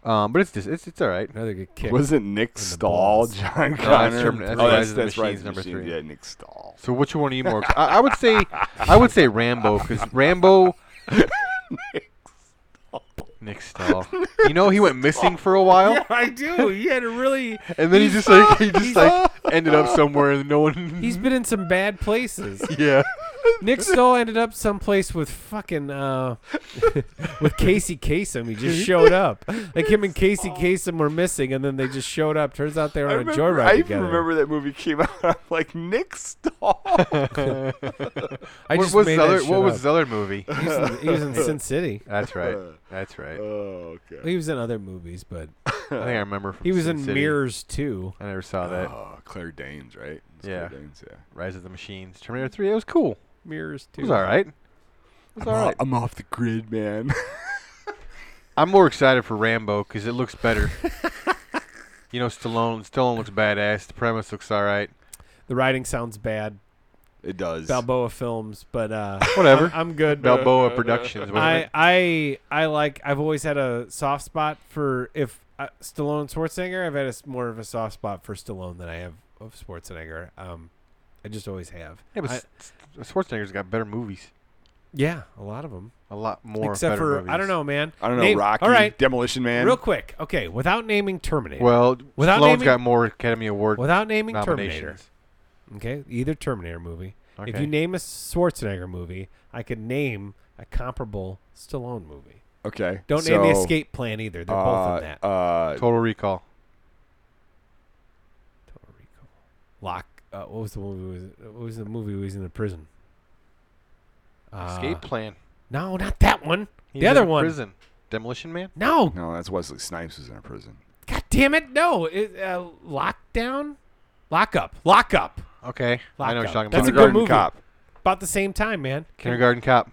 um, but it's just, it's it's all right.
Another good kick.
Was it Nick Stahl,
balls.
John
that's
Connor?
Termin- that's
oh,
Rise
that's
of the
that's Rise
Machines,
of the
number
Machines.
three.
Yeah, Nick Stahl.
So which one are you more? ex- I, I would say I would say Rambo because Rambo. Nick Stahl. You know he went missing for a while,
I do. He had a really.
and then he just like he just like ended up somewhere and no one.
He's been in some bad places.
yeah.
Nick Stoll ended up someplace with fucking uh, with Casey Kasem. He just showed up. Like him and Casey Kasem were missing, and then they just showed up. Turns out they were
I,
on a
remember,
joyride
I even
together.
remember that movie came out. I'm like Nick Stahl.
I
what
just
was
made that
the other?
shit
What was
up.
the other movie?
He was, in, he was in Sin City.
That's right. That's right.
oh, okay.
He was in other movies, but
I think I remember. From
he was
Sin
in
City.
Mirrors too.
I never saw that.
Oh, Claire Danes, right? It's
Yeah.
Claire Danes, yeah.
Rise of the Machines, Terminator 3. It was cool.
Mirrors too.
It was all right. It was
I'm,
all
off,
right.
I'm off the grid, man.
I'm more excited for Rambo because it looks better. you know, Stallone. Stallone looks badass. The premise looks all right.
The writing sounds bad.
it does.
Balboa films, but uh,
Whatever.
I'm, I'm good.
Balboa Productions. wasn't
I
it?
I I like. I've always had a soft spot for if uh, Stallone and Schwarzenegger. I've had a s more of a soft spot for Stallone than I have of Schwarzenegger. Um, I just always have.
yeah, but
I-
S- S- Schwarzenegger's got better movies.
Yeah, a lot of them.
A lot more.
Except
better
for
movies.
I don't know, man.
I don't know.
Name-
Rocky,
All right,
Demolition Man.
real quick. Okay, without naming Terminator.
Well,
Without
Stallone's
naming-
got more Academy Award
without naming Terminator.
nominations.
Okay, either Terminator movie.
Okay.
If you name a Schwarzenegger movie, I could name a comparable Stallone movie.
Okay.
Don't
so,
name the escape plan either. They're both
uh,
in that.
Uh,
Total Recall.
Total Recall. Lock. Uh, what was the movie? Was it- what was the movie? Where he was in the prison. Uh,
Escape Plan.
No, not that one.
He
the
was
other
in
one.
Prison. Demolition Man.
No.
no, that's Wesley Snipes was in a prison.
God damn it. No. It, uh, lockdown. Lock up. Lock up.
Okay. I know what you're
Lockout.
talking
That's a
about.
good
Kindergarten
movie.
Cop.
About the same time, man.
Kindergarten Cop.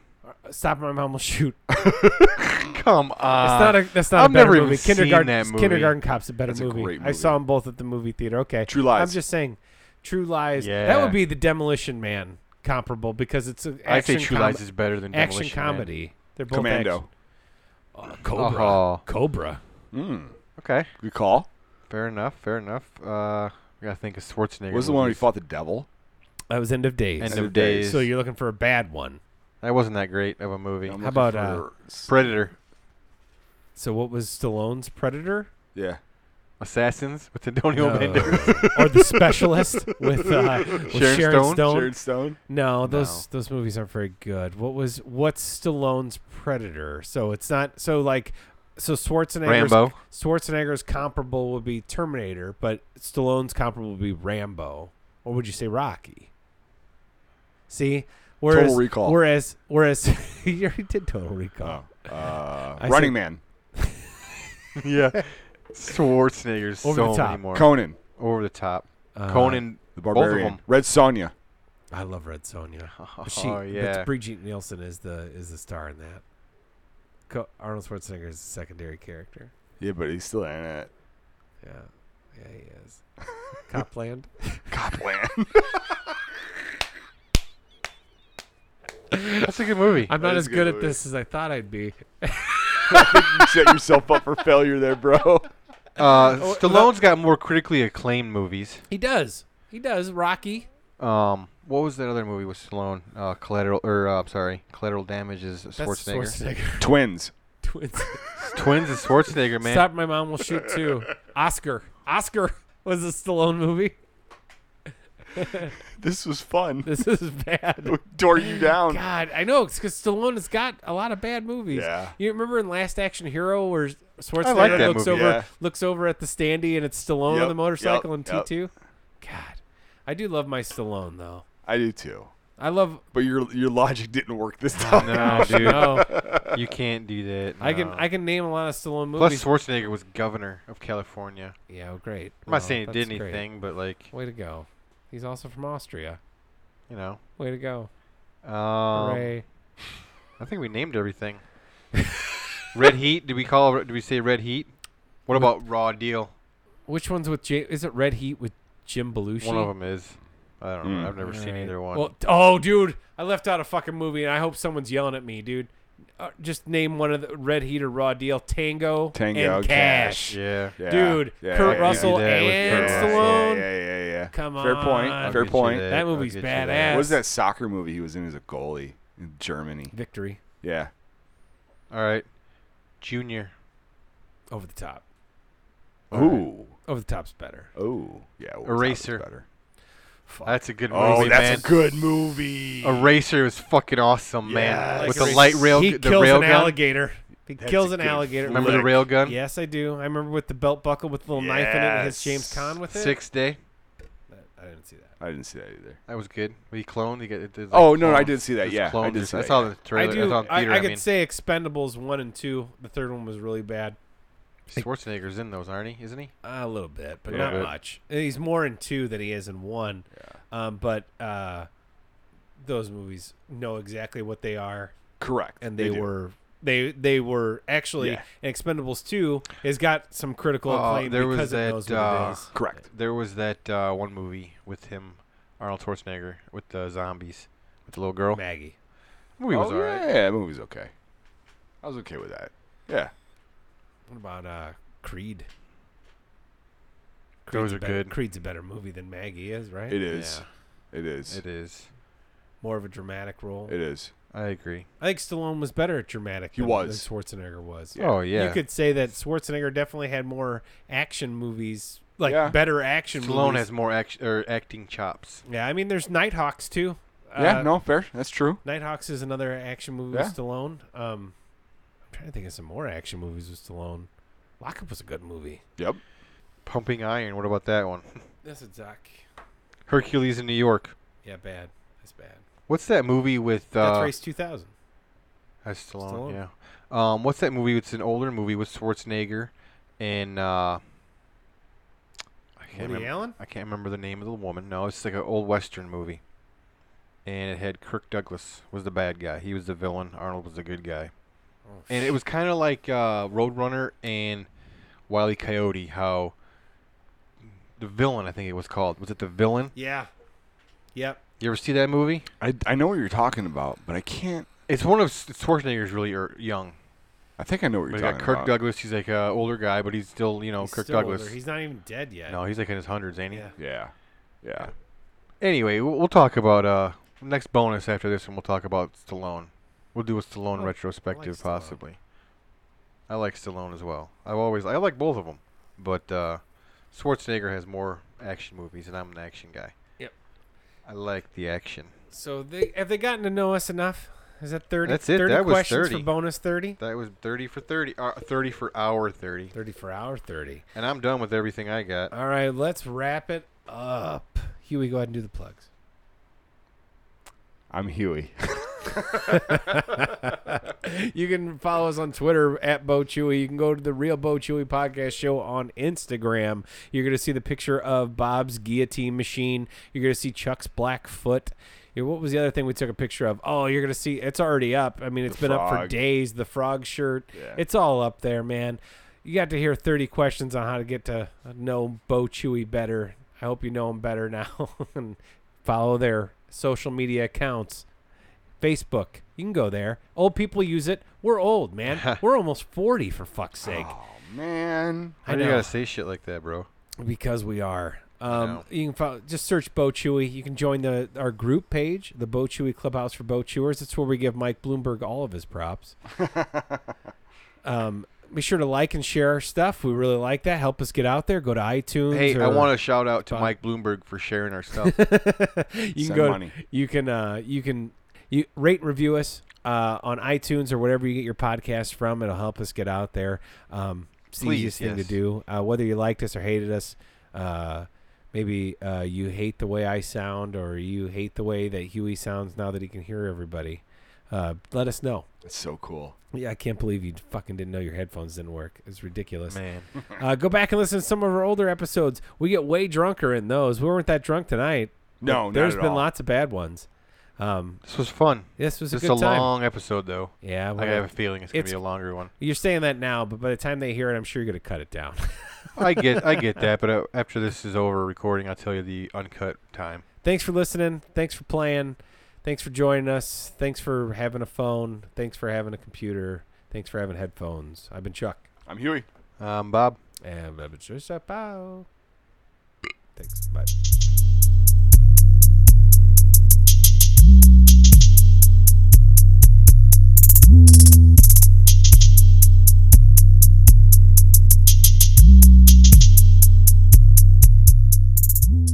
Stop my mom will shoot.
Come on.
That's not a. That's not
Uh, I've
a better
never even
movie.
seen
Kindergarten.
that movie.
Kindergarten Cop's a better
That's a
movie.
great
I
movie.
saw them both at the movie theater. Okay.
True Lies.
I'm just saying, True Lies. That
Yeah.
would be the Demolition Man comparable because it's an
I
action
say True
com-
Lies is better than
action
Demolition Man.
comedy. They're both
Commando.
action. Uh, Cobra.
Oh,
Cobra.
Mm,
okay.
good call.
Fair enough. Fair enough. Uh, we gotta think of Schwarzenegger.
What was the one where he
movies.
fought the devil?
That was End of Days.
End
End
of
of Days.
Days.
so you're looking for a bad one.
that wasn't that great of a movie.
I'm
How
looking
about,
for-
uh,
Predator,
So what was Stallone's Predator?
yeah,
Assassins with Antonio
No.
Banderas.
or The Specialist with, uh, with Sharon,
Sharon
Stone?
Stone?
Sharon Stone.
No, those those movies aren't very good. What was what's Stallone's Predator? So it's not so like so Schwarzenegger's
Rambo.
Schwarzenegger's comparable would be Terminator, but Stallone's comparable would be Rambo, or would you say Rocky? See, whereas
Recall.
whereas whereas you already did Total Recall,
Uh,
I
Running
said-
Man.
yeah. Schwarzenegger's
Over the
so
top.
many more.
Conan.
Over the top.
Uh,
Oh. Conan.
The
both of
Barbarian.
'em.
Red Sonja.
I love Red Sonja.
Oh
But she,
yeah.
but Brigitte Nielsen is the is the star in that. Co- Arnold Schwarzenegger is a secondary character.
Yeah, but he's still in it.
Yeah, yeah, he is. Copland.
Copland.
That's a good movie.
I'm not
That
as
is a good
good at
movie.
this as I thought I'd be.
you set yourself up for failure there, bro.
Uh,
Oh,
Stallone's got more critically acclaimed movies.
He does. He does. Rocky.
Um, what was that other movie with Stallone? Uh, collateral, or uh, I'm sorry, Collateral Damage is
That's
Schwarzenegger.
Schwarzenegger.
Twins.
Twins.
Twins is Schwarzenegger, man.
Stop, my mom will shoot too. Oscar. Oscar was a Stallone movie.
This was fun.
This is bad.
Tore you down.
God, I know. It's because Stallone has got a lot of bad movies.
Yeah.
You remember in Last Action Hero where Schwarzenegger
like that
looks
movie,
over
yeah.
looks over at the standee and it's Stallone on
Yep,
the motorcycle
yep,
in
yep.
T2? God. I do love my Stallone though.
I do too.
I love
But your your logic didn't work this time.
No, dude,
no.
you can't do that.
I can
no.
I can name a lot of Stallone
Plus,
movies.
Schwarzenegger was governor of California.
yeah, well, great.
I'm
Well,
not saying he did
Oh, that's great.
anything, but like,
Way to go. He's also from Austria.
you know.
Way to go.
Um,
Hooray.
I think we named everything. Red Heat. Did we call? Did we say Red Heat? What about Raw Deal?
Which one's with J- is it Red Heat with Jim Belushi?
One of them is. I don't know.
Mm.
I've never seen
Alright.
either one.
Well, t- oh, dude, I left out a fucking movie, and I hope someone's yelling at me, dude. Uh, just name one of the Red Heat or Raw Deal, Tango,
Tango,
and Cash,
yeah.
Yeah,
dude.
yeah,
Kurt
yeah,
Russell
yeah, yeah,
and
yeah,
Stallone.
Yeah, yeah, yeah. yeah.
Come
Fair point.
on.
I'll
Fair
get you
point.
That
I'll
movie's
get you that.
badass.
What was that soccer movie he was in as a goalie in Germany?
Victory
Yeah.
All right, Junior.
over the top.
Ooh.
Over the top's better.
Ooh. Yeah. well,
Eraser.
that was better.
That's a good movie,
Oh, that's
man.
a good movie.
Eraser is fucking awesome, man.
Yes.
With
Like
the light rail,
he
the
kills
rail
an
gun.
alligator. He
That's
kills
a
an
good
alligator.
flick.
Remember the rail gun?
Yes, I do. I remember with the belt buckle with the little knife in it. and His James
Yes.
Conn with it.
Sixth Day.
I didn't see that.
I didn't see that either.
That was good. He cloned. He got, it, did, like,
Oh no, no, I
clones.
did see that.
Just
Yeah, I
clones or
did see
something. I
that.
saw
yeah.
the trailer.
I
I,
do.
saw it in
I,
theater.
I
I,
could
mean,
say Expendables one and two. The third one was really bad.
Schwarzenegger's in those, aren't he? Isn't he?
A little bit, but
Little
not
bit.
much. He's more in two than he is in one. Um, but uh, those movies know exactly what they are,
Correct.
and they,
do.
were they they were actually
Yeah.
and Expendables two has got some critical
Oh,
acclaim
there was
because it
that,
knows what
uh,
it is.
correct.
There was that uh, one movie with him, Arnold Schwarzenegger, with the zombies, with the little girl.
Maggie.
The movie was
oh,
alright.
Yeah, that movie's okay. I was okay with that. Yeah.
What about uh, Creed?
Those
a
are
better-
good.
Creed's a better movie than Maggie is, right?
It is. It is.
It is.
More of a dramatic role.
It is.
I agree.
I think Stallone was better at dramatic.
He
than,
was.
than Schwarzenegger was.
Oh yeah.
You could say that Schwarzenegger definitely had more action movies, like
Yeah.
better action
Stallone
movies.
has more act- er, acting chops.
yeah, I mean, there's Nighthawks too.
yeah.
Uh,
No, fair. That's true.
Nighthawks is another action movie
Yeah.
with Stallone. Um, I'm trying trying to think of some more action movies with Stallone. Lockup was a good movie.
Yep.
Pumping Iron. What about that one?
That's a doc.
Hercules in New York.
Yeah, bad. That's bad.
What's that movie with? Uh,
That's Race 2000.
That's Stallone,
Stallone.
Yeah. Um, what's that movie? It's an older movie with Schwarzenegger and uh, I can't
Woody
remember.
Allen?
I can't remember the name of the woman. No, it's like an old western movie, and it had Kirk Douglas was the bad guy. He was the villain. Arnold was the good guy.
Oh,
And it was kind of like uh, Roadrunner and Wile E. Coyote. How the villain? I think it was called. Was it the villain?
Yeah. Yep.
You ever see that movie?
I, I know what you're talking about, but I can't.
It's one of S- Schwarzenegger's really er, young.
I think I know what you're
But he
talking
got Kirk
about.
Douglas. He's like a older guy, but he's still you know
He's
Oh, Kirk
still
Douglas.
older. He's not even dead yet.
no, he's like in his hundreds, ain't he?
Yeah.
Yeah. Yeah.
Anyway, we'll, we'll talk about uh next bonus after this, and we'll talk about Stallone. We'll do a Stallone
Oh, I like
retrospective
Stallone.
possibly. I like Stallone as well. I've always I like both of them, but uh, Schwarzenegger has more action movies, and I'm an action guy.
Yep.
I like the action.
So they have they gotten to know us enough? Is that 30?
That's it.
30
That was
questions
30.
for bonus 30?
That was 30 for 30, uh, 30 for hour 30,
30 for hour 30.
and I'm done with everything I got.
All right, let's wrap it up. Huey, go ahead and do the plugs.
I'm Huey.
you can follow us on Twitter at Bo Chewy. You can go to the Real Bo Chewy Podcast Show on Instagram. You're going to see the picture of Bob's guillotine machine. You're going to see Chuck's black foot. Yeah, What was the other thing we took a picture of? Oh, you're going to see it's already up. I mean, it's been up for
frog.
days. The frog shirt.
Yeah.
It's all up there, man. You got to hear 30 questions on how to get to know Bo Chewy better. I hope you know him better now and follow their social media accounts. Facebook. You can go there. Old people use it. We're old, man. We're almost 40 for fuck's sake.
Oh, man.
Why
I
do
know
you gotta say shit like that, bro?
because we are.
know.
Um, you can follow, just search Bo Chewy. You can join the our group page, the Bo Chewy Clubhouse for Bo Chewers. It's where we give Mike Bloomberg all of his props. um, be sure to like and share our stuff. We really like that. Help us get out there. Go to iTunes.
Hey, I
or-
want to shout out to
Fine.
Mike Bloomberg for sharing our stuff.
you can
Send
go.
money.
You can uh, you can you rate and review us uh, on iTunes or whatever you get your podcast from. It'll help us get out there. Um, it's the
Please,
easiest thing to
yes.
do. Uh, whether you liked us or hated us, uh, maybe uh, you hate the way I sound or you hate the way that Huey sounds now that he can hear everybody. Uh, let us know.
It's so cool.
Yeah, I can't believe you fucking didn't know your headphones didn't work. It's ridiculous.
Man,
Uh, go back and listen to some of our older episodes. We get way drunker in those. We weren't that drunk tonight.
No,
there
not at
been
all.
lots of bad ones. Um,
this was fun.
this was a
This is
good
a
time.
long episode, though.
yeah,
I
well,
have a feeling it's gonna
It's-
be a longer one.
you're saying that now, but by the time they hear it, I'm sure you're gonna cut it down.
I get, I get that, but uh, after this is over recording, I'll tell you the uncut time.
Thanks for listening. Thanks for playing. Thanks for joining us. Thanks for having a phone. Thanks for having a computer. Thanks for having headphones. I've been Chuck.
I'm Huey.
Um, Bob.
And I've been Trisha Powell. Thanks. Bye.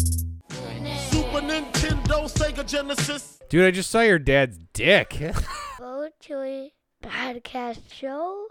Super Nintendo, Sega Genesis.
Dude, I just saw your dad's dick.
Bo Chewy Podcast Show.